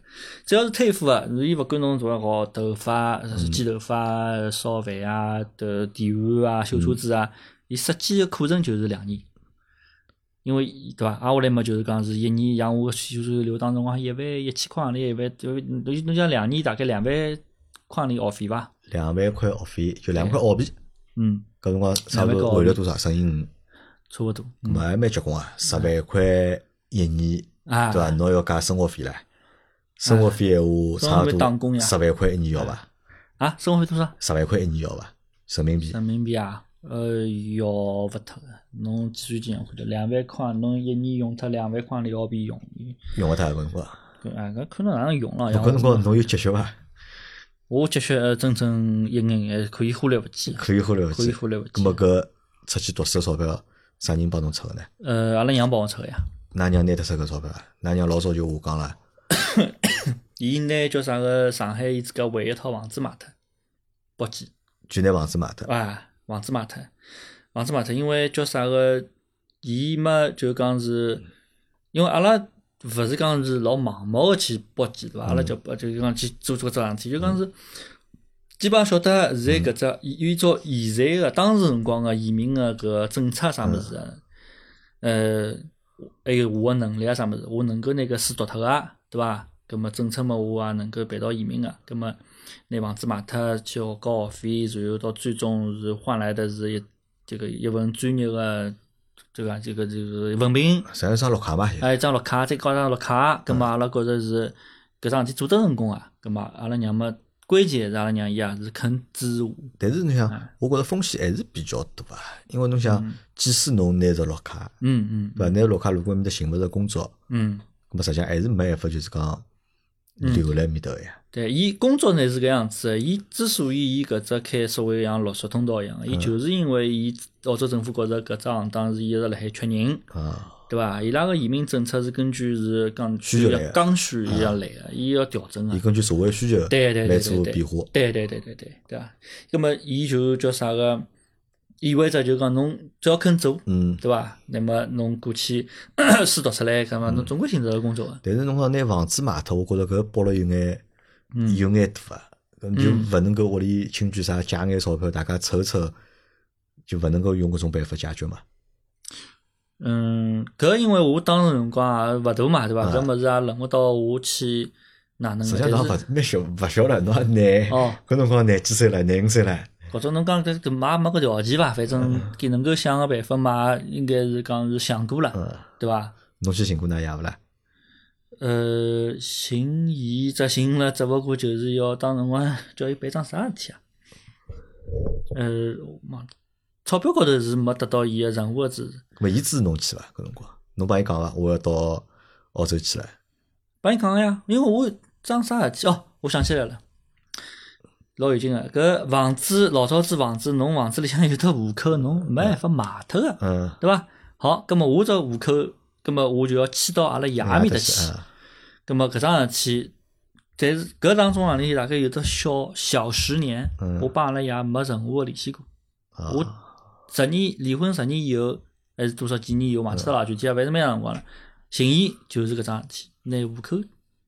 [SPEAKER 2] 只要是 TAFE 啊，伊勿管侬怎么搞头发、呃
[SPEAKER 1] 嗯
[SPEAKER 2] 剪头发、烧饭啊、的电焊啊、
[SPEAKER 1] 嗯
[SPEAKER 2] 修车子啊，伊设计个课程就是两年。因为伊对伐？挨下来嘛，就是讲是一年养我就是留当中啊，一万一千块行钿，一万就侬侬讲两年大概两万块行钿学费伐？
[SPEAKER 1] 两万块学费，就两万块澳币，
[SPEAKER 2] 嗯，
[SPEAKER 1] 搿辰光差不
[SPEAKER 2] 两
[SPEAKER 1] 多
[SPEAKER 2] 万块澳币
[SPEAKER 1] 汇了多少？乘以五，
[SPEAKER 2] 差勿多。嗯
[SPEAKER 1] 咾还蛮结棍啊，十万块一年，
[SPEAKER 2] 啊，
[SPEAKER 1] 对伐？侬要加生活费唻，生活费闲话
[SPEAKER 2] 中
[SPEAKER 1] 差不
[SPEAKER 2] 国打工
[SPEAKER 1] 多
[SPEAKER 2] 呀
[SPEAKER 1] 十万块一年要伐？
[SPEAKER 2] 啊，生活费多少？
[SPEAKER 1] 十万块一年要伐？人民币
[SPEAKER 2] 人民币啊？呃，要勿脱个，侬继续这样看头，两万块，侬一年用脱两万块的澳币用，
[SPEAKER 1] 用勿脱搿辰光，
[SPEAKER 2] 搿啊，搿看侬哪能用了？
[SPEAKER 1] 搿辰光
[SPEAKER 2] 像
[SPEAKER 1] 侬有积蓄伐？
[SPEAKER 2] 我我积蓄呃整整一眼眼可以忽略勿计，
[SPEAKER 1] 可以忽略勿
[SPEAKER 2] 可
[SPEAKER 1] 计
[SPEAKER 2] 以。忽略勿
[SPEAKER 1] 葛
[SPEAKER 2] 计
[SPEAKER 1] 末。搿出去读书个钞票，啥人帮侬出个呢？
[SPEAKER 2] 呃，阿拉娘帮我出个呀，
[SPEAKER 1] 㑚娘拿得出搿钞票伐？㑚娘老早就下岗了，
[SPEAKER 2] 伊拿叫啥个上海伊自家唯一一套房子卖脱，北京。
[SPEAKER 1] 就拿房子卖脱。
[SPEAKER 2] 啊，房子卖脱，房子卖脱，因为叫啥个，伊嘛就讲是，因为阿拉勿是讲是老盲目个去搏击对伐？阿拉叫就是讲去做做搿桩事体，就讲是。基本上晓得啊现在搿只依依照现在个当时辰光个移民个搿政策啥物事啊，呃，还有我个能力啊啥物事，我能够拿搿书读脱个，啊对伐？葛末政策嘛，我也能够办到移民个，葛末拿房子卖脱，去交学费，然后到最终是换来的是一这个一份专业个这个这个这个文凭，
[SPEAKER 1] 侪是张绿卡嘛，现在
[SPEAKER 2] 还有一张绿卡，再加上绿卡，葛末阿拉觉着是搿桩事体做得成功啊，葛末阿拉娘嘛，关键是阿拉娘伊也是肯支持我，
[SPEAKER 1] 但是侬想，
[SPEAKER 2] 哎
[SPEAKER 1] 我觉着风险还是比较大啊，因为侬想，即使侬拿着绿卡，
[SPEAKER 2] 嗯嗯
[SPEAKER 1] 对伐？拿绿卡如果埃面搭寻勿着工作，
[SPEAKER 2] 嗯，
[SPEAKER 1] 咁么实际上还是没办法，就是讲留辣埃面搭个呀。
[SPEAKER 2] 对，伊工作呢是搿样子的，伊之所以伊搿只开所谓像绿色通道一样的，
[SPEAKER 1] 嗯
[SPEAKER 2] 伊就是因为伊澳洲政府觉着搿只行当是一直辣海缺人。
[SPEAKER 1] 啊，
[SPEAKER 2] 对伐？伊拉个移民政策是根据是讲
[SPEAKER 1] 需求来
[SPEAKER 2] 要
[SPEAKER 1] 的嗯
[SPEAKER 2] 刚需伊要来个，伊要调整个
[SPEAKER 1] 伊。根据社会需求
[SPEAKER 2] 嗯对对
[SPEAKER 1] 来
[SPEAKER 2] 对
[SPEAKER 1] 做
[SPEAKER 2] 对对
[SPEAKER 1] 变化。
[SPEAKER 2] 对对对对对，对伐？那么伊就叫啥个？意味着就讲侬只要肯做，
[SPEAKER 1] 嗯，
[SPEAKER 2] 对伐？那么侬过去 书读出来，搿么侬总归寻得到工作个。
[SPEAKER 1] 但是侬讲拿房子卖脱，我觉着搿剥了有眼
[SPEAKER 2] 嗯
[SPEAKER 1] 有眼大啊，咁就勿能够屋里亲眷啥借眼钞票，大家凑一凑，就勿能够用搿种办法解决嘛。
[SPEAKER 2] 嗯，搿因为我当时辰光也勿大嘛，对伐？搿物事也轮勿到我去哪能
[SPEAKER 1] 嗯实
[SPEAKER 2] 个。
[SPEAKER 1] 际上
[SPEAKER 2] 嗯但
[SPEAKER 1] 侬
[SPEAKER 2] 是
[SPEAKER 1] 勿蛮晓勿晓得，侬还难。
[SPEAKER 2] 哦
[SPEAKER 1] 搿辰光廿几岁了，廿五岁了，
[SPEAKER 2] 或者侬讲搿搿买没搿条件伐？反正
[SPEAKER 1] 嗯
[SPEAKER 2] 搿能够想个办法买，应该是讲是想过了，
[SPEAKER 1] 嗯，
[SPEAKER 2] 对伐？
[SPEAKER 1] 侬去寻过㑚爷勿啦？
[SPEAKER 2] 呃，寻伊执行了，只勿过就是要当辰光 叫伊办桩啥事体啊？呃，我忘记钞票高头是没得到伊个任何个支持，
[SPEAKER 1] 咁么伊支持侬去伐？搿辰光，侬帮伊讲伐？我要到澳洲去了。
[SPEAKER 2] 帮伊讲个呀，因为我桩啥事体哦，我想起来了，老有劲个，搿房子老早子房子，侬房子里向有得户口，侬没办法卖脱个，
[SPEAKER 1] 嗯，
[SPEAKER 2] 对伐？好，葛末我只户口，葛末我就要迁到阿拉爷埃面搭去。
[SPEAKER 1] 啊
[SPEAKER 2] 葛么搿桩事体，但是搿当中行里大概有得小小十年，
[SPEAKER 1] 嗯
[SPEAKER 2] 我帮阿拉爷没任何个联系过。
[SPEAKER 1] 啊
[SPEAKER 2] 我十年离婚十年以后，还是多少几年以后，忘记脱了，具体也勿是蛮长辰光了。寻伊就是搿桩事体，拿户口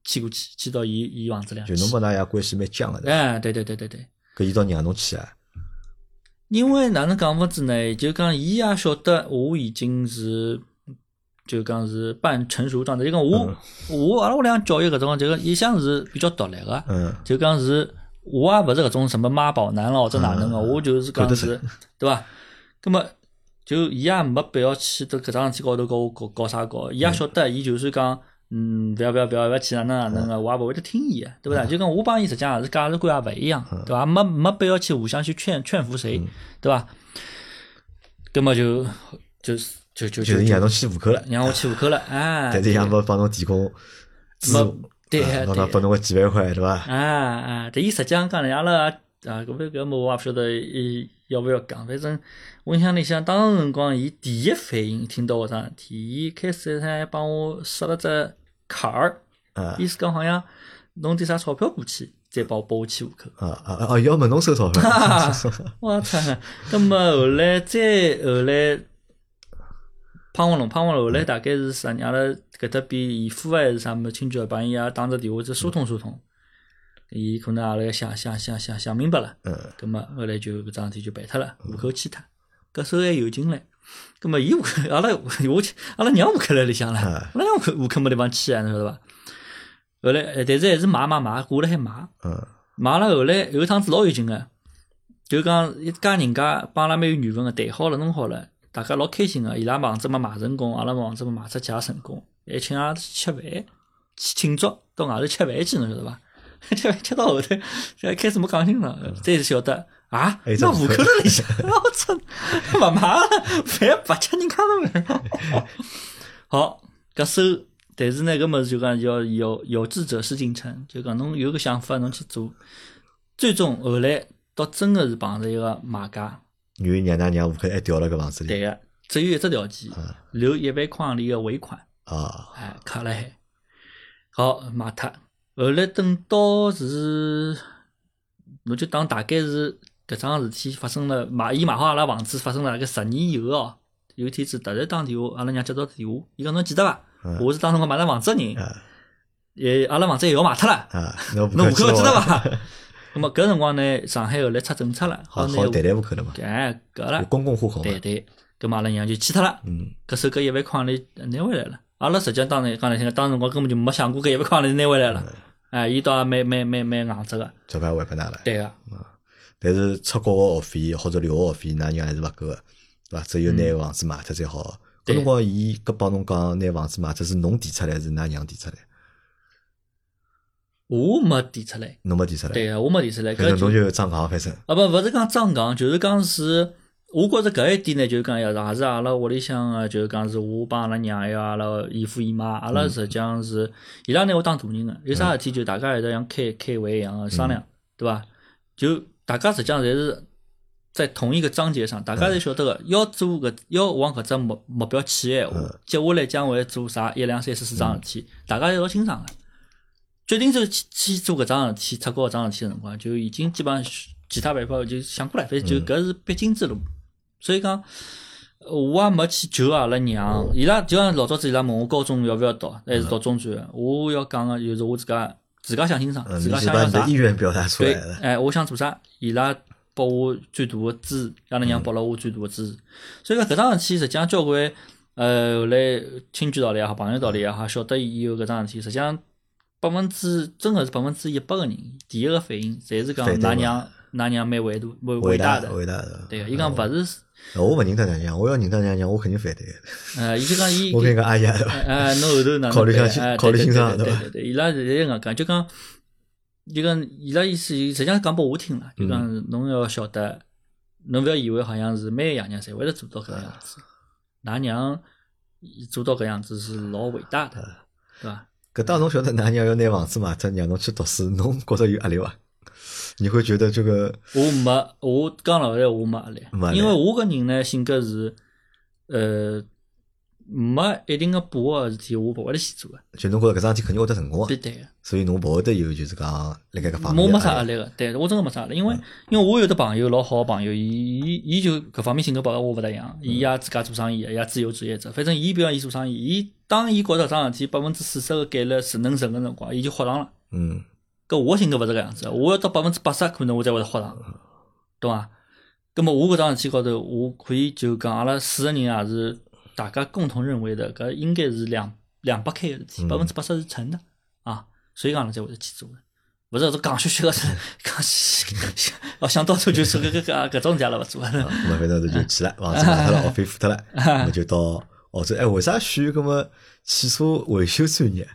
[SPEAKER 2] 迁过去，迁到伊伊房子里
[SPEAKER 1] 就
[SPEAKER 2] 向
[SPEAKER 1] 侬
[SPEAKER 2] 去。
[SPEAKER 1] 帮㑚爷关系蛮僵个，对伐
[SPEAKER 2] 哎，对对对对对。
[SPEAKER 1] 搿伊到让侬去啊，
[SPEAKER 2] 因为哪能讲法子呢？就讲伊也晓得我已经是，就讲是半成熟状态。就讲我、我阿拉屋里向教育搿种，就讲一向是比较独立个。
[SPEAKER 1] 嗯，
[SPEAKER 2] 就讲是，我也勿是搿种什么妈宝男了或者哪能个，
[SPEAKER 1] 嗯
[SPEAKER 2] 我就是
[SPEAKER 1] 看
[SPEAKER 2] 讲
[SPEAKER 1] 得
[SPEAKER 2] 是，对伐？葛么就伊也没必要去到搿桩事体高头搞我搞搞啥搞，
[SPEAKER 1] 嗯
[SPEAKER 2] 伊也晓得，伊就算讲，嗯，勿要勿要勿要勿要去哪能哪能
[SPEAKER 1] 嗯
[SPEAKER 2] 啊个，我也勿会得听伊个，对勿啦？就讲我帮伊实际上也是价值观也勿一样，
[SPEAKER 1] 嗯
[SPEAKER 2] 对伐？没没必要去互相去劝劝服谁，对伐？葛么就就是就就
[SPEAKER 1] 就是
[SPEAKER 2] 就
[SPEAKER 1] 让侬去户口了，
[SPEAKER 2] 让我去户口了，哎，
[SPEAKER 1] 但是伊也没帮侬提供资
[SPEAKER 2] 没
[SPEAKER 1] 助，
[SPEAKER 2] 对
[SPEAKER 1] 啊
[SPEAKER 2] 呀
[SPEAKER 1] 侬
[SPEAKER 2] 对
[SPEAKER 1] 讲拨侬个几万块，对伐？
[SPEAKER 2] 啊啊！但伊实际上讲呢，阿拉也啊，搿勿搿么我也勿晓得伊要勿要讲。反正我印象里向，当时辰光伊第一反应听到搿桩事体，伊开始还帮我设了只坎儿，
[SPEAKER 1] 啊
[SPEAKER 2] 意思讲好像弄点啥钞票过去，再帮拨我去户口。
[SPEAKER 1] 啊啊啊啊！要问侬收 钞票，
[SPEAKER 2] 我操！那么后来再后来，胖黄龙，胖黄龙后来大概是啥？阿拉搿搭边姨父还是啥么？亲戚帮伊也打只电话，再疏通疏通。伊可能阿拉也想想想想想明白了，
[SPEAKER 1] 嗯，
[SPEAKER 2] 葛么后来就搿桩事体就办脱了，户口迁脱，搿时候还有进来，葛么伊户口阿拉我去阿拉娘户口辣里向了，
[SPEAKER 1] 啊
[SPEAKER 2] 阿拉娘户口户口没地方迁啊，侬晓得伐？后来呃但是还是买买买，过了还买，
[SPEAKER 1] 嗯
[SPEAKER 2] 买了后来有一趟子老有劲个，就讲一家人家帮阿拉蛮有缘分个，谈好了弄好了，大家老开心个，伊拉房子嘛买成功，阿拉房子嘛卖出去也成功，还请阿拉去吃饭，去庆祝到外头吃饭去，侬晓得伐？ 吃饭吃到后头，这开始没讲清爽，再是晓得啊，
[SPEAKER 1] 嗯哎
[SPEAKER 2] 那户
[SPEAKER 1] 这
[SPEAKER 2] 口
[SPEAKER 1] 么
[SPEAKER 2] 辣里向，我操，勿买了，饭白吃人家的 饭。好，搿收，但是呢，搿物事就讲要有有志者事竟成，就讲侬有个想法，侬去做。最终后来倒真个是碰着一个买家，
[SPEAKER 1] 女娘㑚娘户口还调了搿房子里
[SPEAKER 2] 对嗯个，只有一只条件，留一万块钿个尾款，
[SPEAKER 1] 啊，
[SPEAKER 2] 哎，卡辣海。好，卖脱。后来等到是，侬就当大概是搿桩事体发生了，买伊买好阿拉房子发生了大概十年以后哦。有一天子突然打电话，阿拉娘接到电话，伊讲侬记得伐？
[SPEAKER 1] 嗯
[SPEAKER 2] 我是当时辰光买了房子个人，
[SPEAKER 1] 啊
[SPEAKER 2] 也阿拉房子也要卖脱 了，
[SPEAKER 1] 啊，侬
[SPEAKER 2] 侬户口
[SPEAKER 1] 知
[SPEAKER 2] 记
[SPEAKER 1] 道
[SPEAKER 2] 得
[SPEAKER 1] 伐？
[SPEAKER 2] 伐？ 那么搿辰光呢，上海后来出政策 哦了，
[SPEAKER 1] 好
[SPEAKER 2] 拿
[SPEAKER 1] 好谈谈户口了嘛，
[SPEAKER 2] 哎搿
[SPEAKER 1] 有
[SPEAKER 2] 了，
[SPEAKER 1] 公共户口嘛
[SPEAKER 2] 对，对，搿嘛阿拉娘就去脱了，
[SPEAKER 1] 嗯
[SPEAKER 2] 搿手搿一万块钿拿回来了。阿拉实际上当然讲来听，当时辰光根本就没想过搿一万块钿拿回来
[SPEAKER 1] 嗯
[SPEAKER 2] 了，哎，伊倒也蛮蛮蛮蛮硬直个，
[SPEAKER 1] 钞票还拨㑚了，
[SPEAKER 2] 对啊个，
[SPEAKER 1] 但是出国个学费或者留学学费，㑚娘还是勿够个，对伐？只有拿个房子卖脱才好。搿
[SPEAKER 2] 对
[SPEAKER 1] 辰光伊搿帮侬讲拿房子卖脱是侬提出来，还是㑚娘提出来？
[SPEAKER 2] 我没提出来，
[SPEAKER 1] 侬没提出来，
[SPEAKER 2] 对个，我没提出来，
[SPEAKER 1] 反正
[SPEAKER 2] 搿
[SPEAKER 1] 侬
[SPEAKER 2] 就
[SPEAKER 1] 就张戆，反正
[SPEAKER 2] 啊，不，勿是讲张戆，就是讲是，我觉着搿一点呢，就是讲要也是阿拉屋里向个，就是讲是我帮阿拉娘还有阿拉姨父姨妈，阿
[SPEAKER 1] 嗯
[SPEAKER 2] 拉实际上是伊拉拿我当大人个，有啥事体就大家还得像开开会一样个商量，对伐？就大家实际上侪是在同一个章节上，大家侪晓得个，要做搿要往搿只目目标去个闲话，接下来将会做啥一两三四四桩事体，大家侪老清爽个。决定这个去去做搿桩事体，出国搿桩事体个辰光，就已经基本上其他办法就想过了，反正就搿是必经之路。所以讲，呃我也没去求阿拉娘，伊拉就像老早子伊拉问我高中要勿要读，还是读中专，我要讲啊个就是我自家自家想清爽，
[SPEAKER 1] 嗯，
[SPEAKER 2] 自
[SPEAKER 1] 你
[SPEAKER 2] 家
[SPEAKER 1] 是
[SPEAKER 2] 想
[SPEAKER 1] 把
[SPEAKER 2] 要
[SPEAKER 1] 你的
[SPEAKER 2] 啥
[SPEAKER 1] 意。愿表达出
[SPEAKER 2] 对
[SPEAKER 1] 来了，，
[SPEAKER 2] 哎，我想做啥，伊拉拨我最大的支持，阿拉
[SPEAKER 1] 嗯
[SPEAKER 2] 娘拨了我最大的支持。所以讲搿桩事体，实际上交关呃后来亲眷道理也好，朋友道理也好，晓得伊有搿桩事体，实际上百分之真个是百分之一百个人，第一个反应侪是讲
[SPEAKER 1] 反对
[SPEAKER 2] 㑚
[SPEAKER 1] 嘛
[SPEAKER 2] 娘㑚娘蛮伟大伟
[SPEAKER 1] 伟
[SPEAKER 2] 伟
[SPEAKER 1] 大
[SPEAKER 2] 大的，
[SPEAKER 1] 伟大的。
[SPEAKER 2] 对个，伊讲勿是，
[SPEAKER 1] 呃，我勿认得娘娘，我要认得娘娘，我肯定反对的。
[SPEAKER 2] 呃，伊就讲伊
[SPEAKER 1] 我跟个阿啊爷，
[SPEAKER 2] 哎，侬后头哪能
[SPEAKER 1] 考虑
[SPEAKER 2] 办
[SPEAKER 1] 下去
[SPEAKER 2] 哎
[SPEAKER 1] 考虑
[SPEAKER 2] 对
[SPEAKER 1] 清爽
[SPEAKER 2] 对
[SPEAKER 1] 对
[SPEAKER 2] 对
[SPEAKER 1] 吧
[SPEAKER 2] 对对，伊拉现在搿能讲，就讲，就讲伊拉意思，实际上讲拨我听
[SPEAKER 1] 嗯
[SPEAKER 2] 了，就讲侬要晓得，侬勿要以为好像是每个爷娘侪会得做到搿样子，
[SPEAKER 1] 啊
[SPEAKER 2] 㑚娘做到搿样子是老伟大的，
[SPEAKER 1] 啊
[SPEAKER 2] 对伐？
[SPEAKER 1] 搿当侬晓得㑚娘要拿房子卖脱，让侬去读书，侬觉着有压力伐？你会觉得这个
[SPEAKER 2] 我没，我讲老实闲话，我没压
[SPEAKER 1] 没压
[SPEAKER 2] 力，
[SPEAKER 1] 力
[SPEAKER 2] 因为我搿人呢性格是，呃，没一定个把握个事体，我勿会得去做个，
[SPEAKER 1] 就侬觉着搿桩事体肯定会得成功啊
[SPEAKER 2] 对，对个。
[SPEAKER 1] 所以侬勿会得有就是讲辣盖搿方面
[SPEAKER 2] 我
[SPEAKER 1] 的哎嗯
[SPEAKER 2] 没啥
[SPEAKER 1] 压
[SPEAKER 2] 压
[SPEAKER 1] 力。
[SPEAKER 2] 力个，对我真个没啥压力，因为因为我有的朋友老好个朋友，伊伊伊就搿方面性格帮我勿大一样，
[SPEAKER 1] 嗯
[SPEAKER 2] 伊也自家做生意的，伊也自由职业者，反正伊比方伊做生意，伊当伊觉着桩事体百分之四十个概率是能成个辰光，伊就豁上了。
[SPEAKER 1] 嗯，
[SPEAKER 2] 搿我性格勿是搿样子，我要到百分之八十可能我才会得豁上，懂伐？葛末我搿桩事体高头，我可以就讲阿拉四个人也是大家共同认为的，搿应该是两两百开个事体，百分之八十是成的啊，所以讲人才会得去做的。勿是搿种戆虚虚个，戆虚虚，哦，想到处就是搿搿啊搿搿种人家了勿做了。
[SPEAKER 1] 咾么啊反正
[SPEAKER 2] 嗯
[SPEAKER 1] 就去了，房子卖脱了，学费付脱 了，我就到澳洲。哎，为啥选搿么汽车维修专业？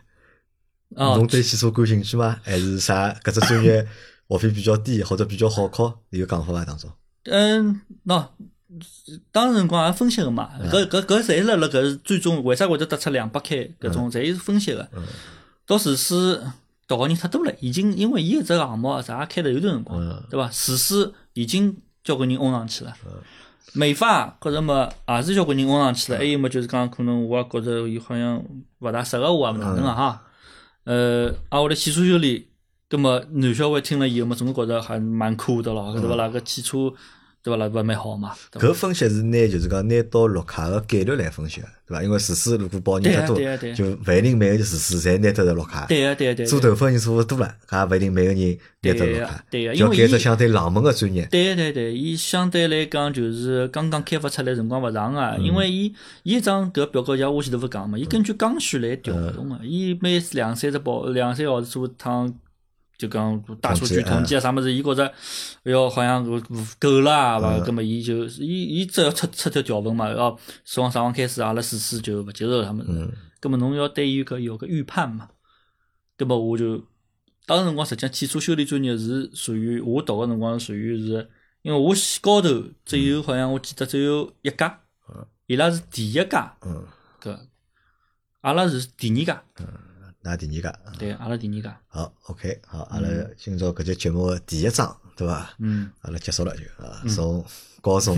[SPEAKER 2] 哦
[SPEAKER 1] 侬对汽车感兴趣吗？还是啥搿只专 业学费比较低，或者比较好考？有讲法伐？当中
[SPEAKER 2] 嗯，喏，当时辰光也分析个嘛，
[SPEAKER 1] 嗯
[SPEAKER 2] 搿搿搿侪是辣辣搿最终为啥会得得出两百开搿
[SPEAKER 1] 嗯
[SPEAKER 2] 种，侪是分析个。到厨师读个人太多了，已经因为伊搿只项目啊啥也开了有段辰光
[SPEAKER 1] 嗯，
[SPEAKER 2] 对伐？厨师已经交关人翁上去了。美发搿只么也是交关人翁上
[SPEAKER 1] 嗯
[SPEAKER 2] 去了，还有么就是讲可能我也
[SPEAKER 1] 嗯
[SPEAKER 2] 觉着伊好像勿大适合我啊，哪能啊哈？呃，啊，我来汽车修理葛么男小孩听了以后嘛，总归觉着还蛮酷的咯，对勿啦？搿汽车对勿啦？勿蛮好嘛？对伐
[SPEAKER 1] 嗯搿分析是拿就是讲拿到绿卡个概率来分析的，对伐？因为厨师如果报人太多
[SPEAKER 2] 对啊对啊对，啊
[SPEAKER 1] 就勿一定每个厨师侪拿得到绿卡。
[SPEAKER 2] 对个对个对
[SPEAKER 1] 做
[SPEAKER 2] 个。
[SPEAKER 1] 头发人做多了，也勿一定每个人拿得到绿卡。
[SPEAKER 2] 对个对个
[SPEAKER 1] 要
[SPEAKER 2] 因为
[SPEAKER 1] 搿只
[SPEAKER 2] 伊
[SPEAKER 1] 相对冷门个专业。
[SPEAKER 2] 对对对，伊相对来讲就是刚刚开发出来辰光勿长啊，因为伊伊一张搿表格像我前头勿讲嘛，伊根据刚需来调动个，伊每两三只包两三个号头做一趟，就讲大数据
[SPEAKER 1] 统计
[SPEAKER 2] 统计啊啥物事，伊觉着，哎哟好像勿勿够啦，伐？葛末伊就伊伊只要出出条条文嘛，要从啥辰光开始阿拉厨师就勿接受他们，
[SPEAKER 1] 嗯
[SPEAKER 2] 葛末侬要对伊搿有个预判嘛，葛末我就当时辰光，实际上汽车修理专业是属于我读个辰光，属于是，因为我高头只有好像我记得只有一家，伊拉是第一家，
[SPEAKER 1] 嗯，
[SPEAKER 2] 搿阿拉是第二家，
[SPEAKER 1] 那第二个。嗯
[SPEAKER 2] 对，阿拉第二家，
[SPEAKER 1] 好，OK，好，阿拉今朝搿节节目的第一章，对伐？
[SPEAKER 2] 嗯，
[SPEAKER 1] 阿拉结束了就啊，从高 中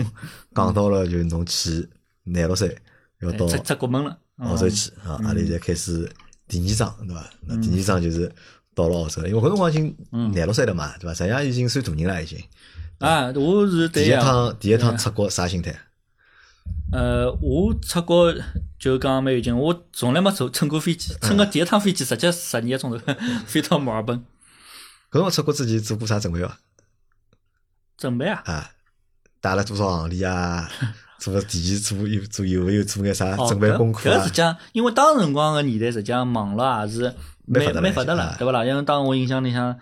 [SPEAKER 1] 讲到了就侬去廿六岁要
[SPEAKER 2] 哎
[SPEAKER 1] 到
[SPEAKER 2] 出出国门了，嗯
[SPEAKER 1] 澳洲去啊，阿拉现在开始第二章对伐？那第二章就是到了澳洲了，因为搿辰光已经
[SPEAKER 2] 嗯
[SPEAKER 1] 廿六岁了嘛，对伐？实际上已经算大人了，已经。
[SPEAKER 2] 啊，我是
[SPEAKER 1] 第
[SPEAKER 2] 对
[SPEAKER 1] 一
[SPEAKER 2] 呀，
[SPEAKER 1] 趟第一趟出国啥心态？
[SPEAKER 2] 呃，我出国就讲蛮有劲，我从来没坐乘过飞机，乘个第一趟飞机直接十二个钟头 飞到墨尔本，
[SPEAKER 1] 搿辰光出国之前做过啥准备伐？
[SPEAKER 2] 准备啊，
[SPEAKER 1] 啊，带了多少行李 啊？做了提前做有做有没有做眼啥准备
[SPEAKER 2] 哦搿
[SPEAKER 1] 功课
[SPEAKER 2] 搿
[SPEAKER 1] 啊
[SPEAKER 2] 实际？上，因为当时辰光个年代，实际上网络也是蛮
[SPEAKER 1] 蛮发达
[SPEAKER 2] 蛮
[SPEAKER 1] 了
[SPEAKER 2] 发达了
[SPEAKER 1] 啊，
[SPEAKER 2] 对勿啦？因为当时我印象里向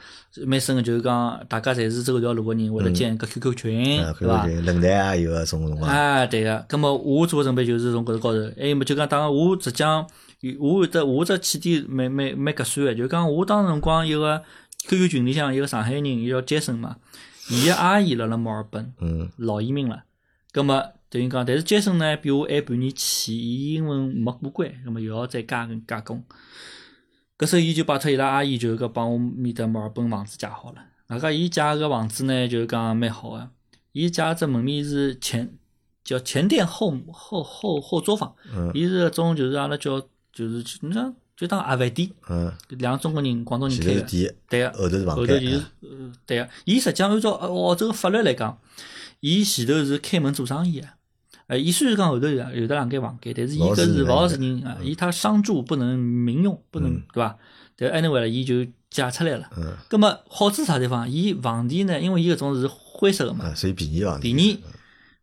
[SPEAKER 2] 蛮深个，就是讲大家侪是走搿条路个人，
[SPEAKER 1] 嗯
[SPEAKER 2] 会得建一个 QQ 群
[SPEAKER 1] 啊，，
[SPEAKER 2] 嗯
[SPEAKER 1] 看
[SPEAKER 2] 对伐
[SPEAKER 1] 看？论坛啊，有个种辰光，
[SPEAKER 2] 啊，对个。葛么我做个准备就是从搿个高头，还有么就讲，当然我浙江，我有得我只起点蛮蛮蛮合算个，就讲我当时辰光一个 QQ 群里向一个上海人，伊叫 Jason 嘛，伊个阿姨辣辣墨尔本，
[SPEAKER 1] 嗯，
[SPEAKER 2] 老移民了。葛么等于讲，但是 Jason 呢比我晚半年起，伊英文没过关，葛么又要再加加工。搿时候伊就拜托伊拉阿姨，就是讲帮我面搭墨尔本房子借好了。外加伊借个房子呢，就是讲蛮好个。伊借只门面是前叫前店后后后后作坊
[SPEAKER 1] 嗯，
[SPEAKER 2] 伊是搿种就是阿拉叫就是就你讲就当阿饭店，
[SPEAKER 1] 嗯，
[SPEAKER 2] 两个中国人广东人
[SPEAKER 1] 前头
[SPEAKER 2] 开
[SPEAKER 1] 是
[SPEAKER 2] 个。
[SPEAKER 1] 第一，
[SPEAKER 2] 对啊个，
[SPEAKER 1] 后头是房
[SPEAKER 2] 后头
[SPEAKER 1] 间
[SPEAKER 2] 就是呃对个，伊实际上按照呃澳洲个法律来讲，伊前头是开门做生意个。呃，伊虽然讲后头有有得两间房间，但是伊搿是勿好事情啊，伊他商住不能民用，不能对伐？但 anyway 了，伊就借出来了。
[SPEAKER 1] 嗯，
[SPEAKER 2] 葛么好处啥地方？伊房钿呢，因为伊搿种是灰色个嘛，
[SPEAKER 1] 啊，所以便宜房
[SPEAKER 2] 便
[SPEAKER 1] 间，
[SPEAKER 2] 宜。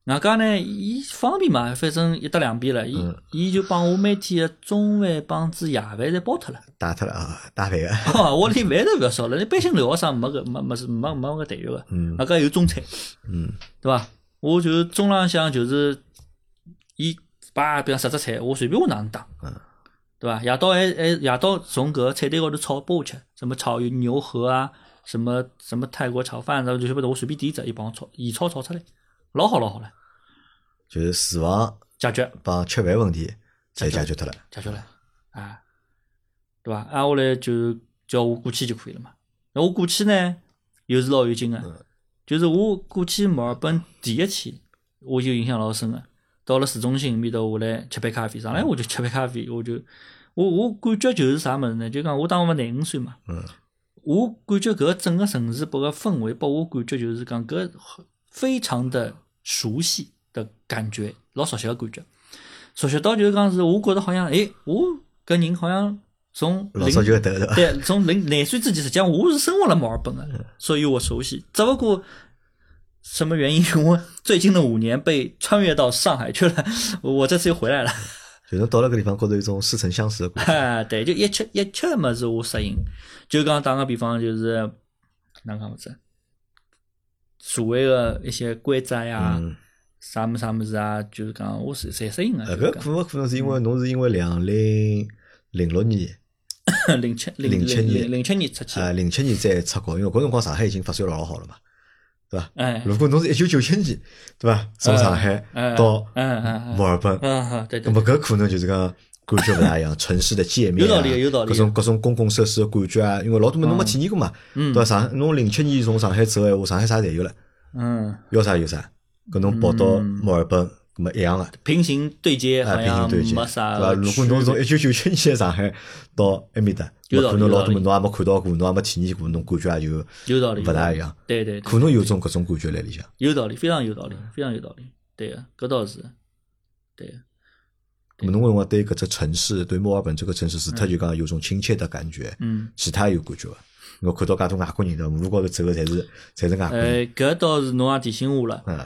[SPEAKER 2] 外加呢，伊方便嘛，反正一搭两便了，伊伊就帮我每天个中饭帮子夜饭侪包脱了。
[SPEAKER 1] 带脱了啊， 带饭个，
[SPEAKER 2] 哦，我连饭都勿要烧了，一般性留学生没搿没没是没没搿待遇个，外加有中餐，
[SPEAKER 1] 嗯，
[SPEAKER 2] 对伐？我就是中浪向就是，伊摆比方十只菜，我随便我哪能打，
[SPEAKER 1] 嗯，
[SPEAKER 2] 对伐？夜到还还夜到从搿菜单高头炒拨我吃，什么炒牛河啊，什么什么泰国炒饭，然后就晓不得我随便点一只，伊帮我炒，现炒炒出来，老好老好了，
[SPEAKER 1] 就是住房
[SPEAKER 2] 解决
[SPEAKER 1] 帮吃饭问题侪
[SPEAKER 2] 解决
[SPEAKER 1] 解决脱了，
[SPEAKER 2] 解决了，啊，对伐？挨下来就叫我过去就可以了嘛。那我过去呢，又是老有劲
[SPEAKER 1] 嗯
[SPEAKER 2] 个，就是我过去墨尔本第一天，我就印象老深个。到了市中心面头，我来吃杯咖啡，
[SPEAKER 1] 嗯
[SPEAKER 2] 上来我就吃杯咖啡，我就我我感觉就是啥物事呢？就讲我当时勿廿五岁嘛，
[SPEAKER 1] 嗯，
[SPEAKER 2] 我感觉搿个整个城市拨个氛围，拨我感觉就是讲搿非常的熟悉的感觉，老熟悉个感觉。熟悉到就是讲是，我觉着好像，哎，我搿人好像从
[SPEAKER 1] 老
[SPEAKER 2] 零
[SPEAKER 1] 早就得对伐？
[SPEAKER 2] 对，从零廿岁之前，实际上我是生活了墨尔本的，
[SPEAKER 1] 嗯
[SPEAKER 2] 所以我熟悉。只不过什么原因， 我最近的五年被穿越到上海去了，我这次又回来了。
[SPEAKER 1] 就侬到了搿地方，觉着有一种似曾相识的感觉，
[SPEAKER 2] 哎，对，就一切一切么子我适应。就讲打个比方，就是哪能讲么子，所谓的一些规则呀，
[SPEAKER 1] 嗯，
[SPEAKER 2] 啥么啥么子啊，就是讲我是侪适应的。啊
[SPEAKER 1] 呃，
[SPEAKER 2] 就是
[SPEAKER 1] 搿
[SPEAKER 2] 讲
[SPEAKER 1] 可能可能是因
[SPEAKER 2] 嗯
[SPEAKER 1] 为侬是因为两零零六年
[SPEAKER 2] 零七
[SPEAKER 1] 零七年
[SPEAKER 2] 零零零七年出去的，
[SPEAKER 1] 啊零七年再出国，因为搿辰光上海已经发展老好了嘛，对伐？
[SPEAKER 2] 哎，
[SPEAKER 1] 如果侬是一九九七年，对伐？从上海
[SPEAKER 2] 哎
[SPEAKER 1] 到
[SPEAKER 2] 嗯嗯
[SPEAKER 1] 墨尔本，
[SPEAKER 2] 嗯嗯，对
[SPEAKER 1] 那
[SPEAKER 2] 对
[SPEAKER 1] 么搿可能就是讲感觉勿大一样，城市的界面啊
[SPEAKER 2] 有道理有道理嗯
[SPEAKER 1] 各种各种公共设施的感觉啊，因为老多么侬没体验过嘛，对伐？上侬零七年从上海走闲话，上海啥侪有了，
[SPEAKER 2] 嗯。
[SPEAKER 1] 要啥有啥，搿侬跑到墨尔本那么一样的。
[SPEAKER 2] 平行对接
[SPEAKER 1] 啊，
[SPEAKER 2] 好
[SPEAKER 1] 平行
[SPEAKER 2] 像
[SPEAKER 1] 对接，
[SPEAKER 2] 哎没
[SPEAKER 1] 对
[SPEAKER 2] 啥
[SPEAKER 1] 伐？如果侬
[SPEAKER 2] 区
[SPEAKER 1] 从
[SPEAKER 2] 别
[SPEAKER 1] 一九九七年的上海到埃面搭，
[SPEAKER 2] 有
[SPEAKER 1] 有
[SPEAKER 2] 道
[SPEAKER 1] 可
[SPEAKER 2] 理
[SPEAKER 1] 能
[SPEAKER 2] 有
[SPEAKER 1] 老
[SPEAKER 2] 道
[SPEAKER 1] 多
[SPEAKER 2] 理
[SPEAKER 1] 么侬也没看到过，侬也没体验过，侬感觉也就
[SPEAKER 2] 有道理，
[SPEAKER 1] 勿大
[SPEAKER 2] 有道理
[SPEAKER 1] 一样，
[SPEAKER 2] 对对，对
[SPEAKER 1] 可能有种搿种感觉辣里向。
[SPEAKER 2] 有道理，非常有道理，非常有道理。对啊个，搿倒是，对个，
[SPEAKER 1] 那么侬辰光对搿只城市，对墨尔本这个城市，除脱就讲有种亲切的感觉，
[SPEAKER 2] 嗯，
[SPEAKER 1] 其他有感觉伐？我看到介多外国人的马路高头走个，侪是侪是外国人，
[SPEAKER 2] 呃，搿倒是侬也提醒我了。
[SPEAKER 1] 嗯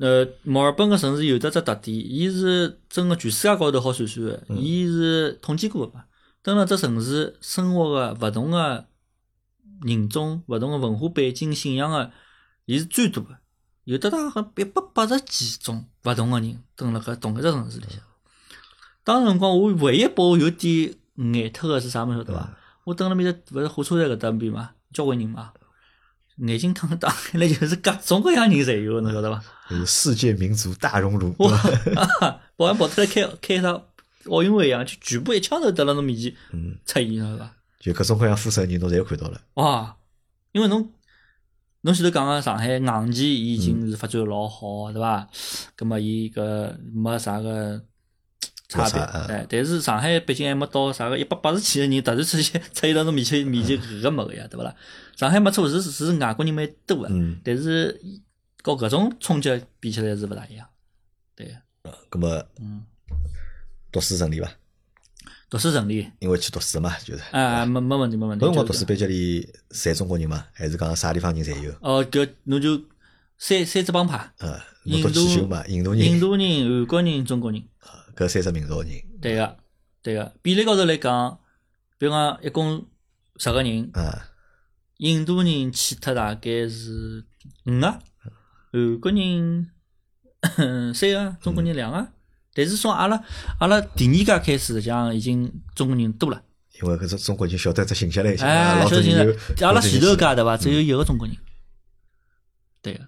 [SPEAKER 2] 呃，墨尔本个城市有得只特点，伊是真个全世界高头好算算个，伊是统计过个嘛。蹲辣只城市生活个勿同个人种、勿同个文化背景、信仰个，伊是最多个，有得大概一百八十几种勿同个人蹲辣搿同一只城市里向。当辰光我唯一拨我有点眼脱个是啥物事晓得伐？我蹲辣面搭勿是火车站搿搭边嘛，交关人嘛，眼睛当 打开来就是各种各样人侪有，侬晓得伐？
[SPEAKER 1] 就是世界民族大熔炉，
[SPEAKER 2] 哇，保安跑出来开开啥奥运会一样，就全部一枪头得了侬面前
[SPEAKER 1] 嗯，
[SPEAKER 2] 出现，晓得伐？
[SPEAKER 1] 就各种各样肤色的人侬侪看到了，
[SPEAKER 2] 哇，因为侬侬前头讲个上海硬件已
[SPEAKER 1] 嗯
[SPEAKER 2] 经是发展得老好，对伐？葛么伊搿没啥个差别，
[SPEAKER 1] 落差嗯
[SPEAKER 2] 哎，但是上海毕竟还没到啥个一百八十几个人突然出现 出现到侬
[SPEAKER 1] 嗯
[SPEAKER 2] 面前面前搿个没个呀，对勿啦？上海没错是是外国人蛮多个，
[SPEAKER 1] 嗯，
[SPEAKER 2] 但是和搿种冲击比起来是勿大一样，对，
[SPEAKER 1] 那么
[SPEAKER 2] 嗯，
[SPEAKER 1] 读书顺利伐？
[SPEAKER 2] 读书顺利。
[SPEAKER 1] 因为去读书嘛，就是。
[SPEAKER 2] 啊，没没问题，没问题。
[SPEAKER 1] 哎搿辰光读
[SPEAKER 2] 就是
[SPEAKER 1] 书班级里，侪中国人嘛，还是讲啥地方人侪有？
[SPEAKER 2] 哦，搿侬就三三只帮派，
[SPEAKER 1] 呃，侬
[SPEAKER 2] 印
[SPEAKER 1] 读
[SPEAKER 2] 度
[SPEAKER 1] 汽修嘛，印度
[SPEAKER 2] 印
[SPEAKER 1] 人，啊
[SPEAKER 2] 度人、韩国人、中国人，
[SPEAKER 1] 搿三只民族的人，
[SPEAKER 2] 对个，对个。比例高头来讲，比如讲一共十个人，
[SPEAKER 1] 啊，
[SPEAKER 2] 印度人去脱大概是五个，韩国人三个，中国人两个。但是从阿拉阿拉第二届开始，实际上已经中国人多了。
[SPEAKER 1] 因为搿只中国人晓得只信息了已经，
[SPEAKER 2] 哎，
[SPEAKER 1] 老
[SPEAKER 2] 晓
[SPEAKER 1] 早
[SPEAKER 2] 得现
[SPEAKER 1] 人有
[SPEAKER 2] 在阿拉前头
[SPEAKER 1] 有这个信
[SPEAKER 2] 一
[SPEAKER 1] 息
[SPEAKER 2] 届对伐？只有一个中国人。对个，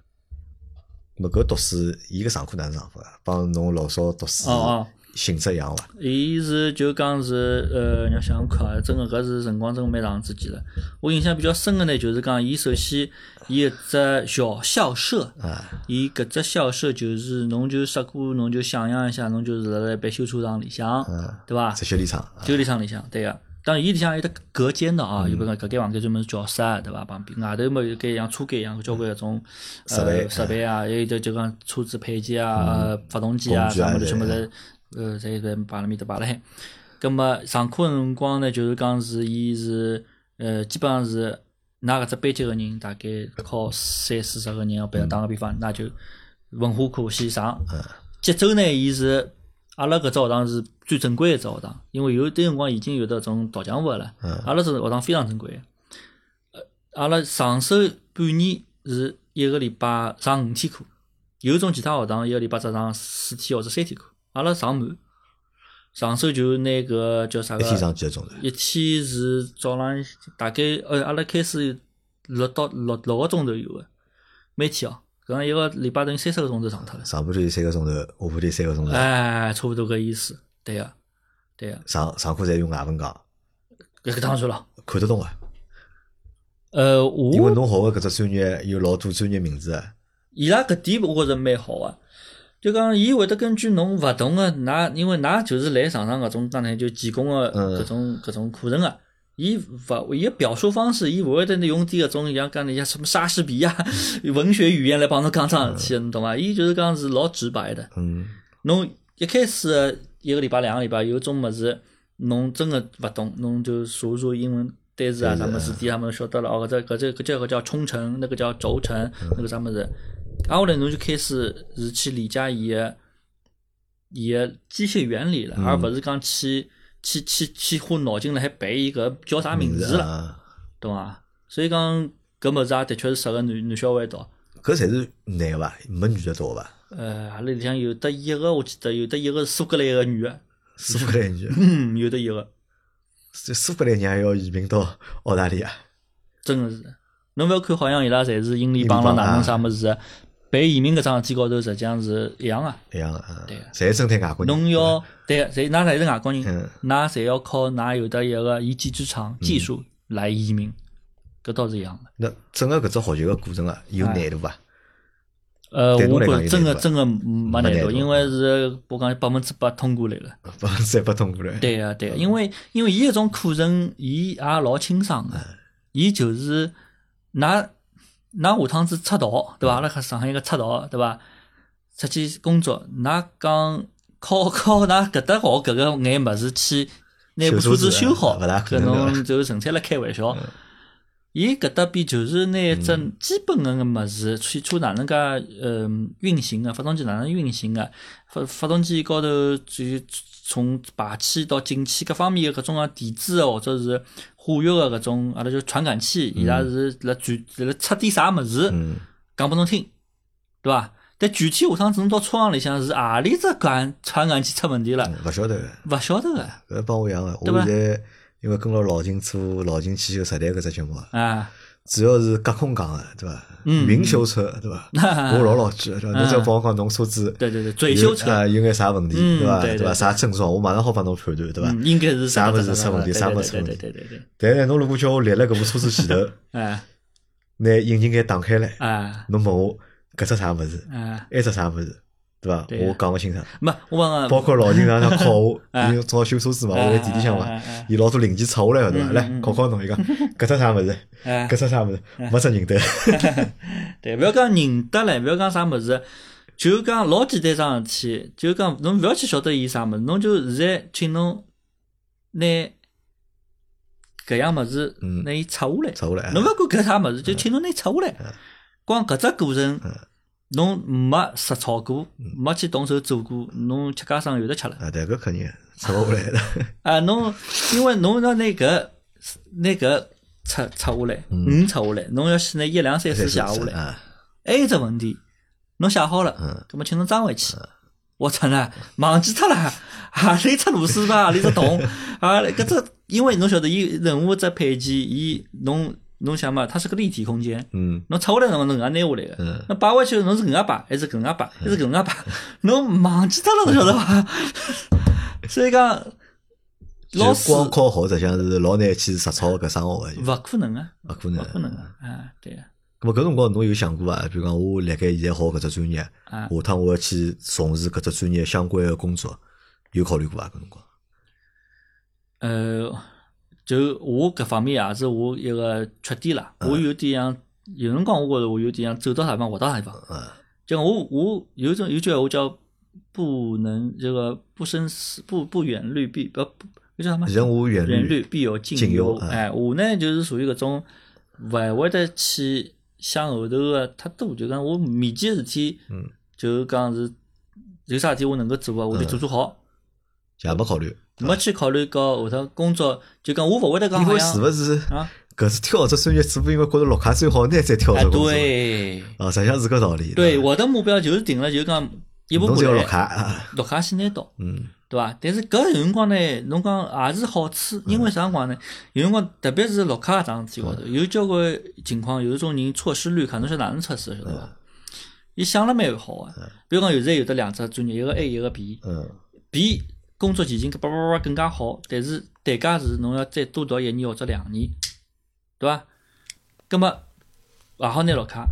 [SPEAKER 1] 那么搿读书，伊搿上课哪能上法啊？帮侬老早读书
[SPEAKER 2] 哦哦。
[SPEAKER 1] 性质一样伐？
[SPEAKER 2] 伊是就讲是呃，让想看啊，真个搿是辰光真蛮长之前了。我印象比较深个呢，就是讲伊首先伊一只小校舍，
[SPEAKER 1] 啊，
[SPEAKER 2] 伊搿只校舍就是侬就啥过侬就想象一下，侬就是辣辣一般修车厂里向，
[SPEAKER 1] 嗯，
[SPEAKER 2] 对伐？
[SPEAKER 1] 只修理厂，啊
[SPEAKER 2] 修理厂里向，对个。当然，伊里向有得隔间的
[SPEAKER 1] 嗯
[SPEAKER 2] 啊，有本搿间房间专门是教室啊，对伐？旁边外头嘛有间像车间一样，交关搿种呃
[SPEAKER 1] 设备嗯
[SPEAKER 2] 设备啊，还有得就讲车子配件啊、呃发动机啊
[SPEAKER 1] 工具啊
[SPEAKER 2] 啥物事
[SPEAKER 1] 对
[SPEAKER 2] 全部侪呃侪侪摆辣面搭摆辣海。葛末上课个辰光呢，就是讲是伊是呃基本上是㑚搿只班级个人大概考三四十个人，比如
[SPEAKER 1] 嗯
[SPEAKER 2] 打个比方，那就文化课先上，节奏呢，伊是阿拉搿只学堂是最正规一只学堂，因为有的辰光已经有得种导讲法了
[SPEAKER 1] 嗯。
[SPEAKER 2] 阿拉这学堂非常正规。呃，阿拉上首半年是一个礼拜上五天课，有种其他学堂一个礼拜只上四天或者三天课，阿拉上满。上首就拿搿叫啥
[SPEAKER 1] 一
[SPEAKER 2] 个？
[SPEAKER 1] 天上几个钟头？
[SPEAKER 2] 一天是早浪大概呃，阿拉开始六到六六个钟头有个，每天哦，搿样一个礼拜等于三十个钟头上脱了。
[SPEAKER 1] 上半天三个钟头，下半天三个钟头，
[SPEAKER 2] 哎，差不多搿意思，对个、对个、
[SPEAKER 1] 上上课侪用外文讲，
[SPEAKER 2] 搿搿当然了。
[SPEAKER 1] 看得懂啊。
[SPEAKER 2] 哦呃，
[SPEAKER 1] 因为
[SPEAKER 2] 我
[SPEAKER 1] 侬学的搿只专业有老多专业名字啊，
[SPEAKER 2] 伊拉搿点我觉着蛮好个，就讲伊会得根据侬勿同个，㑚因为㑚就是来上上搿种刚才就技工个
[SPEAKER 1] 嗯
[SPEAKER 2] 搿种搿种课程个。伊勿，伊个表述方式，伊勿会得用点搿种像讲那些什么莎士比亚 文学语言来帮侬讲桩事体，侬懂伐？伊就是讲是老直白的，
[SPEAKER 1] 嗯，
[SPEAKER 2] 侬一开始一个礼拜、两个礼拜有种物事，侬真个勿懂，侬就查查英文单词啊，啥
[SPEAKER 1] 对
[SPEAKER 2] 物
[SPEAKER 1] 的
[SPEAKER 2] 事体啊，么晓得了哦，搿只搿只搿叫搿叫冲程，那个叫轴承，
[SPEAKER 1] 嗯
[SPEAKER 2] 那个啥物事，挨下来侬就开始是去理解伊个伊个机械原理了，
[SPEAKER 1] 嗯
[SPEAKER 2] 而勿是讲去去去去花脑筋辣海背伊搿叫啥名字了，
[SPEAKER 1] 啊，
[SPEAKER 2] 懂伐？所以讲搿物事也的确是适合男男小孩读。
[SPEAKER 1] 搿侪是男个伐？没女的多伐？
[SPEAKER 2] 呃，阿拉里向有得一个，我记得有得一个是苏格兰一个女个，
[SPEAKER 1] 苏格兰 人，
[SPEAKER 2] 嗯， 有得一个，
[SPEAKER 1] 这苏格兰人还要移民到澳大利亚，
[SPEAKER 2] 真个是。侬勿要看，好像伊拉侪是英联邦咯，
[SPEAKER 1] 英联邦
[SPEAKER 2] 哪能
[SPEAKER 1] 啊
[SPEAKER 2] 啥物事，办移民搿桩事体高头，实际上是一样个。
[SPEAKER 1] 一样啊
[SPEAKER 2] 对啊，
[SPEAKER 1] 侪是针对外国人。
[SPEAKER 2] 侬要对啊个，侪㑚侪是外国人
[SPEAKER 1] 嗯，
[SPEAKER 2] 㑚侪要靠㑚有得一个一技之长、技术来移民，搿倒是一样的。
[SPEAKER 1] 那
[SPEAKER 2] 哎
[SPEAKER 1] 整个搿只学习个过程啊，有难度伐？
[SPEAKER 2] 呃，
[SPEAKER 1] 对侬
[SPEAKER 2] 我
[SPEAKER 1] 来
[SPEAKER 2] 觉
[SPEAKER 1] 讲
[SPEAKER 2] 着
[SPEAKER 1] 有
[SPEAKER 2] 真
[SPEAKER 1] 难
[SPEAKER 2] 个
[SPEAKER 1] 度伐啊
[SPEAKER 2] 真个没
[SPEAKER 1] 没
[SPEAKER 2] 难
[SPEAKER 1] 难
[SPEAKER 2] 度，
[SPEAKER 1] 度啊
[SPEAKER 2] 因为是我讲百分之百通过来个。
[SPEAKER 1] 不再不通过了。
[SPEAKER 2] 对啊，对啊，因为因为伊搿种课程，伊也老清爽个，伊就是㑚㑚下趟子出逃，对伐？阿拉上海一个出逃，对伐？出去工作，㑚讲靠靠㑚搿搭学搿个眼物事去拿部车子修
[SPEAKER 1] 修车子啊勿
[SPEAKER 2] 好，
[SPEAKER 1] 大可
[SPEAKER 2] 搿
[SPEAKER 1] 能的
[SPEAKER 2] 侬就纯粹辣开玩笑。伊搿搭边就是拿一只
[SPEAKER 1] 嗯
[SPEAKER 2] 基本个物事，汽车哪能介嗯运行个，发动机哪能运行个，发发动机高头就从排气到进气各方面的搿种个电子啊个或者是化学个搿种，阿拉叫传感器，伊拉是辣转辣出点啥物事，
[SPEAKER 1] 嗯，
[SPEAKER 2] 讲拨侬听，对伐？但具体下趟子侬到车行里向是何里只感传感器出问题了，
[SPEAKER 1] 嗯勿晓得个。
[SPEAKER 2] 勿晓得个
[SPEAKER 1] 搿帮我一样个，
[SPEAKER 2] 对吧
[SPEAKER 1] 我现在因为跟牢老金做老金汽修实谈搿只节目啊，
[SPEAKER 2] 啊，
[SPEAKER 1] 主要是隔空讲个，啊对伐？
[SPEAKER 2] 嗯啊
[SPEAKER 1] 云修车，对伐？我老老记，对伐？侬只要帮我讲侬车子
[SPEAKER 2] 对对对，嘴修
[SPEAKER 1] 有
[SPEAKER 2] 车，
[SPEAKER 1] 啊有眼啥问题，
[SPEAKER 2] 嗯
[SPEAKER 1] 对伐？
[SPEAKER 2] 对对
[SPEAKER 1] 伐？
[SPEAKER 2] 对
[SPEAKER 1] 啥症状，我马上好帮侬判断，对伐？
[SPEAKER 2] 嗯，应该是
[SPEAKER 1] 啥
[SPEAKER 2] 啥
[SPEAKER 1] 物事出问题啥物事出
[SPEAKER 2] 对
[SPEAKER 1] 问
[SPEAKER 2] 对
[SPEAKER 1] 题
[SPEAKER 2] 对对对对，
[SPEAKER 1] 但是侬如果叫我立辣搿部车子 前头，
[SPEAKER 2] 哎
[SPEAKER 1] 拿引擎盖打开来，
[SPEAKER 2] 啊
[SPEAKER 1] 侬问我搿只啥物事，
[SPEAKER 2] 啊，
[SPEAKER 1] 埃只啥物事，对伐？
[SPEAKER 2] 对呀啊
[SPEAKER 1] 我讲勿清爽。
[SPEAKER 2] 没，我问
[SPEAKER 1] 包
[SPEAKER 2] 个，
[SPEAKER 1] 括老金常 常考我，因为正好修车子嘛，我在店里向
[SPEAKER 2] 啊
[SPEAKER 1] 嘛
[SPEAKER 2] 啊啊啊，
[SPEAKER 1] 伊老多零件拆下来个对伐？
[SPEAKER 2] 嗯
[SPEAKER 1] 来
[SPEAKER 2] 嗯嗯
[SPEAKER 1] 考考侬，伊讲搿只啥物 事，
[SPEAKER 2] 哎
[SPEAKER 1] 搿只啥物事，没只认得。
[SPEAKER 2] 对，勿要讲认得嘞，勿要讲啥物事，就讲老简单桩事体，就讲侬勿要去晓得伊啥物事，侬就现在请侬拿搿样物事
[SPEAKER 1] 嗯
[SPEAKER 2] 拿伊拆下来，
[SPEAKER 1] 拆下来
[SPEAKER 2] 侬勿管搿啥物事，就请侬拿伊拆下来。光搿只过程，侬没实操过，没去动手做过，侬吃家生有得吃了。
[SPEAKER 1] 啊，对，搿肯定拆勿下来的。
[SPEAKER 2] 啊，侬因为侬要拿搿拿搿拆拆下来，五拆下来，侬要先拿一两三四写下来。
[SPEAKER 1] 啊，嗯
[SPEAKER 2] 还有一只问题，侬写好了，葛末请侬装回去。我操呢，忘记脱了，何里只螺丝吧，何里只洞啊？搿只，因为侬晓得，伊任何一只配件，伊侬侬想嘛，它是个立体空间，
[SPEAKER 1] 嗯
[SPEAKER 2] 侬拆下来辰光侬搿能样拿下来
[SPEAKER 1] 嗯
[SPEAKER 2] 个，那摆回去侬是搿能样摆，还是搿能样摆，还是搿能样摆， 侬忘记脱了，侬晓得伐？ 所以讲，老
[SPEAKER 1] 就
[SPEAKER 2] 师
[SPEAKER 1] 光靠好，实际上是老难去实操搿生活个，就
[SPEAKER 2] 勿可能啊，
[SPEAKER 1] 勿可
[SPEAKER 2] 勿可
[SPEAKER 1] 能。
[SPEAKER 2] 能啊，啊，对啊，
[SPEAKER 1] 咁么搿辰光侬有想过伐？啊比如讲，我辣盖现在学搿只专业，
[SPEAKER 2] 啊
[SPEAKER 1] 下趟我要去从事搿只专业相关个工作，有考虑过伐？搿辰光，
[SPEAKER 2] 呃，就我搿方面也啊是我一个缺点啦。
[SPEAKER 1] 嗯
[SPEAKER 2] 我有点像，有辰光我觉着我有点像走到啥地方活到啥地方。
[SPEAKER 1] 啊，
[SPEAKER 2] 就我我有一种有句闲话叫不能这个不生死不不远虑必呃不那叫什么？
[SPEAKER 1] 人无远
[SPEAKER 2] 远
[SPEAKER 1] 虑，
[SPEAKER 2] 虑必有
[SPEAKER 1] 近
[SPEAKER 2] 近
[SPEAKER 1] 忧
[SPEAKER 2] 忧。
[SPEAKER 1] 啊
[SPEAKER 2] 哎，我呢就是属于搿种勿会得去想后头个太多，就讲我面前事体，
[SPEAKER 1] 嗯
[SPEAKER 2] 就讲是有啥事体我能够做啊个，我就做做好。
[SPEAKER 1] 也没考虑。
[SPEAKER 2] 没去考虑搞下趟工作，就讲我勿会得讲
[SPEAKER 1] 因
[SPEAKER 2] 好
[SPEAKER 1] 为
[SPEAKER 2] 像
[SPEAKER 1] 是勿是
[SPEAKER 2] 啊
[SPEAKER 1] 搿次跳这专业，只不过因为觉着绿卡最好，拿再跳
[SPEAKER 2] 啊
[SPEAKER 1] 这工作。
[SPEAKER 2] 对
[SPEAKER 1] 啊，实际上是搿道理。
[SPEAKER 2] 对，
[SPEAKER 1] 吧
[SPEAKER 2] 我的目标就是定了，就是讲一步
[SPEAKER 1] 侬
[SPEAKER 2] 步
[SPEAKER 1] 只要绿
[SPEAKER 2] 来，
[SPEAKER 1] 卡，啊
[SPEAKER 2] 绿卡先拿到，
[SPEAKER 1] 嗯
[SPEAKER 2] 对伐？但是搿有辰光呢，侬讲也是好处，因为啥辰光呢？有辰光特别是绿卡搿桩事体高头，有交关情况，有一种人错失绿卡，侬晓得哪能错失的晓得伐？伊想了蛮好个，比如讲现在有得两只专业，一个 A 一个 B，B
[SPEAKER 1] 嗯，
[SPEAKER 2] 工作前景叭叭叭叭更加好，但是代价是侬要再多读一年或者两年，对伐？葛末也好拿绿卡，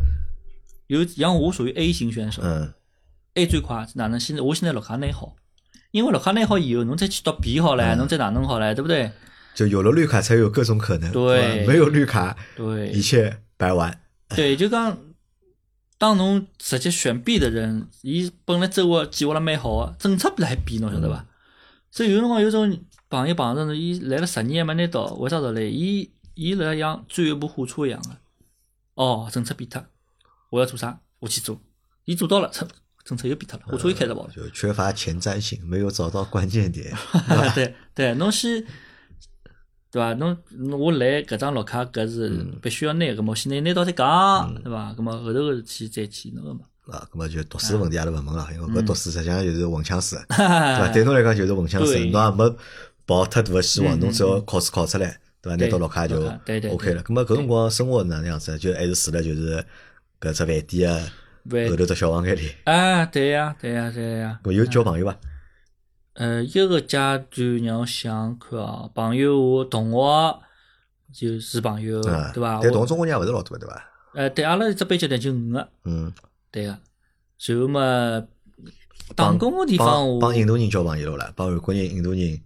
[SPEAKER 2] 有像我属于 A 型选手。
[SPEAKER 1] 嗯
[SPEAKER 2] A 最快是哪能？现在我现在绿卡拿好，因为绿卡拿好以后，侬再去读 B 好唻，侬再哪能好唻，对不对？
[SPEAKER 1] 就有了绿卡才有各种可能，
[SPEAKER 2] 对
[SPEAKER 1] 吧没有绿卡一
[SPEAKER 2] 对
[SPEAKER 1] 切白玩。
[SPEAKER 2] 对，就讲，当侬直接选 B 的人，伊本来周围计划了蛮好个，政策来 B，侬晓得伐？所以有辰光有种朋友碰着侬，伊来了十年还没拿到，为啥道理？伊伊辣像追一部火车一样个，哦，政策变脱，我要做啥？我去做，伊做到了，政政策又变脱了，火车又开始跑了。
[SPEAKER 1] 就缺乏前瞻性，没有找到关键点。啊
[SPEAKER 2] 对对，侬先对伐？侬侬我来搿张绿卡搿是必须要拿，搿么先拿拿到再讲，对伐？搿么后头个事体再去那个嘛。
[SPEAKER 1] 啊，咁么就读书问题阿拉勿问了，因
[SPEAKER 2] 嗯
[SPEAKER 1] 为搿读书实际上就是混腔水，对伐？对侬来讲就是混腔水，
[SPEAKER 2] 哎对嗯
[SPEAKER 1] 侬也没抱太大个希望，侬只要考试考出来，对伐？拿
[SPEAKER 2] 对
[SPEAKER 1] 到绿卡就
[SPEAKER 2] 绿卡对对
[SPEAKER 1] OK 了。咁么搿辰光生活是哪能样子呢？就还是住辣就是搿只饭店个
[SPEAKER 2] 对
[SPEAKER 1] 后头只小房间里。
[SPEAKER 2] 啊，对呀、对呀、对呀、
[SPEAKER 1] 咁有交朋友伐？
[SPEAKER 2] 呃，一个阶段让我想看啊，朋友我同学就是朋友，
[SPEAKER 1] 啊，
[SPEAKER 2] 对伐？
[SPEAKER 1] 但同
[SPEAKER 2] 我
[SPEAKER 1] 中国人也勿是老多，对伐？
[SPEAKER 2] 呃，对阿拉这班级呢就五个，
[SPEAKER 1] 嗯，
[SPEAKER 2] 对个、然后嘛，打工个地方
[SPEAKER 1] 帮
[SPEAKER 2] 我
[SPEAKER 1] 帮印度人交朋友了，帮韩国人、印度人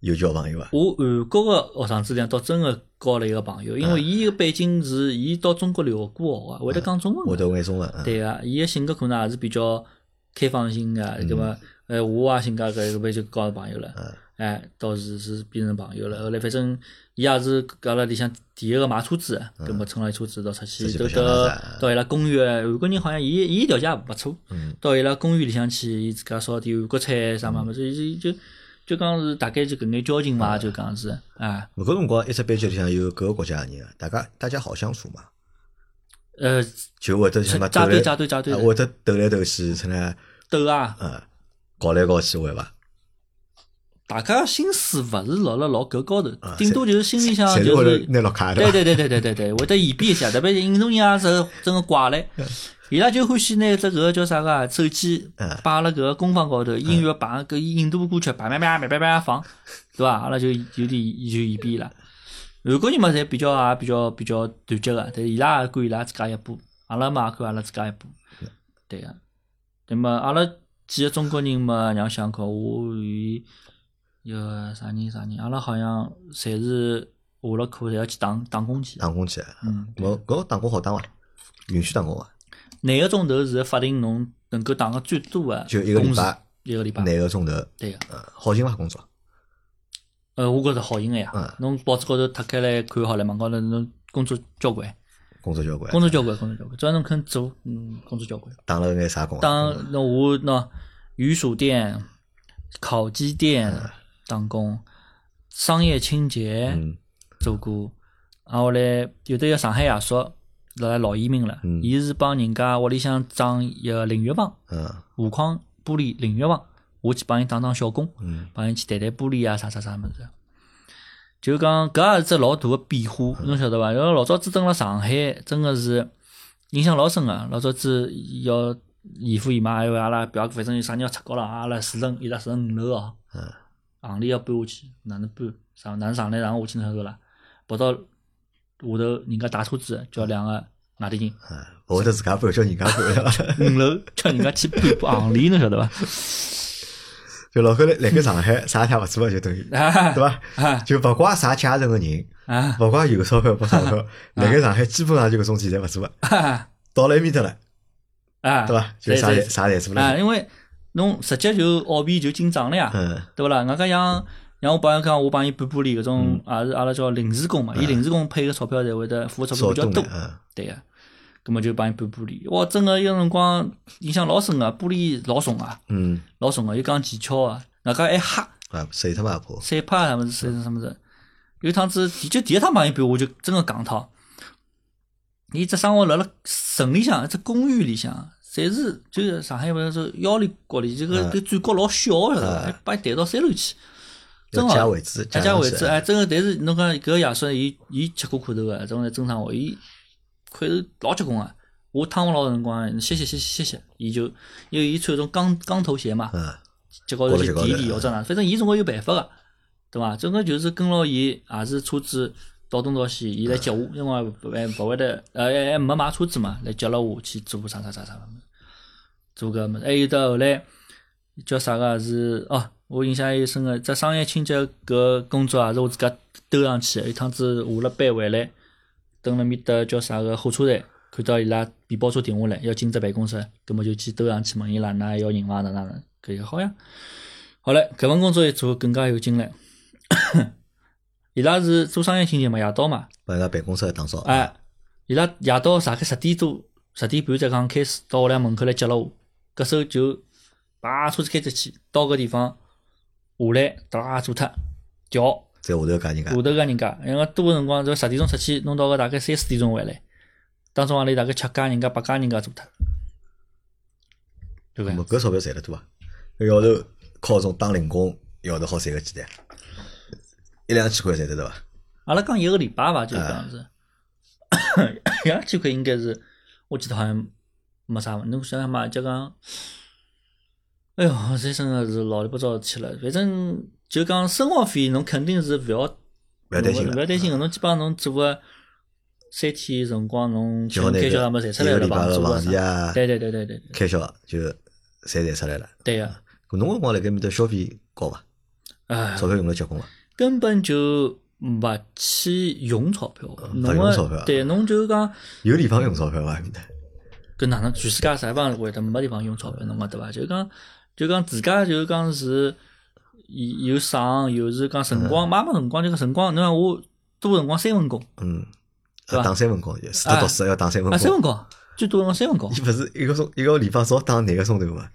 [SPEAKER 1] 有交朋友伐？啊
[SPEAKER 2] 我韩国个学生啊质量倒真个交了一个朋友，
[SPEAKER 1] 啊
[SPEAKER 2] 因为伊个背景是伊到中国留学过学个，会得讲中文啊
[SPEAKER 1] 会
[SPEAKER 2] 个。
[SPEAKER 1] 得会中文，嗯
[SPEAKER 2] 对个，伊个性格可能还是比较开放性个，
[SPEAKER 1] 嗯
[SPEAKER 2] 葛么，呃，我也性格搿搿边就交朋友了，哎，倒是是变成朋友了。后来反正伊也是搿阿拉里向第一个买车子个，葛么乘了一车子到出
[SPEAKER 1] 嗯出
[SPEAKER 2] 去，
[SPEAKER 1] 去
[SPEAKER 2] 都
[SPEAKER 1] 白相
[SPEAKER 2] 到
[SPEAKER 1] 了是
[SPEAKER 2] 到伊拉公园，韩国人好像伊伊条件也勿错，
[SPEAKER 1] 嗯
[SPEAKER 2] 到伊拉公园里向去，伊自家烧点韩国菜啥嘛物事，伊就就就讲是大概就搿眼交
[SPEAKER 1] 嗯
[SPEAKER 2] 情嘛，就讲是啊，
[SPEAKER 1] 勿过辰光一只班级里向有各个国家的人啊，大家大家好相处嘛，
[SPEAKER 2] 呃，
[SPEAKER 1] 就会得什么
[SPEAKER 2] 扎
[SPEAKER 1] 斗来
[SPEAKER 2] 堆扎堆扎堆
[SPEAKER 1] 啊
[SPEAKER 2] 的
[SPEAKER 1] 会得斗来斗去，成来
[SPEAKER 2] 斗啊，
[SPEAKER 1] 呃搞来搞去会伐？
[SPEAKER 2] 大家心思勿是落辣老搿高头
[SPEAKER 1] 啊，
[SPEAKER 2] 顶多就是心里向
[SPEAKER 1] 侪是
[SPEAKER 2] 就
[SPEAKER 1] 会
[SPEAKER 2] 是
[SPEAKER 1] 得，拿落卡
[SPEAKER 2] 对
[SPEAKER 1] 伐？
[SPEAKER 2] 对对对对对对，会得演变一下，特别是印度人也是真个怪嘞，伊拉就欢喜拿只搿个叫啥个啊手机
[SPEAKER 1] 嗯
[SPEAKER 2] 摆辣搿个功放高头，音乐摆搿印度歌曲摆摆摆摆摆摆放，对伐？阿拉就有点就演变伊拉。韩国人嘛，侪比较也比较比较团结个，但是伊拉也管伊拉自家一步，阿拉嘛也管阿拉自家一步，对个、那么阿拉几个中国人嘛，让想考我与有啥人啥人，阿拉好像侪是下了课侪要去打打工去。
[SPEAKER 1] 打工去，
[SPEAKER 2] 嗯，
[SPEAKER 1] 我搿个打工好打伐？允许打工啊伐？
[SPEAKER 2] 廿个钟头是法定侬能够打个最多个
[SPEAKER 1] 就一个礼
[SPEAKER 2] 工时
[SPEAKER 1] 拜，
[SPEAKER 2] 一个礼拜。
[SPEAKER 1] 廿个钟头，
[SPEAKER 2] 对个，
[SPEAKER 1] 呃，好寻伐工作？
[SPEAKER 2] 呃，我觉着好赢个呀
[SPEAKER 1] 嗯。
[SPEAKER 2] 侬报纸高头踢开来看好了，网高头侬工作交关，
[SPEAKER 1] 工作交关
[SPEAKER 2] 工，作交关，工作交关，只要侬肯做，嗯，工作交关。
[SPEAKER 1] 打了眼啥工啊？
[SPEAKER 2] 当那我那鱼薯店、烤鸡店打工，商业清洁
[SPEAKER 1] 嗯
[SPEAKER 2] 做过，然后嘞有的要上海爷叔，辣辣老移民了
[SPEAKER 1] 嗯，
[SPEAKER 2] 伊是帮人家屋里向装一个淋浴房，
[SPEAKER 1] 嗯
[SPEAKER 2] 无框玻璃淋浴房，我去帮伊打打小工，
[SPEAKER 1] 嗯
[SPEAKER 2] 帮伊去弹弹玻璃啊，啥啥啥物事。就讲搿也是只老大个变化，
[SPEAKER 1] 嗯
[SPEAKER 2] 侬晓得伐？因为老早子蹲辣上海，真个是印象老深个。老早子要姨父姨妈还有阿拉表哥，反正有啥人要出国了，阿拉四层伊拉四层五楼哦，
[SPEAKER 1] 嗯，
[SPEAKER 2] 行李要搬下去，哪能搬？上哪能上来，然后下去哪头啦？跑到下头，人家打车子的叫两个外地人，
[SPEAKER 1] 嗯，勿会得自家搬，叫啊人家 搬，
[SPEAKER 2] 五楼叫人家去搬 行李，侬晓得伐？
[SPEAKER 1] 就老汉来来盖上海，啥也勿做就等于，
[SPEAKER 2] 啊
[SPEAKER 1] 对伐？
[SPEAKER 2] 啊
[SPEAKER 1] 就勿怪啥阶层个人，
[SPEAKER 2] 啊！
[SPEAKER 1] 勿怪有钞票没钞 票，辣盖上海基本上就搿种事体侪勿做的，到了埃面搭了，
[SPEAKER 2] 啊，
[SPEAKER 1] 对伐？就啥
[SPEAKER 2] 对
[SPEAKER 1] 侪啥侪做
[SPEAKER 2] 啊，
[SPEAKER 1] 了，
[SPEAKER 2] 因为侬直接就澳币就进账了呀，
[SPEAKER 1] 嗯
[SPEAKER 2] 对不啦？外加像像我帮伊讲，我帮伊搬玻璃
[SPEAKER 1] 嗯
[SPEAKER 2] 搿种，也是阿拉叫临时工嘛，伊临时工配个钞票才会得付个钞票
[SPEAKER 1] 少
[SPEAKER 2] 比较
[SPEAKER 1] 嗯动
[SPEAKER 2] 多
[SPEAKER 1] 了，，嗯
[SPEAKER 2] 对个。葛么就帮伊搬玻璃，哇，真个有辰光印象老深个，玻璃老重啊，
[SPEAKER 1] 嗯，
[SPEAKER 2] 老重个，又讲技巧啊，外加还黑，
[SPEAKER 1] 啊，谁他妈破，
[SPEAKER 2] 散拍啥物事，散什么子。有一趟子，就第一趟帮伊搬，我就真个戆套。伊只生活辣辣城里向，一只公寓里向，侪是就是上海勿是说腰里角里，这
[SPEAKER 1] 嗯
[SPEAKER 2] 个搿转角老小个，晓得伐还把伊抬到三楼去。真
[SPEAKER 1] 要
[SPEAKER 2] 好
[SPEAKER 1] 加位置，
[SPEAKER 2] 加加
[SPEAKER 1] 上
[SPEAKER 2] 位
[SPEAKER 1] 去
[SPEAKER 2] 置，哎，，真个，但是侬讲搿个爷叔，伊伊吃过苦头个，真个真生活，哦伊块头老结棍个。啊我趟我老辰光，歇歇歇歇歇，伊就因为伊穿种钢钢头鞋嘛，
[SPEAKER 1] 嗯
[SPEAKER 2] 结高头去点点或者哪，反正伊总归有办法个，对伐？总归就是跟牢伊，也是车子到东到西，伊来接我，因为勿还勿会得，呃，还还没买车子嘛，来接了我去做啥啥啥啥物事，做搿物事。还有得后来叫啥个是哦，我印象还有深个，只商业清洁搿工作也是我自家兜上去的。有趟子下了班回来，蹲辣面搭叫啥个火车站。看到伊拉皮包车停下来，要进只办公室，葛么就去兜上去问伊拉，㑚要人伐？哪哪能？搿个好呀，好嘞，搿份工作一做更加有劲了。 伊拉是做商业清洁嘛，夜到嘛，
[SPEAKER 1] 把那办公室打扫，
[SPEAKER 2] 哎，伊拉夜到大概十点多、十点半才讲开始到我俩门口来接了我，搿时候就把车子开出去，到搿地方下来，哒做脱调。
[SPEAKER 1] 在下头加人家
[SPEAKER 2] 下，头个人家，因为多个辰光就十点钟出去，弄到个大概三四点钟回来，当中阿里大概七家人家八家人家做脱，对
[SPEAKER 1] 那
[SPEAKER 2] 伐
[SPEAKER 1] 么？搿钞票赚得多啊，一个号头靠种打零工，一个号头好赚个几钿？一两千块赚得到伐？
[SPEAKER 2] 阿拉讲一个礼拜伐，
[SPEAKER 1] 哎
[SPEAKER 2] 就是讲是， 一两千块应该是，我记得好像没啥问，侬想想嘛，就讲，哎哟，这真个是老里八糟的事体了。反正就讲生活费，侬肯定是勿要，
[SPEAKER 1] 不要担心了嗯
[SPEAKER 2] 勿要担心个，侬基本上侬做个三天辰光侬
[SPEAKER 1] 就那
[SPEAKER 2] 开
[SPEAKER 1] 个
[SPEAKER 2] 销他们侪出
[SPEAKER 1] 一
[SPEAKER 2] 来
[SPEAKER 1] 个
[SPEAKER 2] 了
[SPEAKER 1] 礼拜
[SPEAKER 2] 吧？
[SPEAKER 1] 的
[SPEAKER 2] 做
[SPEAKER 1] 房
[SPEAKER 2] 了
[SPEAKER 1] 钿
[SPEAKER 2] 啥？
[SPEAKER 1] 啊，
[SPEAKER 2] 对对对对对对
[SPEAKER 1] 开销啊就侪赚出来了。
[SPEAKER 2] 对呀！
[SPEAKER 1] 搿侬辰光辣盖面搭消费高伐？
[SPEAKER 2] 哎，
[SPEAKER 1] 钞票用了结棍伐？
[SPEAKER 2] 根本就勿去用钞票，
[SPEAKER 1] 勿
[SPEAKER 2] 侬
[SPEAKER 1] 嗯用钞票
[SPEAKER 2] 个对，侬就讲
[SPEAKER 1] 有地方用钞票伐？面搭
[SPEAKER 2] 搿哪能全世界啥地方会得没地方用钞票，侬讲对伐？就讲就讲自家就讲是有有省，有是讲辰光，买个辰光就搿辰光，侬看我多辰光三份工
[SPEAKER 1] 嗯，
[SPEAKER 2] 对
[SPEAKER 1] 要
[SPEAKER 2] 吧
[SPEAKER 1] 打三份工，除
[SPEAKER 2] 哎
[SPEAKER 1] 了读书还要打三份
[SPEAKER 2] 啊，三份
[SPEAKER 1] 工。
[SPEAKER 2] 工最多辰光三份工
[SPEAKER 1] 伊，勿是一个钟一个礼拜少打廿个钟头嘛？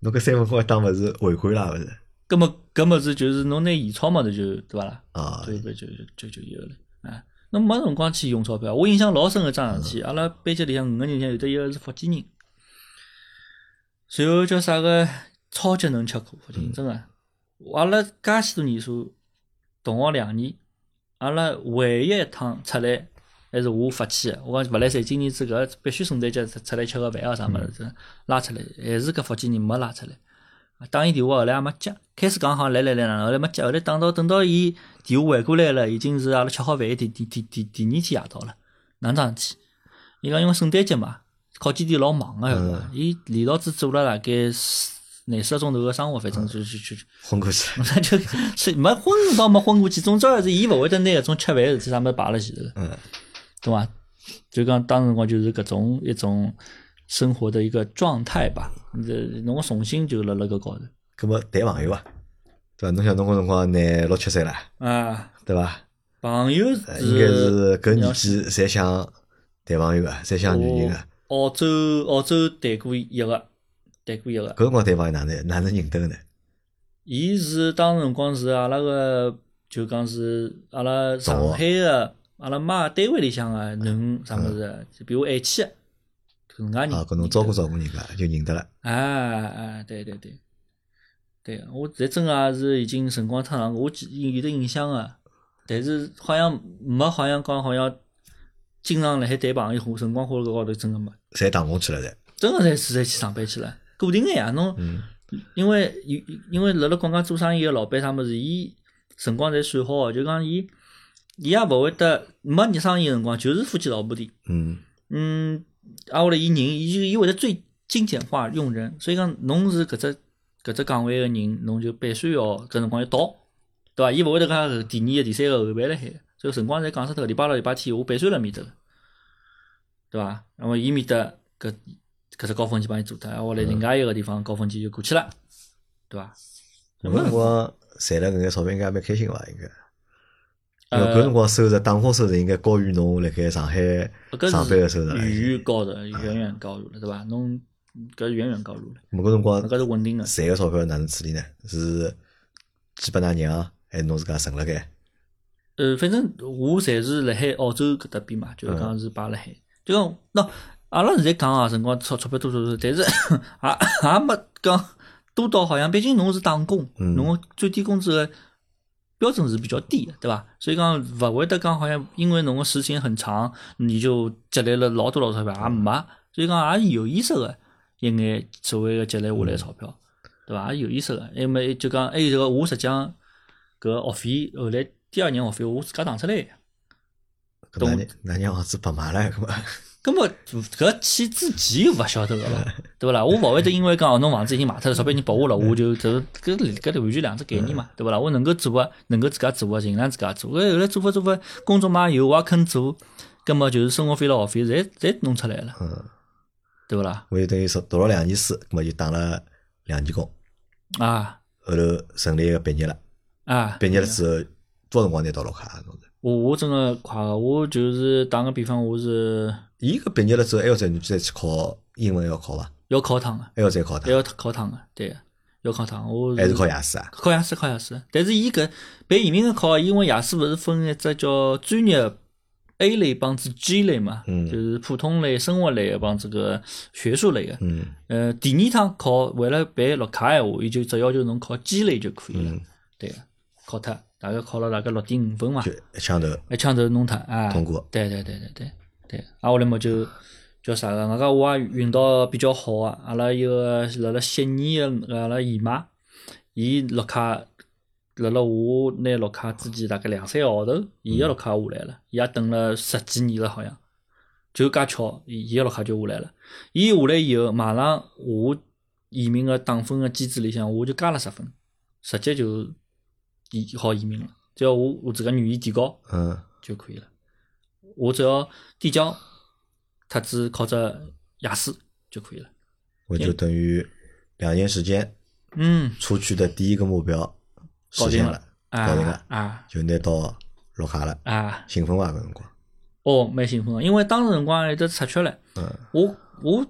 [SPEAKER 1] 侬搿三份工还打勿是违规啦？勿是
[SPEAKER 2] 搿么搿么子就是侬拿现钞嘛，头就对伐啦？
[SPEAKER 1] 啊？
[SPEAKER 2] 对对，就就就就有了。哎，侬没辰光去用钞票。我印象老深个桩事体，阿拉班级里向五个人里向有得一个是福建人，随后叫啥个超级能吃苦，福建人真个。阿拉介许多年数，同学两年，阿拉唯一一趟出来还是我发起个。我讲勿来三，今年子搿必须圣诞节出出来吃个饭啊啥物事，真的拉出来，还是搿福建人没拉出来。打伊电话后来也没接，开始讲好来来来哪能，后来没接，后来打到等到伊电话回过来了，已经是阿拉吃好饭的第第第第第二天夜到了，哪能桩事体？伊讲因为圣诞节嘛，烤鸡店老忙啊个、晓得伐？伊连牢子做了大概四廿四个钟头个生活，反正就就就
[SPEAKER 1] 昏过去。
[SPEAKER 2] 那就是没昏倒没昏过去，总之还是伊勿会得拿搿种吃饭的事体啥物事摆辣前头的，
[SPEAKER 1] 嗯
[SPEAKER 2] 对伐？就讲当辰光就是搿种一种生活的一个状态吧，这侬个重心就辣辣搿高头。
[SPEAKER 1] 葛么谈朋友伐？啊对伐？侬想侬搿辰光廿六七岁了，
[SPEAKER 2] 啊，
[SPEAKER 1] 对伐？
[SPEAKER 2] 朋友
[SPEAKER 1] 呃
[SPEAKER 2] 是
[SPEAKER 1] 应该是搿年
[SPEAKER 2] 要
[SPEAKER 1] 纪侪想谈朋友个，侪想女人个。
[SPEAKER 2] 我澳洲澳洲谈过一个，谈过一个
[SPEAKER 1] 搿，辰光谈朋友哪能哪能认得个呢？
[SPEAKER 2] 伊是当辰光是阿拉个就讲是阿拉上
[SPEAKER 1] 同
[SPEAKER 2] 海个阿拉妈单位里向个囡啥物事，就比我晚起个，搿能介人
[SPEAKER 1] 嗯啊，搿侬照顾照顾人家就认得了。
[SPEAKER 2] 啊啊，对对对，对我现在真个也是已经辰光太长，我记有得印象个、但是好像没好像讲好像经常辣海谈朋友或辰光花搿高头真个没。
[SPEAKER 1] 侪打工去了，侪。
[SPEAKER 2] 真个侪是侪去上班去了，固定个呀。侬
[SPEAKER 1] 嗯
[SPEAKER 2] 因为有因为辣辣广江做生意个老板啥物事，伊辰光侪算好个，就讲伊伊也勿会得没日生意个辰光，就是夫妻老婆店。
[SPEAKER 1] 嗯
[SPEAKER 2] 嗯，挨下来伊人伊就伊会得最精简化用人，所以讲侬是搿只搿只岗位个人，侬就必须要搿辰光要到，对伐？伊勿会得讲后第二个、第三个后排辣海，所以辰光侪讲出头，礼拜六、礼拜天我必须辣面搭，对伐？那么伊面搭搿搿只高峰期帮伊做脱，挨下来另外一个地方高峰期就过去了，对伐？
[SPEAKER 1] 搿辰光赚了搿眼钞票应该也蛮开心伐？应该。因为
[SPEAKER 2] 呃
[SPEAKER 1] 搿辰光收入，打工收入应该高于侬辣盖上海
[SPEAKER 2] 搿
[SPEAKER 1] 上班个收入
[SPEAKER 2] 是
[SPEAKER 1] 了。
[SPEAKER 2] 远远高的，远远高于了，对伐？侬搿是远远高于了，
[SPEAKER 1] 咾搿辰光
[SPEAKER 2] 搿是稳定个。
[SPEAKER 1] 赚个钞票哪能处理呢？是寄拨㑚娘，还是侬自家存辣盖？
[SPEAKER 2] 呃，反正我侪是辣海澳洲搿搭边嘛，就是讲是摆辣海，就讲喏，阿拉现在讲啊，辰光钞钞票多多多， 但是也也啊没讲多到好像，毕竟侬是打工，
[SPEAKER 1] 嗯
[SPEAKER 2] 侬个最低工资个标准是比较低的，对伐？所以讲勿会得讲好像因为侬个时间很长，你就积累了老多老多钞票，也没，所以讲也是有意识个一眼所谓个积累下来的钞票。对伐？也有意思个，还么就讲还有这个，我实际上搿学费后来第二年学费我自家打出来的。
[SPEAKER 1] 搿
[SPEAKER 2] 懂
[SPEAKER 1] 㑚娘㑚娘房子白买了，啊搿么？
[SPEAKER 2] 根本搿去之前勿晓得个嘛，对勿啦？我勿会得因为讲哦，侬房子已经卖脱了，钞票已经拨我了，我就这搿搿完全两只概念嘛，对勿啦？我能够做个，能够自家做个，尽量自家做。搿后来做法做法，工作嘛有，我也肯做，葛么就是生活费了、学费，侪侪弄出来了，
[SPEAKER 1] 嗯，
[SPEAKER 2] 对勿啦？
[SPEAKER 1] 我就等于说读了两年书，搿么就打了两年工，
[SPEAKER 2] 啊
[SPEAKER 1] 后头顺利个毕业了。
[SPEAKER 2] 啊！
[SPEAKER 1] 毕业了之后，多少辰光拿到老卡啊？侬是？
[SPEAKER 2] 我我真个快个，我就是打个比方，我是
[SPEAKER 1] 伊搿毕业了之后，还要再再去考英文，还要考伐？
[SPEAKER 2] 要考趟个。
[SPEAKER 1] 还要再考
[SPEAKER 2] 还
[SPEAKER 1] 的，
[SPEAKER 2] 要考趟个，对个，要考趟。我
[SPEAKER 1] 还是考雅思啊？
[SPEAKER 2] 考雅思，考雅思。但是伊搿办移民个考，因为雅思勿是分一只叫专业 A 类帮子 G 类嘛，
[SPEAKER 1] 嗯
[SPEAKER 2] 就是普通类、生活类啊帮这个学术类个。
[SPEAKER 1] 嗯
[SPEAKER 2] 呃，第二趟考为了办绿卡闲话，伊就只要求侬考 G 类就可以了，
[SPEAKER 1] 嗯，
[SPEAKER 2] 对个，啊考脱，大概考了大概六点五分嘛
[SPEAKER 1] 就，一枪头
[SPEAKER 2] 一枪头弄脱啊。
[SPEAKER 1] 通过。
[SPEAKER 2] 对对对对对对，啊，后来么就叫啥个？外加我也运到比较好啊，阿拉一个辣辣悉尼个阿拉姨妈，伊绿卡辣辣我拿绿卡之前大概两三个号头，伊个绿卡下来了，伊也等了十几年了，好像就介巧，伊个老客就下来了。伊下来以后，马上我移民个打分个机制里向，我就加了十分，直接就移好移民了。只要我我自家语言提高
[SPEAKER 1] 嗯
[SPEAKER 2] 就可以了。我只要递交特子考只雅思就可以了。
[SPEAKER 1] 我就等于两年时间
[SPEAKER 2] 嗯，
[SPEAKER 1] 出去的第一个目标实现了，搞定
[SPEAKER 2] 啊
[SPEAKER 1] 了，
[SPEAKER 2] 啊
[SPEAKER 1] 就拿到绿卡了，
[SPEAKER 2] 啊！
[SPEAKER 1] 兴奋伐？搿辰光，
[SPEAKER 2] 哦，蛮兴奋个，因为当时辰光还有得出缺唻。
[SPEAKER 1] 嗯
[SPEAKER 2] 我我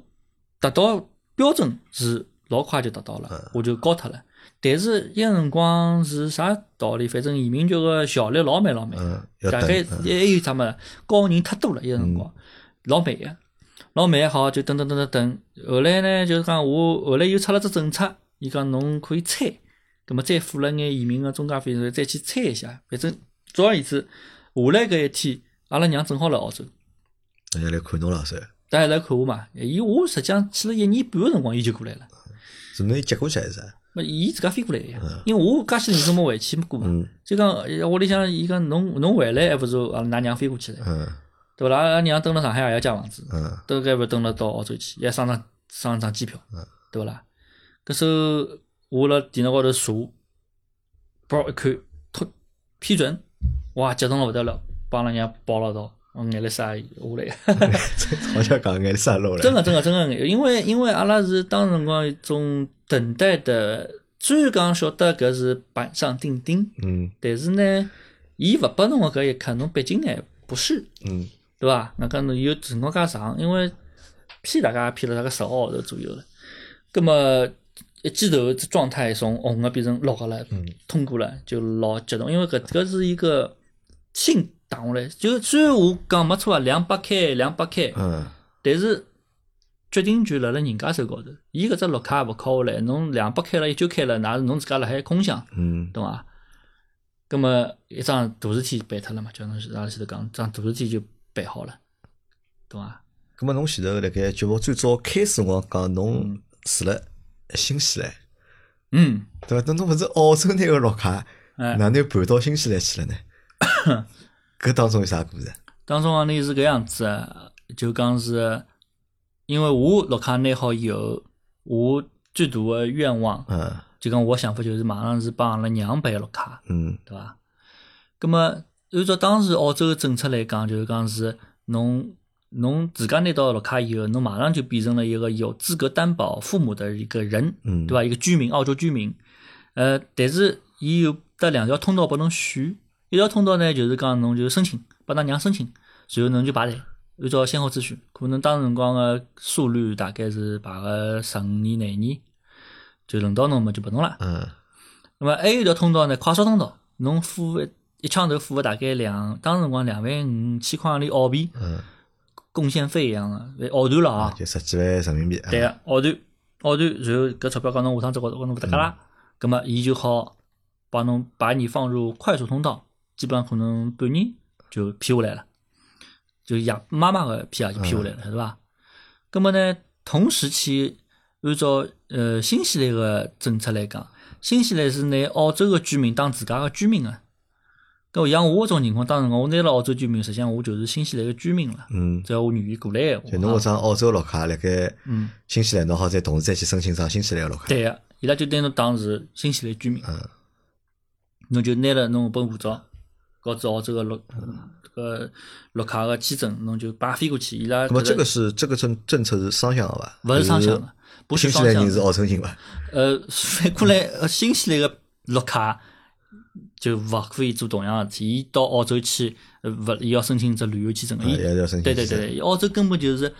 [SPEAKER 2] 达到标准是老快就达到
[SPEAKER 1] 嗯
[SPEAKER 2] 了，我就高脱了。但是一个辰光是啥道理？反正移民局个效率老慢老慢，
[SPEAKER 1] 嗯，要
[SPEAKER 2] 大
[SPEAKER 1] 等，
[SPEAKER 2] 概
[SPEAKER 1] 嗯
[SPEAKER 2] 还有啥么哎高人太多了，一个辰光老慢个，老慢好就等等等等等。后来呢，就是讲我后来又出了只政策，伊讲侬可以猜，葛么再付了眼移民个中介费，然后再去猜一下。反正总而言之，下来搿一天，阿拉娘正好来澳洲。
[SPEAKER 1] 人哎家来看侬了噻，
[SPEAKER 2] 大家来看我嘛。伊我实际上去了一年半个辰光，伊就过来了。
[SPEAKER 1] 是侬接过去还是啥？
[SPEAKER 2] 那伊自家飞过来个呀，因为我介些年都没回去过嘛。
[SPEAKER 1] 嗯
[SPEAKER 2] 就讲呃屋里向伊讲侬侬回来还不如阿拉㑚娘飞过去了，
[SPEAKER 1] 嗯
[SPEAKER 2] 对伐？阿拉娘蹲辣上海也要借房子，
[SPEAKER 1] 嗯
[SPEAKER 2] 都该勿蹲辣到澳洲去，也上趟上趟机票，对勿啦？搿时候我辣电脑高头查，包一看，突批准，哇，激动了勿得了，帮阿拉娘抱了一道，我眼泪水也下来。
[SPEAKER 1] 好像讲眼啥路
[SPEAKER 2] 真
[SPEAKER 1] 了？
[SPEAKER 2] 个真个真个，因为因为阿拉是当辰光一种等待的，虽然讲晓得搿是板上钉钉，
[SPEAKER 1] 嗯
[SPEAKER 2] 但是呢，伊勿拨侬个搿一刻，侬毕竟还不是，
[SPEAKER 1] 嗯
[SPEAKER 2] 对伐？外加侬有辰光介长，因为骗大家骗了大概十个号头左右了，葛么。一记头，这状态从红个变成绿个了，通过了就老激动，因为搿搿是一个心打下来。就虽然我讲没错啊，两百开，两百开，
[SPEAKER 1] 嗯
[SPEAKER 2] 但是决定权辣辣人家手高头，伊搿只绿卡也勿敲下来，侬两百开了，一九开了，哪是侬自家辣海空想，
[SPEAKER 1] 嗯
[SPEAKER 2] 懂伐？葛么一桩大事体办脱了嘛，就侬阿拉前头讲，桩大事体就办好了，懂伐？
[SPEAKER 1] 咁么侬前头辣盖节目最早开始辰光讲侬住了新西兰，
[SPEAKER 2] 嗯，
[SPEAKER 1] 对伐？那侬勿是澳洲拿个绿卡，
[SPEAKER 2] 哎
[SPEAKER 1] 哪能搬到新西兰去了呢？ 搿当中有啥故事？
[SPEAKER 2] 当中啊，你是搿样子啊，就讲是，因为我绿卡拿好以后，我最大的愿望，
[SPEAKER 1] 嗯
[SPEAKER 2] 就讲我想法就是马上是帮阿拉娘办绿卡。
[SPEAKER 1] 嗯
[SPEAKER 2] 对伐？咁么按照当时澳洲个政策来讲，就是讲是侬侬自家拿到绿卡以后，侬马上就变成了一个有资格担保父母的一个人，
[SPEAKER 1] 嗯
[SPEAKER 2] 对伐？一个居民，澳洲居民。呃，但是伊有得两条通道拨侬选，一条通道呢就是讲侬就申请，帮㑚娘申请，随后侬就排队。按照先后次序，可能当时辰光个速率大概是排个十五年、廿年，就轮到侬么就拨侬了。
[SPEAKER 1] 嗯
[SPEAKER 2] 那么还有一条通道呢，快速通道，侬付一一枪头付个大概两，当时辰光两万五千块洋钿澳币
[SPEAKER 1] 嗯，
[SPEAKER 2] 贡献费一样个，澳团了啊，
[SPEAKER 1] 就十几万人民币。啊
[SPEAKER 2] 对个，澳团，澳团，然后搿钞票讲侬下趟再搞搞侬勿搭界啦，葛么伊就好帮侬把你放入快速通道，基本上可能半年就批下来了，就爷妈妈个批啊就批下来了，对伐？葛么呢，同时期按照呃新西兰个政策来讲，新西兰是拿澳洲个居民当自家个居民啊。搿像我搿种情况，当时我拿了澳洲居民，实际上我就是新西兰个居民了。
[SPEAKER 1] 嗯，
[SPEAKER 2] 只要我愿意过来个话，
[SPEAKER 1] 就侬搿张澳洲绿卡辣盖
[SPEAKER 2] 嗯
[SPEAKER 1] 新西兰，侬好再同时再去申请张新西兰个绿卡。
[SPEAKER 2] 对个、伊拉就拿侬当是新西兰居民，
[SPEAKER 1] 嗯
[SPEAKER 2] 侬就拿了侬搿本护照，告知澳洲个绿
[SPEAKER 1] 嗯
[SPEAKER 2] 搿个绿卡个签证，侬就把飞过去。伊拉
[SPEAKER 1] 那么这
[SPEAKER 2] 搿
[SPEAKER 1] 个是这个政政策是双向的吧？
[SPEAKER 2] 勿是双向
[SPEAKER 1] 就
[SPEAKER 2] 个，不
[SPEAKER 1] 新
[SPEAKER 2] 是
[SPEAKER 1] 西
[SPEAKER 2] 双
[SPEAKER 1] 兰
[SPEAKER 2] 向
[SPEAKER 1] 人是
[SPEAKER 2] 的。
[SPEAKER 1] 澳洲人吧？
[SPEAKER 2] 呃，反过来，呃新西兰个绿卡就勿可以做同样个事体。伊到澳洲去，呃勿伊要申请只旅游签证个。
[SPEAKER 1] 啊，
[SPEAKER 2] 伊
[SPEAKER 1] 也要申请。
[SPEAKER 2] 对对对，对，澳洲根本就是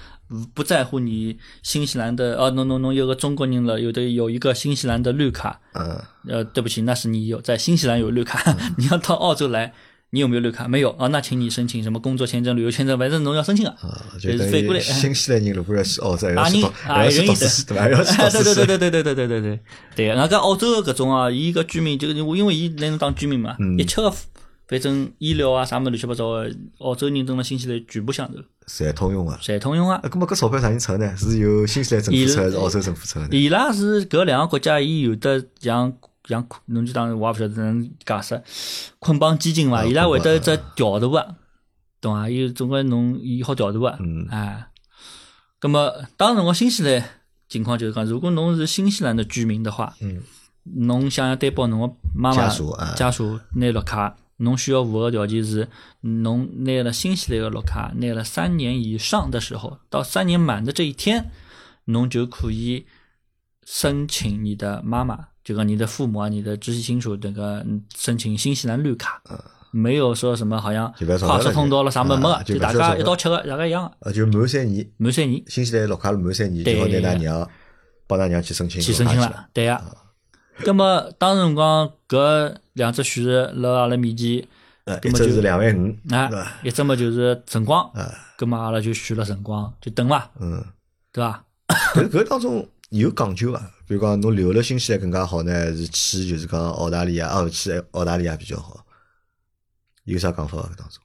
[SPEAKER 2] 不在乎你新西兰的，啊，侬侬侬有个中国人了，有的有一个新西兰的绿卡，
[SPEAKER 1] 嗯
[SPEAKER 2] 呃，对不起，那是你有在新西兰有绿卡， 你要到澳洲来，你有没有绿卡？没有啊，那请你申请什么工作签证、旅游签证，反正侬要申请啊。
[SPEAKER 1] 啊，
[SPEAKER 2] 就
[SPEAKER 1] 就是等
[SPEAKER 2] 反过来
[SPEAKER 1] 于新西兰人如果要去澳洲，还
[SPEAKER 2] 啊
[SPEAKER 1] 要去
[SPEAKER 2] 你
[SPEAKER 1] 读，
[SPEAKER 2] 啊
[SPEAKER 1] 还要去
[SPEAKER 2] 人
[SPEAKER 1] 读
[SPEAKER 2] 一等
[SPEAKER 1] 书， 对吧？还要去读
[SPEAKER 2] 对对
[SPEAKER 1] 书。
[SPEAKER 2] 对对对对对对对对对，俺讲澳洲搿种啊，伊搿居民就是因为伊拿侬当居民嘛，一切个反正医疗啊啥物事乱七八糟个，澳洲人蹲辣新西兰全部享受，
[SPEAKER 1] 侪通用啊。
[SPEAKER 2] 侪通用啊
[SPEAKER 1] 啊，。那么搿钞票啥人出呢？是由新西兰政府出还是澳洲政府出呢？
[SPEAKER 2] 伊拉是搿两个国家，伊有的像像侬就当然我也勿晓得能解释，捆绑基金伐？伊拉会得一只调度啊，懂伐？伊总归侬伊好调度啊，
[SPEAKER 1] 嗯
[SPEAKER 2] 哎，咁么当辰光新西兰情况就是讲，如果侬是新西兰的居民的话，
[SPEAKER 1] 嗯，
[SPEAKER 2] 侬想要担保侬个妈妈
[SPEAKER 1] 家属啊
[SPEAKER 2] 家属拿绿卡，侬需要符合个条件是，侬拿了新西兰个绿卡，拿了三年以上的时候，到三年满的这一天，侬就可以申请你的妈妈，就跟你的父母啊、你的直系亲属那个嗯申请新西兰绿卡。没有说什么好像
[SPEAKER 1] 啊就不要吵
[SPEAKER 2] 快
[SPEAKER 1] 了
[SPEAKER 2] 速通道了啥么没
[SPEAKER 1] 啊
[SPEAKER 2] 个，
[SPEAKER 1] 就
[SPEAKER 2] 就
[SPEAKER 1] 不要
[SPEAKER 2] 大家
[SPEAKER 1] 吵
[SPEAKER 2] 一
[SPEAKER 1] 了
[SPEAKER 2] 道吃个，大家一样的，
[SPEAKER 1] 呃，就满三年，
[SPEAKER 2] 满三年
[SPEAKER 1] 新西兰绿卡满三年，就好拿
[SPEAKER 2] 对
[SPEAKER 1] 㑚娘帮㑚娘去申请
[SPEAKER 2] 去
[SPEAKER 1] 绿
[SPEAKER 2] 申
[SPEAKER 1] 卡
[SPEAKER 2] 请
[SPEAKER 1] 去
[SPEAKER 2] 了，对呀、那么当辰光搿两只选择辣阿拉面前，
[SPEAKER 1] 呃，
[SPEAKER 2] 那
[SPEAKER 1] 一
[SPEAKER 2] 么
[SPEAKER 1] 周
[SPEAKER 2] 就是
[SPEAKER 1] 两万五，
[SPEAKER 2] 啊
[SPEAKER 1] 对吧，
[SPEAKER 2] 一只么就是辰光，
[SPEAKER 1] 呃，
[SPEAKER 2] 葛么阿拉就选了辰光，就等伐，
[SPEAKER 1] 嗯，
[SPEAKER 2] 对伐？
[SPEAKER 1] 搿搿当中有讲究伐？比如讲，侬留了新西兰更加好呢，是去就是讲澳大利亚，哦，去澳大利亚比较好，有啥讲法伐？搿当中，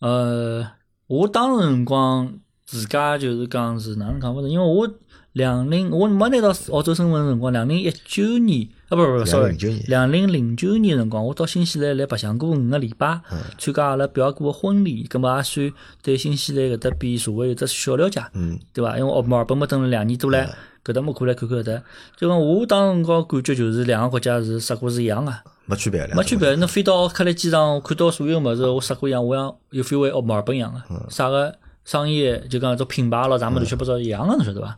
[SPEAKER 2] 呃，我当辰光自家就是讲是哪能讲法子，因为我两零我没拿到澳洲身份的辰光，两零一九年啊，不不不
[SPEAKER 1] 两
[SPEAKER 2] ，sorry，
[SPEAKER 1] 零九年，
[SPEAKER 2] 两零零九年辰光，我到新西兰来白相过五个礼拜，
[SPEAKER 1] 嗯
[SPEAKER 2] 参加阿拉表哥个婚礼，葛么也算对新西兰搿搭边社会有只小了解，
[SPEAKER 1] 嗯
[SPEAKER 2] 对伐？因为我墨尔本没蹲了两年多唻，搿搭么过来看看搿搭，就讲我当辰光感觉就是两个国家是啥过是一样个、
[SPEAKER 1] 没区别，两
[SPEAKER 2] 没
[SPEAKER 1] 个
[SPEAKER 2] 区别。侬飞到克莱机场，我看到所有物事，我啥过一样，我像有 feel 回墨尔本一样
[SPEAKER 1] 嗯
[SPEAKER 2] 个，啥个商业就讲种品牌咯，啥物事乱七八糟一样个，侬晓得伐？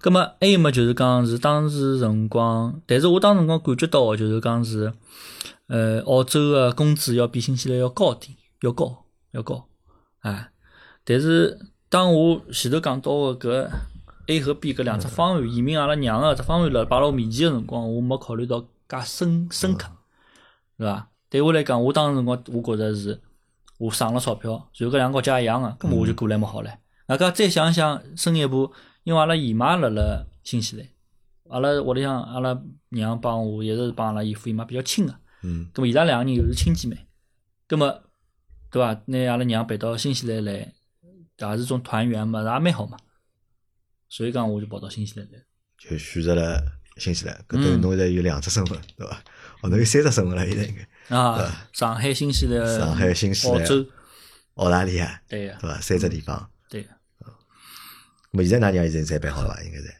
[SPEAKER 2] 葛么还有么，就是讲是当时辰光，但是我当时辰光感觉到个就是讲是，呃，澳洲个工资要比新西兰要高点，要高，要高，哎，但是当我前头讲到个搿 A 和 B 搿两
[SPEAKER 1] 嗯
[SPEAKER 2] 只方案，移民阿拉娘个只方案辣摆辣我面前个辰光，我没考虑到介深深
[SPEAKER 1] 嗯
[SPEAKER 2] 刻，是伐？对我来讲，我当时辰光我觉着是，我省了钞票，然后搿两个国家一样个、啊搿么
[SPEAKER 1] 嗯
[SPEAKER 2] 我就过来么好唻。外加再想想深一步，因为阿拉姨妈辣辣新西兰，阿拉屋里向阿拉娘帮我一直是帮阿拉姨父姨妈比较亲个、
[SPEAKER 1] 嗯
[SPEAKER 2] 咁么伊拉两个人又是亲姐妹，咁么对伐？拿阿拉娘陪到新西兰来，也是种团圆嘛，也蛮好嘛。所以讲我就跑到新西兰来了。
[SPEAKER 1] 就选择了新西兰，搿等于
[SPEAKER 2] 嗯
[SPEAKER 1] 侬现在有两只身份，对伐？哦，侬有三只身份了，现在应该
[SPEAKER 2] 啊，上海、新西兰、
[SPEAKER 1] 上海新西兰
[SPEAKER 2] 澳洲，
[SPEAKER 1] 澳大利亚，
[SPEAKER 2] 对呀、
[SPEAKER 1] 对伐？三只地方。
[SPEAKER 2] 对呀、
[SPEAKER 1] 咾么现在㑚娘现在准备好了伐？应该是，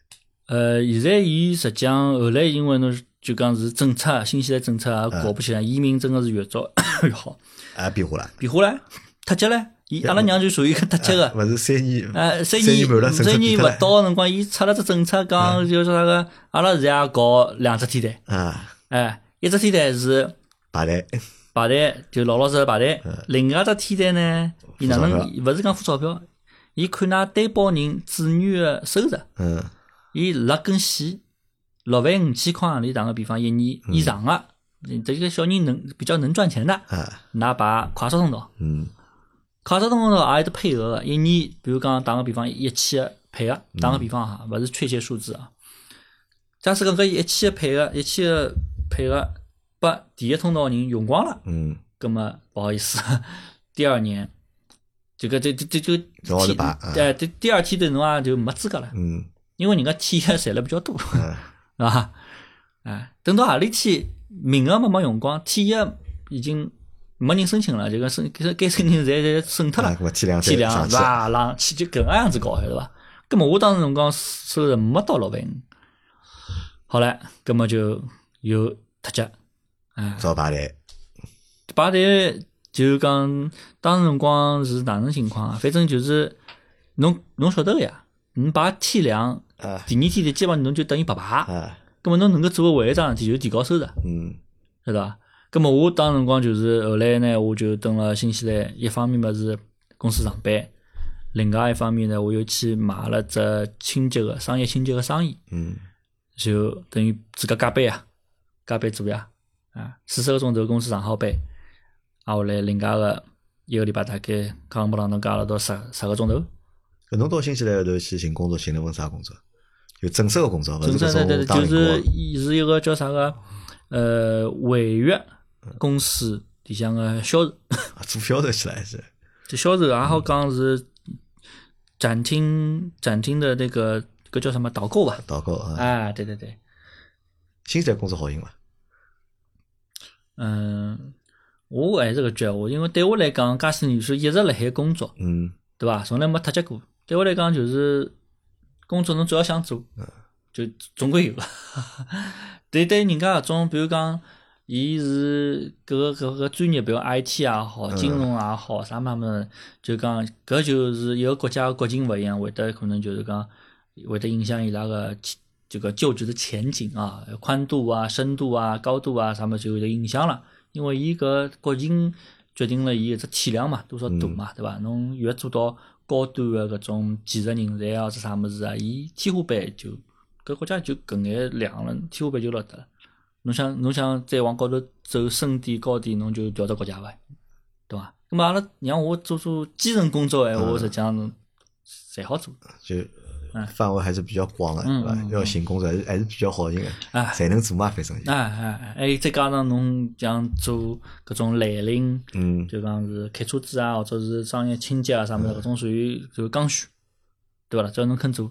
[SPEAKER 2] 呃，现在伊实际上后来因为侬就讲是政策，新西兰政策也搞不起来，移民真的是越早哎越好。
[SPEAKER 1] 也变啊化了。
[SPEAKER 2] 变化唻，脱节唻，伊阿拉娘就属于一个脱 节个。
[SPEAKER 1] 勿是三年，
[SPEAKER 2] 呃，三
[SPEAKER 1] 三
[SPEAKER 2] 年
[SPEAKER 1] 年满了，
[SPEAKER 2] 三年
[SPEAKER 1] 勿
[SPEAKER 2] 勿到的辰光，伊出了只政策，讲就是啥个，阿拉现在也搞两只天台，
[SPEAKER 1] 啊，
[SPEAKER 2] 哎，一只天台是
[SPEAKER 1] 排队，
[SPEAKER 2] 排队，就老老实实排队；另外一只天台呢，伊哪能勿是讲付钞票，伊看㑚担保人子女的收入，
[SPEAKER 1] 嗯，
[SPEAKER 2] 伊拉根线六万五千块行钿，打个比方，一年以上个，这个小人能比较能赚钱的，
[SPEAKER 1] 啊，
[SPEAKER 2] 㑚排快速通道。
[SPEAKER 1] 嗯，
[SPEAKER 2] 卡车通道也有得配额个，一年，比如讲打个比方，一千个配额，打个比方哈，勿是确切数字啊。假使讲搿一千个配额，一千个配额把第一通道人用光了，
[SPEAKER 1] 嗯，
[SPEAKER 2] 葛么不好意思， 第二年这个这这这这
[SPEAKER 1] 只好
[SPEAKER 2] 个
[SPEAKER 1] 是
[SPEAKER 2] 梯
[SPEAKER 1] 排啊
[SPEAKER 2] 哎，第第二梯队侬也就没资格了，
[SPEAKER 1] 嗯，
[SPEAKER 2] 因为人家梯也赚了比较多，是
[SPEAKER 1] 嗯，
[SPEAKER 2] 伐？哎，等到何里天名额没没用光，梯一已经没人申请了，就讲申该该申请侪侪申脱了
[SPEAKER 1] 啊，。搿么体量再
[SPEAKER 2] 体量
[SPEAKER 1] 上
[SPEAKER 2] 是
[SPEAKER 1] 去，
[SPEAKER 2] 吧？浪去就搿能样子搞，晓得伐？葛么我当时辰光收入没到六万五，好唻，葛么就有脱节。
[SPEAKER 1] 早排队，
[SPEAKER 2] 排队就是讲当时辰光是哪能情况啊？反正就是侬侬晓得个呀，侬排天量，
[SPEAKER 1] 啊，
[SPEAKER 2] 第二天的基本上侬就等于白排。
[SPEAKER 1] 啊，
[SPEAKER 2] 葛么侬能够做个唯一桩事体就是提高收入。
[SPEAKER 1] 嗯，
[SPEAKER 2] 晓得伐？咁么我当辰光就是后来呢，我就蹲了新西兰，一方面嘛是公司上班，另外一方面呢，我又去买了只清洁个商业清洁个生意，
[SPEAKER 1] 嗯，
[SPEAKER 2] 就等于自家加班啊，加班做呀，啊，四十个钟头公司上好班，啊，后来另外个一个礼拜大概讲不啷当加了到十十个钟头，
[SPEAKER 1] 搿侬到新西兰后头去寻工作，寻了份啥工作？就正式个工作，勿
[SPEAKER 2] 正
[SPEAKER 1] 是
[SPEAKER 2] 式
[SPEAKER 1] 搿
[SPEAKER 2] 呢，
[SPEAKER 1] 种
[SPEAKER 2] 对
[SPEAKER 1] 打
[SPEAKER 2] 就
[SPEAKER 1] 零
[SPEAKER 2] 是
[SPEAKER 1] 工
[SPEAKER 2] 是一个叫啥个，呃，违约公司里向个销售。
[SPEAKER 1] 啊，做销售起来是，
[SPEAKER 2] 这啊销售也好讲是展厅展厅的那个个叫什么导购吧？
[SPEAKER 1] 祷告啊，
[SPEAKER 2] 啊，对对对，
[SPEAKER 1] 新西兰工作好寻伐？
[SPEAKER 2] 嗯，我还是搿句闲话，因为对我来讲，假使女士一直辣海工作，
[SPEAKER 1] 嗯，
[SPEAKER 2] 对伐？从来没脱节过。对我来讲，就是工作侬只要想做，就总归有。对对，人家搿种，比如讲，伊是搿个搿个专业，比如 IT 也好，金融也好，啥么么，就讲搿就是一个国家国情勿一样，会得可能就是讲会得影响伊拉个前这个就职的前景啊、宽度啊、深度啊、高度啊，啥么就有得影响了。因为伊搿国情决定了伊一只体量嘛，多少大嘛，对伐？侬越做到高端的搿种技术人才啊，是啥物事啊？伊天花板就搿国家就搿眼亮了，天花板就落得了。侬想侬想再往高头走深点高点，侬就调到国家伐？对伐？那么阿拉让我做做基层工作闲话，实际上侪好做。
[SPEAKER 1] 就范围还是比较广的，
[SPEAKER 2] 哎嗯
[SPEAKER 1] 对吧
[SPEAKER 2] 嗯？嗯
[SPEAKER 1] 要寻工作还是还是比较好寻的
[SPEAKER 2] 哎，
[SPEAKER 1] 才能做嘛，反正就
[SPEAKER 2] 哎哎哎，还有再加上侬像做搿种蓝领，
[SPEAKER 1] 嗯，
[SPEAKER 2] 就讲是开车子啊，或者是商业清洁啊啥物事，搿种属于就是刚需，对伐啦？只要侬肯做，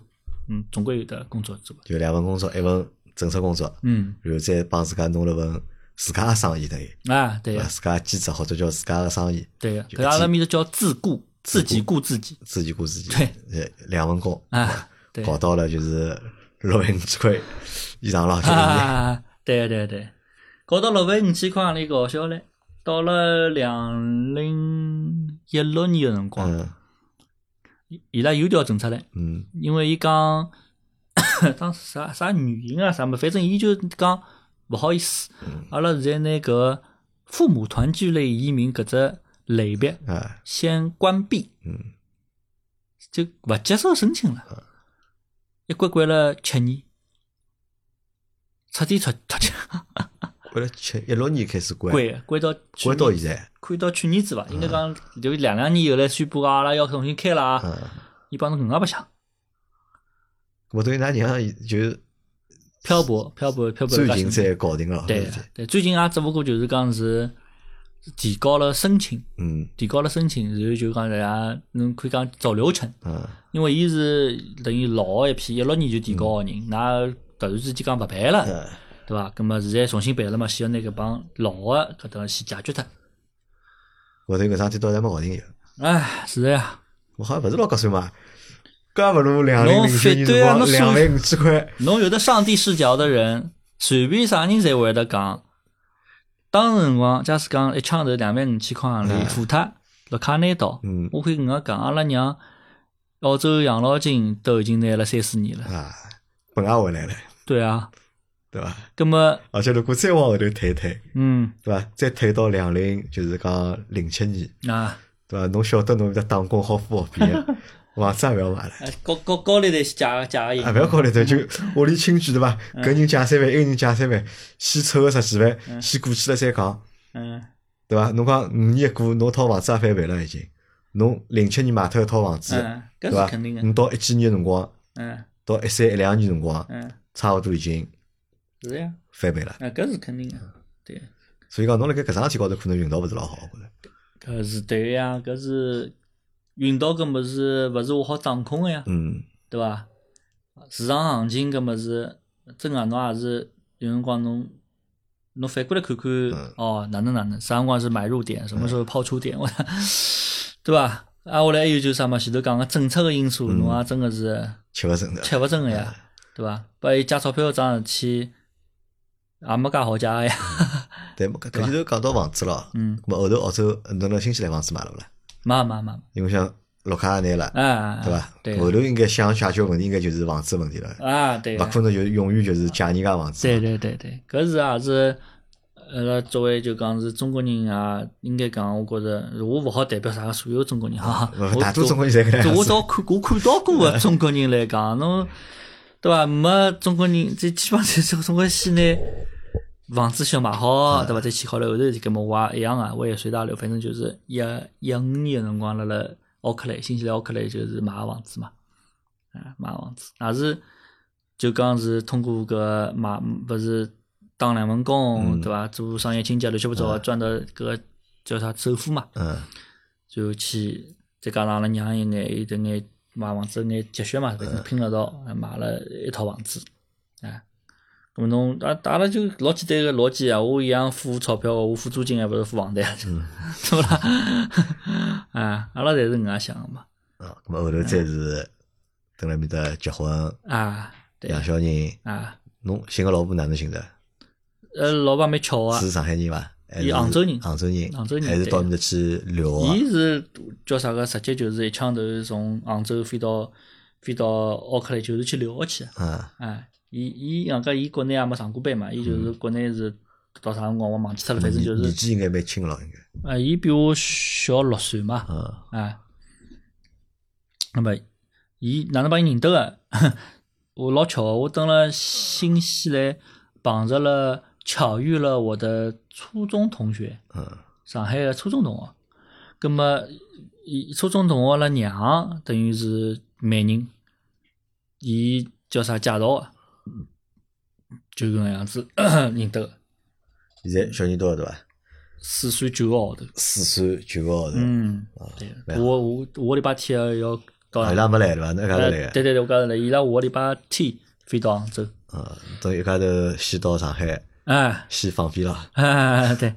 [SPEAKER 2] 嗯，总归有得工作做。
[SPEAKER 1] 就两份工作，一份正式工作，
[SPEAKER 2] 嗯，
[SPEAKER 1] 然后再帮自家弄了份自家的生意等于，
[SPEAKER 2] 啊，对
[SPEAKER 1] 对
[SPEAKER 2] 个
[SPEAKER 1] 吧？自家的兼职或者叫自家的生意，
[SPEAKER 2] 对个，
[SPEAKER 1] 就
[SPEAKER 2] 搿阿拉面头叫自雇，自己雇自己
[SPEAKER 1] 自己顾自己，
[SPEAKER 2] 对
[SPEAKER 1] 呃，两份工，
[SPEAKER 2] 啊，对
[SPEAKER 1] 搞到了就是六万五千块以上了，就一
[SPEAKER 2] 啊， 对个对个对个，搞到六万五千块行钿搞笑唻。到了两零一六年个辰光，
[SPEAKER 1] 年，
[SPEAKER 2] 伊拉又调政策唻。
[SPEAKER 1] 嗯
[SPEAKER 2] 因为伊讲 当时啥啥原因啊啥么，反正伊就讲勿好意思，
[SPEAKER 1] 嗯
[SPEAKER 2] 阿拉现在拿搿父母团聚类移民搿只类别
[SPEAKER 1] 嗯啊
[SPEAKER 2] 先关闭，
[SPEAKER 1] 嗯，
[SPEAKER 2] 就勿接受申请了，一关关了七年，彻 底脱脱节，
[SPEAKER 1] 过了七一六年开始关，
[SPEAKER 2] 关关到去
[SPEAKER 1] 关到嗯
[SPEAKER 2] 年，
[SPEAKER 1] 现在，
[SPEAKER 2] 关到去年子伐？应该讲就两两年以后来宣布啊阿拉要重新开了啊，
[SPEAKER 1] 嗯，
[SPEAKER 2] 伊帮侬搿能介白相，
[SPEAKER 1] 我对㑚娘就
[SPEAKER 2] 漂泊漂泊漂泊
[SPEAKER 1] 最
[SPEAKER 2] 了介
[SPEAKER 1] 近
[SPEAKER 2] 许
[SPEAKER 1] 才搞定了，
[SPEAKER 2] 对
[SPEAKER 1] 对不对
[SPEAKER 2] 对，最近也只不过就是讲是提高了申请，
[SPEAKER 1] 嗯
[SPEAKER 2] 提高了申请，然后就讲人家侬可以讲走流程，
[SPEAKER 1] 嗯
[SPEAKER 2] 因为伊是等于老的一批，一六年就提高的人，㑚突然之间讲勿办了，
[SPEAKER 1] 嗯，
[SPEAKER 2] 对伐？葛么现在重新办了嘛，先要拿搿帮老的搿搭先解决脱。
[SPEAKER 1] 我对搿桩事体到现在没搞定有，
[SPEAKER 2] 唉，是啊的呀，
[SPEAKER 1] 我好像勿是老合算嘛，搿勿如两零
[SPEAKER 2] 侬
[SPEAKER 1] 零九年辰
[SPEAKER 2] 对啊
[SPEAKER 1] 光
[SPEAKER 2] 侬
[SPEAKER 1] 两
[SPEAKER 2] 属于
[SPEAKER 1] 万五千块，
[SPEAKER 2] 侬有的上帝视角的人，随便啥人侪会得讲。当时辰光，假使讲一枪头两万五千块行钿，付他绿卡拿到，
[SPEAKER 1] 嗯
[SPEAKER 2] 我可以搿能介讲，阿拉娘澳洲养老金都已经拿了三四年了。
[SPEAKER 1] 啊，本也回来了，
[SPEAKER 2] 对啊，
[SPEAKER 1] 对伐？
[SPEAKER 2] 葛么，
[SPEAKER 1] 而且如果再往后头推一推，
[SPEAKER 2] 嗯
[SPEAKER 1] 对伐？再推到两零就是讲零七年，
[SPEAKER 2] 啊，
[SPEAKER 1] 对伐？侬晓得侬在打工好付学费 的，房子也勿要买了。
[SPEAKER 2] 哎高高高利贷先借个借个
[SPEAKER 1] 啊，
[SPEAKER 2] 赢，
[SPEAKER 1] 勿要搞里头，就屋里亲戚对伐？
[SPEAKER 2] 嗯
[SPEAKER 1] 搿人借三万，一个人借三万，先凑个十几万，先过去了再讲，
[SPEAKER 2] 嗯，
[SPEAKER 1] 对伐？侬讲五年一过，侬套房子也翻倍了已经。侬零七年买脱一套房子，
[SPEAKER 2] 嗯，
[SPEAKER 1] 对
[SPEAKER 2] 搿是
[SPEAKER 1] 伐？
[SPEAKER 2] 肯定的，
[SPEAKER 1] 侬到一几年辰光，
[SPEAKER 2] 嗯
[SPEAKER 1] 到一三一两年辰光，
[SPEAKER 2] 嗯，
[SPEAKER 1] 差勿多已经
[SPEAKER 2] 是呀，
[SPEAKER 1] 翻倍了。
[SPEAKER 2] 啊，搿是肯定的，对，
[SPEAKER 1] 所以讲，侬辣盖搿桩事体高头可能运道勿是老好，我觉着。
[SPEAKER 2] 搿是对呀，搿是运到搿物事，勿是我好掌控个呀，
[SPEAKER 1] 嗯
[SPEAKER 2] 对伐？市场行情搿物事，真个侬也是有辰光侬侬反过来看看，
[SPEAKER 1] 嗯
[SPEAKER 2] 哦，哪能哪能，啥辰光是买入点，什么时候抛出点，我 对伐？啊，我来还有就是啥嘛，前头讲个政策个因素，
[SPEAKER 1] 嗯
[SPEAKER 2] 侬也真个是
[SPEAKER 1] 吃勿准的。
[SPEAKER 2] 吃勿准个呀，
[SPEAKER 1] 哎
[SPEAKER 2] 对伐？拨伊借钞票桩事体，也啊没介好借个呀，
[SPEAKER 1] 对，么搿搿头讲到房子了，
[SPEAKER 2] 嗯，
[SPEAKER 1] 么后头澳洲侬辣新西兰房子买了勿啦？
[SPEAKER 2] 没没没，
[SPEAKER 1] 因为像绿卡也拿了，
[SPEAKER 2] 啊，
[SPEAKER 1] 对伐？
[SPEAKER 2] 对
[SPEAKER 1] 后头应该想解决问题，应该就是房子问题了。
[SPEAKER 2] 啊，对
[SPEAKER 1] 勿
[SPEAKER 2] 个
[SPEAKER 1] 可能就是永远就是借人家房子。
[SPEAKER 2] 对对对对，搿是也是，阿拉作为就讲是中国人啊，应该讲，我觉着我勿好代表啥个所有中国人哈
[SPEAKER 1] 勿，
[SPEAKER 2] 我
[SPEAKER 1] 大多中国人 侪搿能
[SPEAKER 2] 就
[SPEAKER 1] 样
[SPEAKER 2] 我
[SPEAKER 1] 子。
[SPEAKER 2] 到看我看到过个中国人来讲，侬对伐？没中国人，这基本上就是中国先拿房子先买好，对伐？再去考虑后头事体，搿么我也一样啊，我也随大流，反正就是一一五年个辰光，辣辣奥克兰，新西兰奥克兰就是买个房子嘛，啊，买个房子，也是就讲是通过搿买，勿是当两份工，对伐？做商业经济，乱七八糟赚到搿个叫啥首付嘛，
[SPEAKER 1] 嗯
[SPEAKER 2] 就去再加上阿拉娘一眼有得眼买房子有眼积蓄嘛，反正拼了到买了一套房子，哎，那么侬啊，阿拉就老简单个逻辑啊，我一样付钞票，我付租金，还勿是付房贷，对勿啦？啊，阿拉侪是搿能介想个嘛。
[SPEAKER 1] 啊，咁么后头再是等辣面搭结婚、
[SPEAKER 2] 啊，对
[SPEAKER 1] 养小人，
[SPEAKER 2] 啊，
[SPEAKER 1] 侬寻个老婆哪能寻的？
[SPEAKER 2] 呃，老板蛮巧啊，
[SPEAKER 1] 是上海人伐？还
[SPEAKER 2] 伊
[SPEAKER 1] 是
[SPEAKER 2] 杭州人
[SPEAKER 1] 杭州人，
[SPEAKER 2] 杭州人
[SPEAKER 1] 还是
[SPEAKER 2] 对
[SPEAKER 1] 到面搭去留啊？
[SPEAKER 2] 伊是叫啥个？直接就是一枪头从杭州飞到飞到奥克兰，就是去留学去的。
[SPEAKER 1] 啊，
[SPEAKER 2] 啊，伊伊讲个，伊国内也没上过班嘛，伊就是国内是到啥辰光我忘记脱了，反正就
[SPEAKER 1] 年
[SPEAKER 2] 是
[SPEAKER 1] 纪应该蛮轻了，应该。
[SPEAKER 2] 啊，伊比我小六岁嘛，
[SPEAKER 1] 啊，
[SPEAKER 2] 啊，那么伊哪能帮伊认得个？ 我老巧，我登了新西兰碰着了巧遇了我的初中同学，
[SPEAKER 1] 嗯
[SPEAKER 2] 上海个初中同学。葛么，伊初中同学了娘等于是美人，伊叫啥介绍个，就搿能样子认得个，
[SPEAKER 1] 现在小人多少对伐？
[SPEAKER 2] 四岁九个号头。
[SPEAKER 1] 四岁九个号头，
[SPEAKER 2] 嗯，对
[SPEAKER 1] 蛮，好
[SPEAKER 2] 我我我礼拜天要要到
[SPEAKER 1] 啊伊
[SPEAKER 2] 哪里，
[SPEAKER 1] 拉没来对伐？侬一家头
[SPEAKER 2] 呃
[SPEAKER 1] 来个
[SPEAKER 2] 对对对，我讲了，伊拉我礼拜天飞到杭州，
[SPEAKER 1] 啊，等一家头先到上海，
[SPEAKER 2] 哎，
[SPEAKER 1] 先放飞了。
[SPEAKER 2] 啊 对，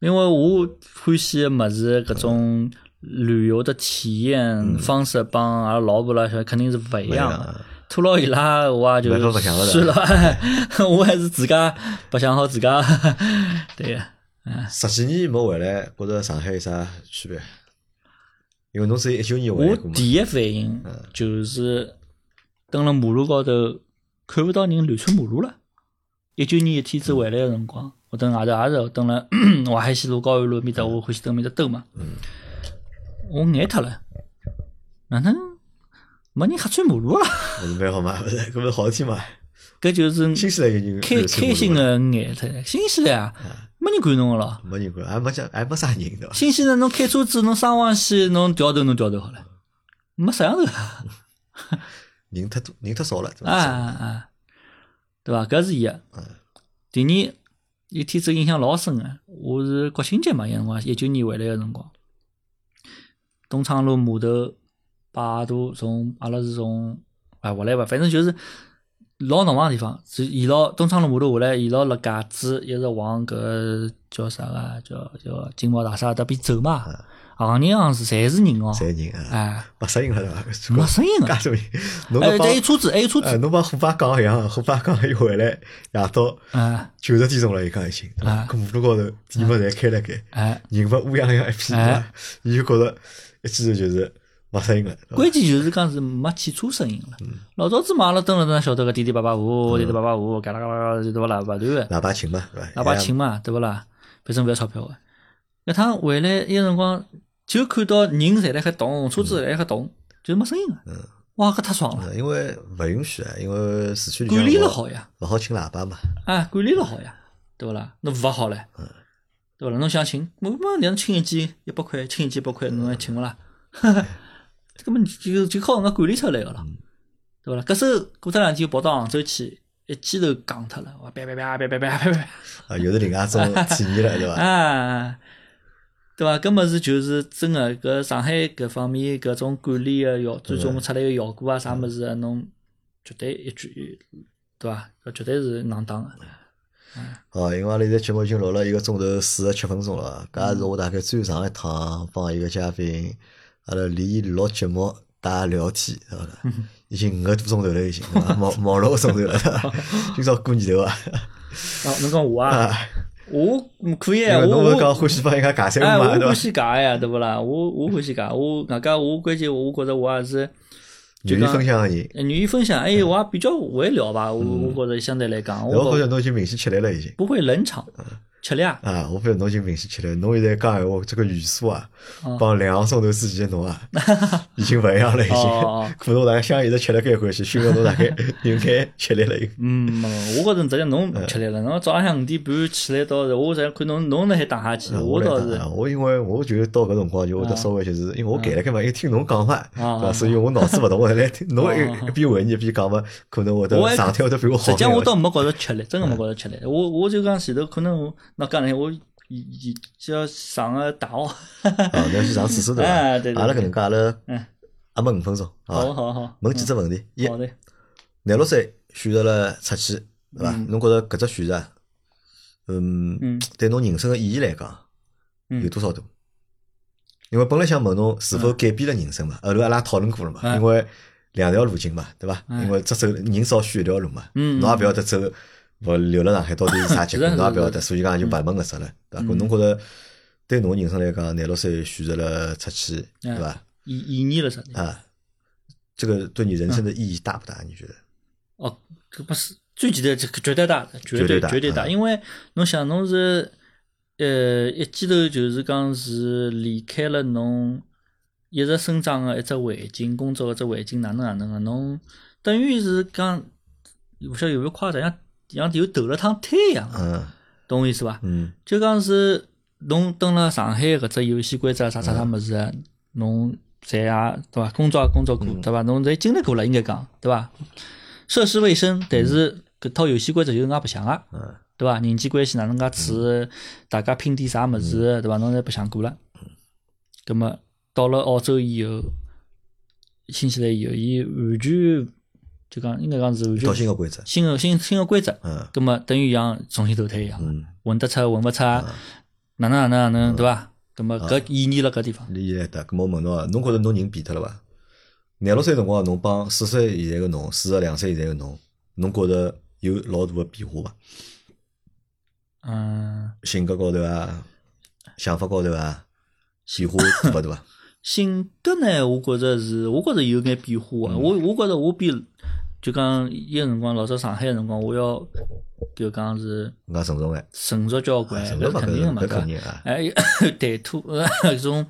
[SPEAKER 2] 因为我欢喜的么子搿种旅游的体验方式帮阿拉老婆啦，肯定是嗯勿一样的。
[SPEAKER 1] 啊
[SPEAKER 2] 拖牢伊拉，我也就
[SPEAKER 1] 蛮好白相的
[SPEAKER 2] 算了， 我还是自家白相好自家。 对个，
[SPEAKER 1] 十几年没回来，觉着上海有啥区别？因为侬只有一九年回
[SPEAKER 2] 我
[SPEAKER 1] 来过嘛。嗯
[SPEAKER 2] 第一反应就是蹲辣马路高头看勿到人乱穿马路了。一九年一天子回来个辰光，我蹲外头也是蹲 辣淮海西路、高安路面搭，我欢喜蹲面搭兜嘛。
[SPEAKER 1] 嗯
[SPEAKER 2] 我眼脱了，哪能没人瞎穿马路了？
[SPEAKER 1] 勿是蛮好嘛，勿 是，搿勿是好事体嘛。
[SPEAKER 2] 搿就是
[SPEAKER 1] 新西兰有人嗯
[SPEAKER 2] 开开心
[SPEAKER 1] 个，
[SPEAKER 2] 个眼脱，新西兰啊，没人管侬个了。
[SPEAKER 1] 没人管，还没讲，还没啥人对伐？
[SPEAKER 2] 新西兰侬开车子，侬生往西，侬掉头侬掉头好了，没摄像头。
[SPEAKER 1] 人太多，人太少了，对
[SPEAKER 2] 啊啊
[SPEAKER 1] 伐？
[SPEAKER 2] 啊，对伐？搿是一个。第二，有天子印象老深个，我是国庆节嘛，有辰光一九年回来个辰光，东昌路码头摆渡从阿拉是从啊下来伐，反正就是老闹忙个地方，是沿牢东昌路码头下来，沿牢辣架子一直往搿叫啥个叫叫金茂大厦那边走嘛，行人行市侪是人
[SPEAKER 1] 嗯
[SPEAKER 2] 哦，
[SPEAKER 1] 侪人啊，
[SPEAKER 2] 哎，
[SPEAKER 1] 八十人了对伐？
[SPEAKER 2] 没声音个，
[SPEAKER 1] 介多人，侬
[SPEAKER 2] 哎，
[SPEAKER 1] 搿
[SPEAKER 2] 还有
[SPEAKER 1] 帮
[SPEAKER 2] 车子，还有车
[SPEAKER 1] 哎，
[SPEAKER 2] 子，
[SPEAKER 1] 侬帮虎爸讲一样，虎爸讲伊回来夜到
[SPEAKER 2] 哎
[SPEAKER 1] 九十点钟了，伊讲已经，对伐
[SPEAKER 2] 啊？
[SPEAKER 1] 搿马路高头店门侪开了盖，
[SPEAKER 2] 哎。
[SPEAKER 1] 人勿乌泱泱一片对伐
[SPEAKER 2] 哎，
[SPEAKER 1] 伊就觉着一记头就是勿适应了，对伐
[SPEAKER 2] 关键就是讲是没汽车声音了。老早子嘛，阿拉蹲了那晓得个滴滴叭叭呼，滴滴叭叭呼，嘎啦嘎啦嘎啦，对勿啦？勿断个，
[SPEAKER 1] 喇叭琴嘛，对伐？
[SPEAKER 2] 喇叭
[SPEAKER 1] 一样
[SPEAKER 2] 轻嘛，对勿啦？反正勿要钞票个。搿趟回来有辰光就看到人侪辣海动，车子侪辣海动，就是没声音个。哇，搿太爽了，
[SPEAKER 1] 嗯因为勿允许啊，因为市区里向
[SPEAKER 2] 管理了
[SPEAKER 1] 勿
[SPEAKER 2] 好呀，
[SPEAKER 1] 勿好请喇叭嘛。
[SPEAKER 2] 啊，管理了好呀，对勿啦？侬勿好唻，对勿啦？侬想请，我么两请一记一百块，请一记一百块，侬还请勿啦？ 搿么就就靠搿能介管理出来个了，对勿啦？搿首过脱两天又跑到杭州去，一记头戆脱了，哇，叭叭叭叭叭叭叭叭，
[SPEAKER 1] 啊，又是另外一种体验了，对伐？
[SPEAKER 2] 啊，对伐？搿物事就是真个，搿上海搿方面搿种管理个效，最终出来个效果啊，啥物事啊，侬绝对一句，对伐？搿绝对是硬当个。
[SPEAKER 1] 哦，因为阿拉现在节目已经录了一个钟头四十七分钟了，搿也是我大概最长一趟帮一个嘉宾，阿拉连录节目带聊天，对伐？
[SPEAKER 2] 嗯
[SPEAKER 1] 已经五个多钟头了，已经对 伐毛毛了个钟头了，对伐今朝过年头啊！
[SPEAKER 2] 哦，侬讲我啊，我嗯可以
[SPEAKER 1] 因
[SPEAKER 2] 啊，
[SPEAKER 1] 为
[SPEAKER 2] 我
[SPEAKER 1] 侬勿是讲
[SPEAKER 2] 我
[SPEAKER 1] 欢喜帮人家尬三
[SPEAKER 2] 哎，
[SPEAKER 1] 胡嘛，
[SPEAKER 2] 我
[SPEAKER 1] 对伐？
[SPEAKER 2] 欢喜搿呀，对勿啦？我我欢喜搿，我外加我关键我觉着我也是就
[SPEAKER 1] 愿意
[SPEAKER 2] 讲
[SPEAKER 1] 分享个人，
[SPEAKER 2] 呃愿意分享，哎，我也比较会聊吧，我我觉着相对来讲，
[SPEAKER 1] 我觉
[SPEAKER 2] 我
[SPEAKER 1] 着侬已经明显起来了，已经。
[SPEAKER 2] 不会冷场，吃力啊，
[SPEAKER 1] 啊，我发现侬已经明显起来，侬现在讲闲话这个语速啊，
[SPEAKER 2] 哦
[SPEAKER 1] 帮两个钟头之前的侬 啊，已经勿一样了，已经
[SPEAKER 2] 哦哦。
[SPEAKER 1] 可能大家相一直吃了该欢喜，训练侬大 概应该吃力了已经。
[SPEAKER 2] 嗯，没没我觉着直接侬吃力了，侬早浪向五点半起来倒是，我才看侬侬那还打哈欠，我
[SPEAKER 1] 来
[SPEAKER 2] 倒
[SPEAKER 1] 讲
[SPEAKER 2] 是
[SPEAKER 1] 啊，我因为我就到搿辰光就会得稍微就是，因为我改了该嘛，因为听侬讲嘛，
[SPEAKER 2] 啊
[SPEAKER 1] 对伐所以我脑子勿动了，来 听侬
[SPEAKER 2] 啊
[SPEAKER 1] 一一边回忆一边讲嘛，可能会
[SPEAKER 2] 我
[SPEAKER 1] 得
[SPEAKER 2] 还
[SPEAKER 1] 状态会得比我好
[SPEAKER 2] 实
[SPEAKER 1] 眼。
[SPEAKER 2] 际上我倒没觉着吃力，真个没觉着吃力。我我就讲前头可能我那讲来我以以要上个大学，
[SPEAKER 1] 啊，侬要去上厕所伐
[SPEAKER 2] 哎对对对
[SPEAKER 1] 阿拉搿能介，阿拉
[SPEAKER 2] 嗯
[SPEAKER 1] 阿没五分钟
[SPEAKER 2] 好嗯
[SPEAKER 1] 啊，
[SPEAKER 2] 好好，
[SPEAKER 1] 问几只问题：一
[SPEAKER 2] 好，嘞，
[SPEAKER 1] 廿六岁选择了出去对伐？侬觉着搿只选择，嗯
[SPEAKER 2] 嗯，
[SPEAKER 1] 对侬人生个意义来讲，
[SPEAKER 2] 嗯
[SPEAKER 1] 有多少大？因为本来想问侬是否改变了人生嘛，后头阿拉讨论过了嘛，
[SPEAKER 2] 嗯
[SPEAKER 1] 因为两条路径嘛，对伐？
[SPEAKER 2] 嗯
[SPEAKER 1] 因为只走人少选一条路嘛，
[SPEAKER 2] 嗯
[SPEAKER 1] 侬也勿晓得走，勿留辣上海到底是啥结果，
[SPEAKER 2] 是的
[SPEAKER 1] 侬也勿晓
[SPEAKER 2] 是的嗯
[SPEAKER 1] 得，所以讲就白问搿只了，对伐？搿侬觉着对侬人生来讲，廿六岁选择了出去，
[SPEAKER 2] 嗯
[SPEAKER 1] 对伐？
[SPEAKER 2] 意意义了啥的。
[SPEAKER 1] 啊，这个对你人
[SPEAKER 2] 嗯
[SPEAKER 1] 生的意义大不大？你觉得？
[SPEAKER 2] 哦，搿不是最简单，这个绝对大的，
[SPEAKER 1] 绝
[SPEAKER 2] 绝
[SPEAKER 1] 对
[SPEAKER 2] 对
[SPEAKER 1] 大
[SPEAKER 2] 绝对大，
[SPEAKER 1] 嗯
[SPEAKER 2] 因为侬想侬是呃一记头就是讲是离开了侬一直生长个一只环境，工作个只环境哪能哪能个，侬等于是讲勿晓得有没有夸张，像像有投了趟胎一样，
[SPEAKER 1] 嗯
[SPEAKER 2] 懂我意思伐？
[SPEAKER 1] 嗯
[SPEAKER 2] 就讲是侬蹲辣上海搿只游戏规则啥啥啥物事，侬侪也对伐？工作也工作过对伐？侬侪经历过了，应该讲对伐？涉世未深，但是搿套游戏规则就是搿能介白相个，
[SPEAKER 1] 嗯
[SPEAKER 2] 对伐？人际关系哪能介处，大家拼点啥物事，对伐？侬侪白相过了。葛末到了澳洲以后，新西兰以后，伊完全就讲应该讲是完
[SPEAKER 1] 一套
[SPEAKER 2] 全
[SPEAKER 1] 新的规则，
[SPEAKER 2] 新个新新个规则，
[SPEAKER 1] 嗯
[SPEAKER 2] 葛末等于像重新投胎一样。
[SPEAKER 1] 嗯，
[SPEAKER 2] 混得出混勿出，哪能哪能哪能，对伐？葛么
[SPEAKER 1] 嗯
[SPEAKER 2] 搿意义辣搿地方，
[SPEAKER 1] 你现在搿么我问侬啊，侬觉着侬人变脱了伐？廿六岁辰光，侬帮四十岁现在个侬，四十两岁现在个侬，侬觉着有老大个变化伐？
[SPEAKER 2] 嗯，
[SPEAKER 1] 性格高头啊，想法高头啊，变化大勿大 伐？
[SPEAKER 2] 性格呢，我觉着是，我觉着有眼变化
[SPEAKER 1] 嗯
[SPEAKER 2] 啊。我我觉着我比就讲一个辰光老早上海个辰光，我要就讲是
[SPEAKER 1] 人家成熟眼，
[SPEAKER 2] 成熟交关，
[SPEAKER 1] 成熟
[SPEAKER 2] 搿
[SPEAKER 1] 伐？
[SPEAKER 2] 哎
[SPEAKER 1] 哎搿
[SPEAKER 2] 肯定个嘛，
[SPEAKER 1] 搿
[SPEAKER 2] 对伐
[SPEAKER 1] 肯？定啊，
[SPEAKER 2] 哎， 谈吐呃搿种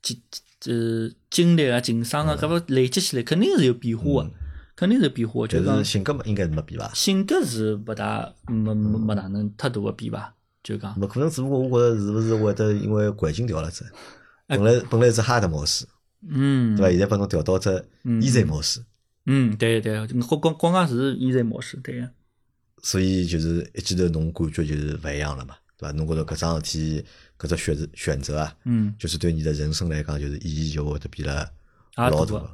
[SPEAKER 2] 经呃经历啊、情
[SPEAKER 1] 嗯
[SPEAKER 2] 商啊，搿么累积起来，肯定是有变化个，肯定是有变化的。就
[SPEAKER 1] 但
[SPEAKER 2] 讲
[SPEAKER 1] 嗯是性格嘛应该是没变伐？
[SPEAKER 2] 性格是勿大没没没哪能太大个变伐，就讲。
[SPEAKER 1] 没可能，只不过我觉着是勿是会得因为环境调了只，本来本来是哈德模式，
[SPEAKER 2] 哎嗯，
[SPEAKER 1] 对伐？现在把侬调到只伊在模式，
[SPEAKER 2] 嗯，对对，光光光讲是现在模式，对个，
[SPEAKER 1] 所以就是一记头侬感觉就是勿一样了嘛，对伐？侬觉着搿桩事体搿只选择选择啊，
[SPEAKER 2] 嗯，
[SPEAKER 1] 就是对你的人生来讲，就是意义就会得变了
[SPEAKER 2] 啊
[SPEAKER 1] 老
[SPEAKER 2] 大
[SPEAKER 1] 大
[SPEAKER 2] 啊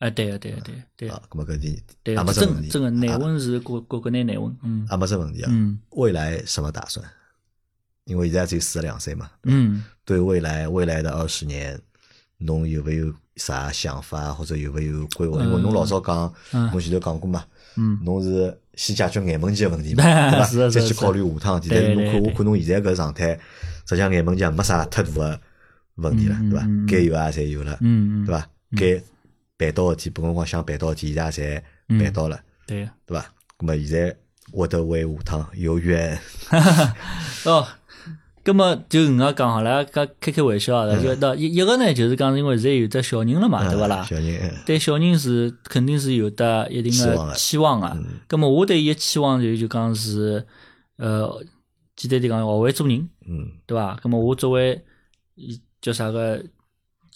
[SPEAKER 2] 哎，对个，对个，对个，对个，
[SPEAKER 1] 啊。咁么搿点
[SPEAKER 2] 对
[SPEAKER 1] 也
[SPEAKER 2] 个，
[SPEAKER 1] 没
[SPEAKER 2] 真
[SPEAKER 1] 只
[SPEAKER 2] 个
[SPEAKER 1] 问题，
[SPEAKER 2] 真个难
[SPEAKER 1] 啊
[SPEAKER 2] 问是各各国内难问，嗯
[SPEAKER 1] 也没只问题啊。
[SPEAKER 2] 嗯
[SPEAKER 1] 未来什么打算？因为现在只有四十两岁嘛，
[SPEAKER 2] 嗯
[SPEAKER 1] 对未来未来的二十年，侬有没有啥想法或者有没有规划？因为侬老早讲，
[SPEAKER 2] 嗯
[SPEAKER 1] 我前头讲过嘛，
[SPEAKER 2] 嗯，
[SPEAKER 1] 侬是先解决眼门 前个问题嘛，对
[SPEAKER 2] 是
[SPEAKER 1] 伐？
[SPEAKER 2] 的是
[SPEAKER 1] 再
[SPEAKER 2] 的
[SPEAKER 1] 去考虑下趟事体。
[SPEAKER 2] 对
[SPEAKER 1] 但是侬
[SPEAKER 2] 对
[SPEAKER 1] 看，我
[SPEAKER 2] 对
[SPEAKER 1] 看侬现在搿状态，实际上眼门前没啥太大个问题了，
[SPEAKER 2] 嗯
[SPEAKER 1] 对伐
[SPEAKER 2] 嗯嗯？
[SPEAKER 1] 该有也侪有了，
[SPEAKER 2] 嗯嗯，
[SPEAKER 1] 对伐？该办到个事体，本辰光想办到个事体，现在
[SPEAKER 2] 嗯
[SPEAKER 1] 也侪办到了，
[SPEAKER 2] 对个，
[SPEAKER 1] 对伐？咁么现在会得为下趟有缘，
[SPEAKER 2] 哦，葛么就搿能介讲好了，讲开开玩笑啊，就那一一个呢，就是讲因为现在有只小人了嘛，啊对勿啦
[SPEAKER 1] 嗯 小？人，嗯
[SPEAKER 2] 对小人是肯定是有得一定
[SPEAKER 1] 期望嗯
[SPEAKER 2] 的
[SPEAKER 1] 的
[SPEAKER 2] 期望啊。葛么我对伊个期望就就讲是，呃，简单点讲，学会做人。
[SPEAKER 1] 嗯
[SPEAKER 2] 对伐？咁么我作为伊叫啥个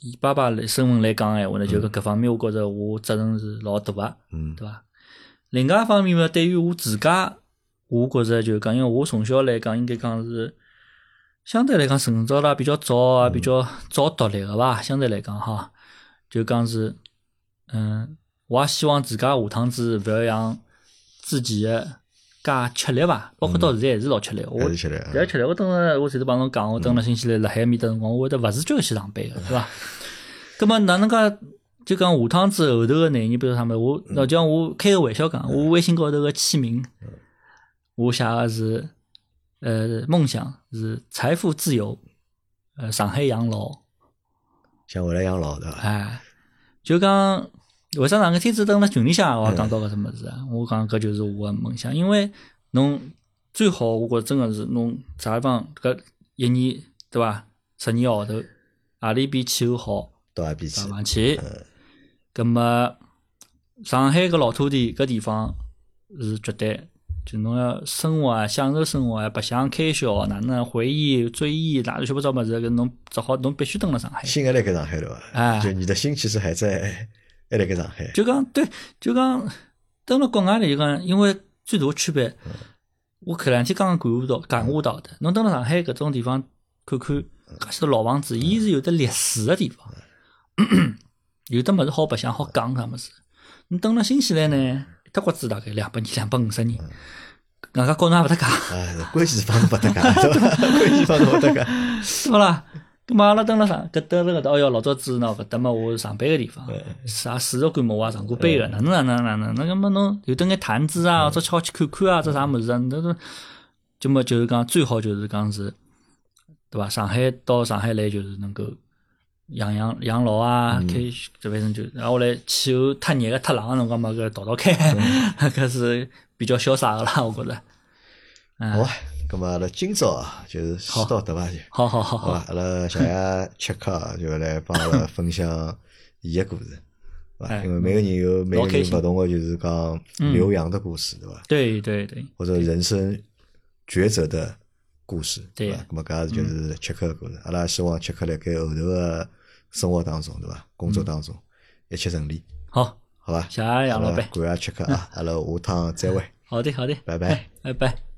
[SPEAKER 2] 伊爸爸来身份来讲闲话呢，就搿搿方面，我觉着我责任是老大个，
[SPEAKER 1] 嗯
[SPEAKER 2] 对伐？另外一方面嘛，对于我自家，我觉着就讲，因为我从小来讲，应该讲是相对来讲成长啦比较早啊，比较早独立个伐？相对来讲哈，就讲是，嗯，我也希望自家下趟子勿要像之前个介吃力伐，包括到现在还是老吃力。
[SPEAKER 1] 还
[SPEAKER 2] 我
[SPEAKER 1] 是吃力啊
[SPEAKER 2] 不要吃力。我等了，我前头帮侬讲，我等了新西兰辣海埃面搭辰光，我会得勿自觉地去上班个，对伐？葛么哪能介就讲下趟子后头个廿年，比如啥物事，我老讲我开个玩笑讲，我微信高头个签名，我写个是呃梦想是财富自由，呃上海养老，
[SPEAKER 1] 想回来养老，对伐？
[SPEAKER 2] 哎，就讲为啥上个天子登了群里向我也讲到搿只物事啊？我讲搿就是我个梦想，因为侬最好，我觉着真个是侬啥地方搿一年对伐？十二个号头，何里边气候好，
[SPEAKER 1] 到阿边去
[SPEAKER 2] 上，上去。葛么，上海搿老土地搿地方是绝对，就侬要生活啊，享受生活啊，白相开销啊哪能回忆追忆，哪里七八糟物事，搿侬只好侬必须蹲辣上海。
[SPEAKER 1] 心还辣盖上海，对伐？
[SPEAKER 2] 哎
[SPEAKER 1] 就你的心其实还在，还辣盖上海。
[SPEAKER 2] 就讲对，就讲登了国外来就讲，因为最大的区别，我搿两天刚刚感悟到感悟到的，侬登了上海搿种地方看看，搿些老房子，伊是有的历史的地方， 有的物事好白相好讲啥物事。侬登了新西兰呢，一只国子大概两百年、两百五十年，外加高侬也勿搭界。
[SPEAKER 1] 哎，关系方侬勿搭 界，对伐？关系方侬勿搭界。
[SPEAKER 2] 是勿啦？咁嘛，阿拉蹲辣上，搿蹲辣搿搭，哦哟，老早子喏，搿搭嘛，我上班个地方，啥水族馆嘛，我也上过班个，哪能哪能哪能，那个么侬有得眼谈资啊，或者敲去看看啊，这啥物事啊，那种，就么就是讲最好就是讲是，对伐？上海到上海来就是能够养养养老啊，
[SPEAKER 1] 嗯
[SPEAKER 2] 开这反正就，然后来气候太热个太冷个辰光嘛，搿逃逃开， 搿是比较潇洒个啦，我觉着。
[SPEAKER 1] 好，啊咁么阿拉今朝啊就是先到迭伐就。
[SPEAKER 2] 好好
[SPEAKER 1] 好
[SPEAKER 2] 好好，
[SPEAKER 1] 吧，阿拉谢谢切克啊就来帮阿拉分享伊个故事，对伐？
[SPEAKER 2] 哎
[SPEAKER 1] 因为每个人有每个
[SPEAKER 2] 老开
[SPEAKER 1] 人
[SPEAKER 2] 心
[SPEAKER 1] 勿同个，就是讲
[SPEAKER 2] 嗯
[SPEAKER 1] 留洋的故事，对伐？
[SPEAKER 2] 对对对，
[SPEAKER 1] 或者人生抉择的故事，
[SPEAKER 2] 对嗯
[SPEAKER 1] 伐？咁么搿也是就是切克个故事。阿拉希望切克辣盖后头个生活当中，对伐？工作当中
[SPEAKER 2] 嗯
[SPEAKER 1] 一切顺利，
[SPEAKER 2] 好，
[SPEAKER 1] 好吧？
[SPEAKER 2] 谢谢杨
[SPEAKER 1] 阿
[SPEAKER 2] 老
[SPEAKER 1] 拉
[SPEAKER 2] 板，
[SPEAKER 1] 感谢切克啊，阿拉下趟再会，
[SPEAKER 2] 好的好的，
[SPEAKER 1] 拜拜
[SPEAKER 2] 哎。拜拜。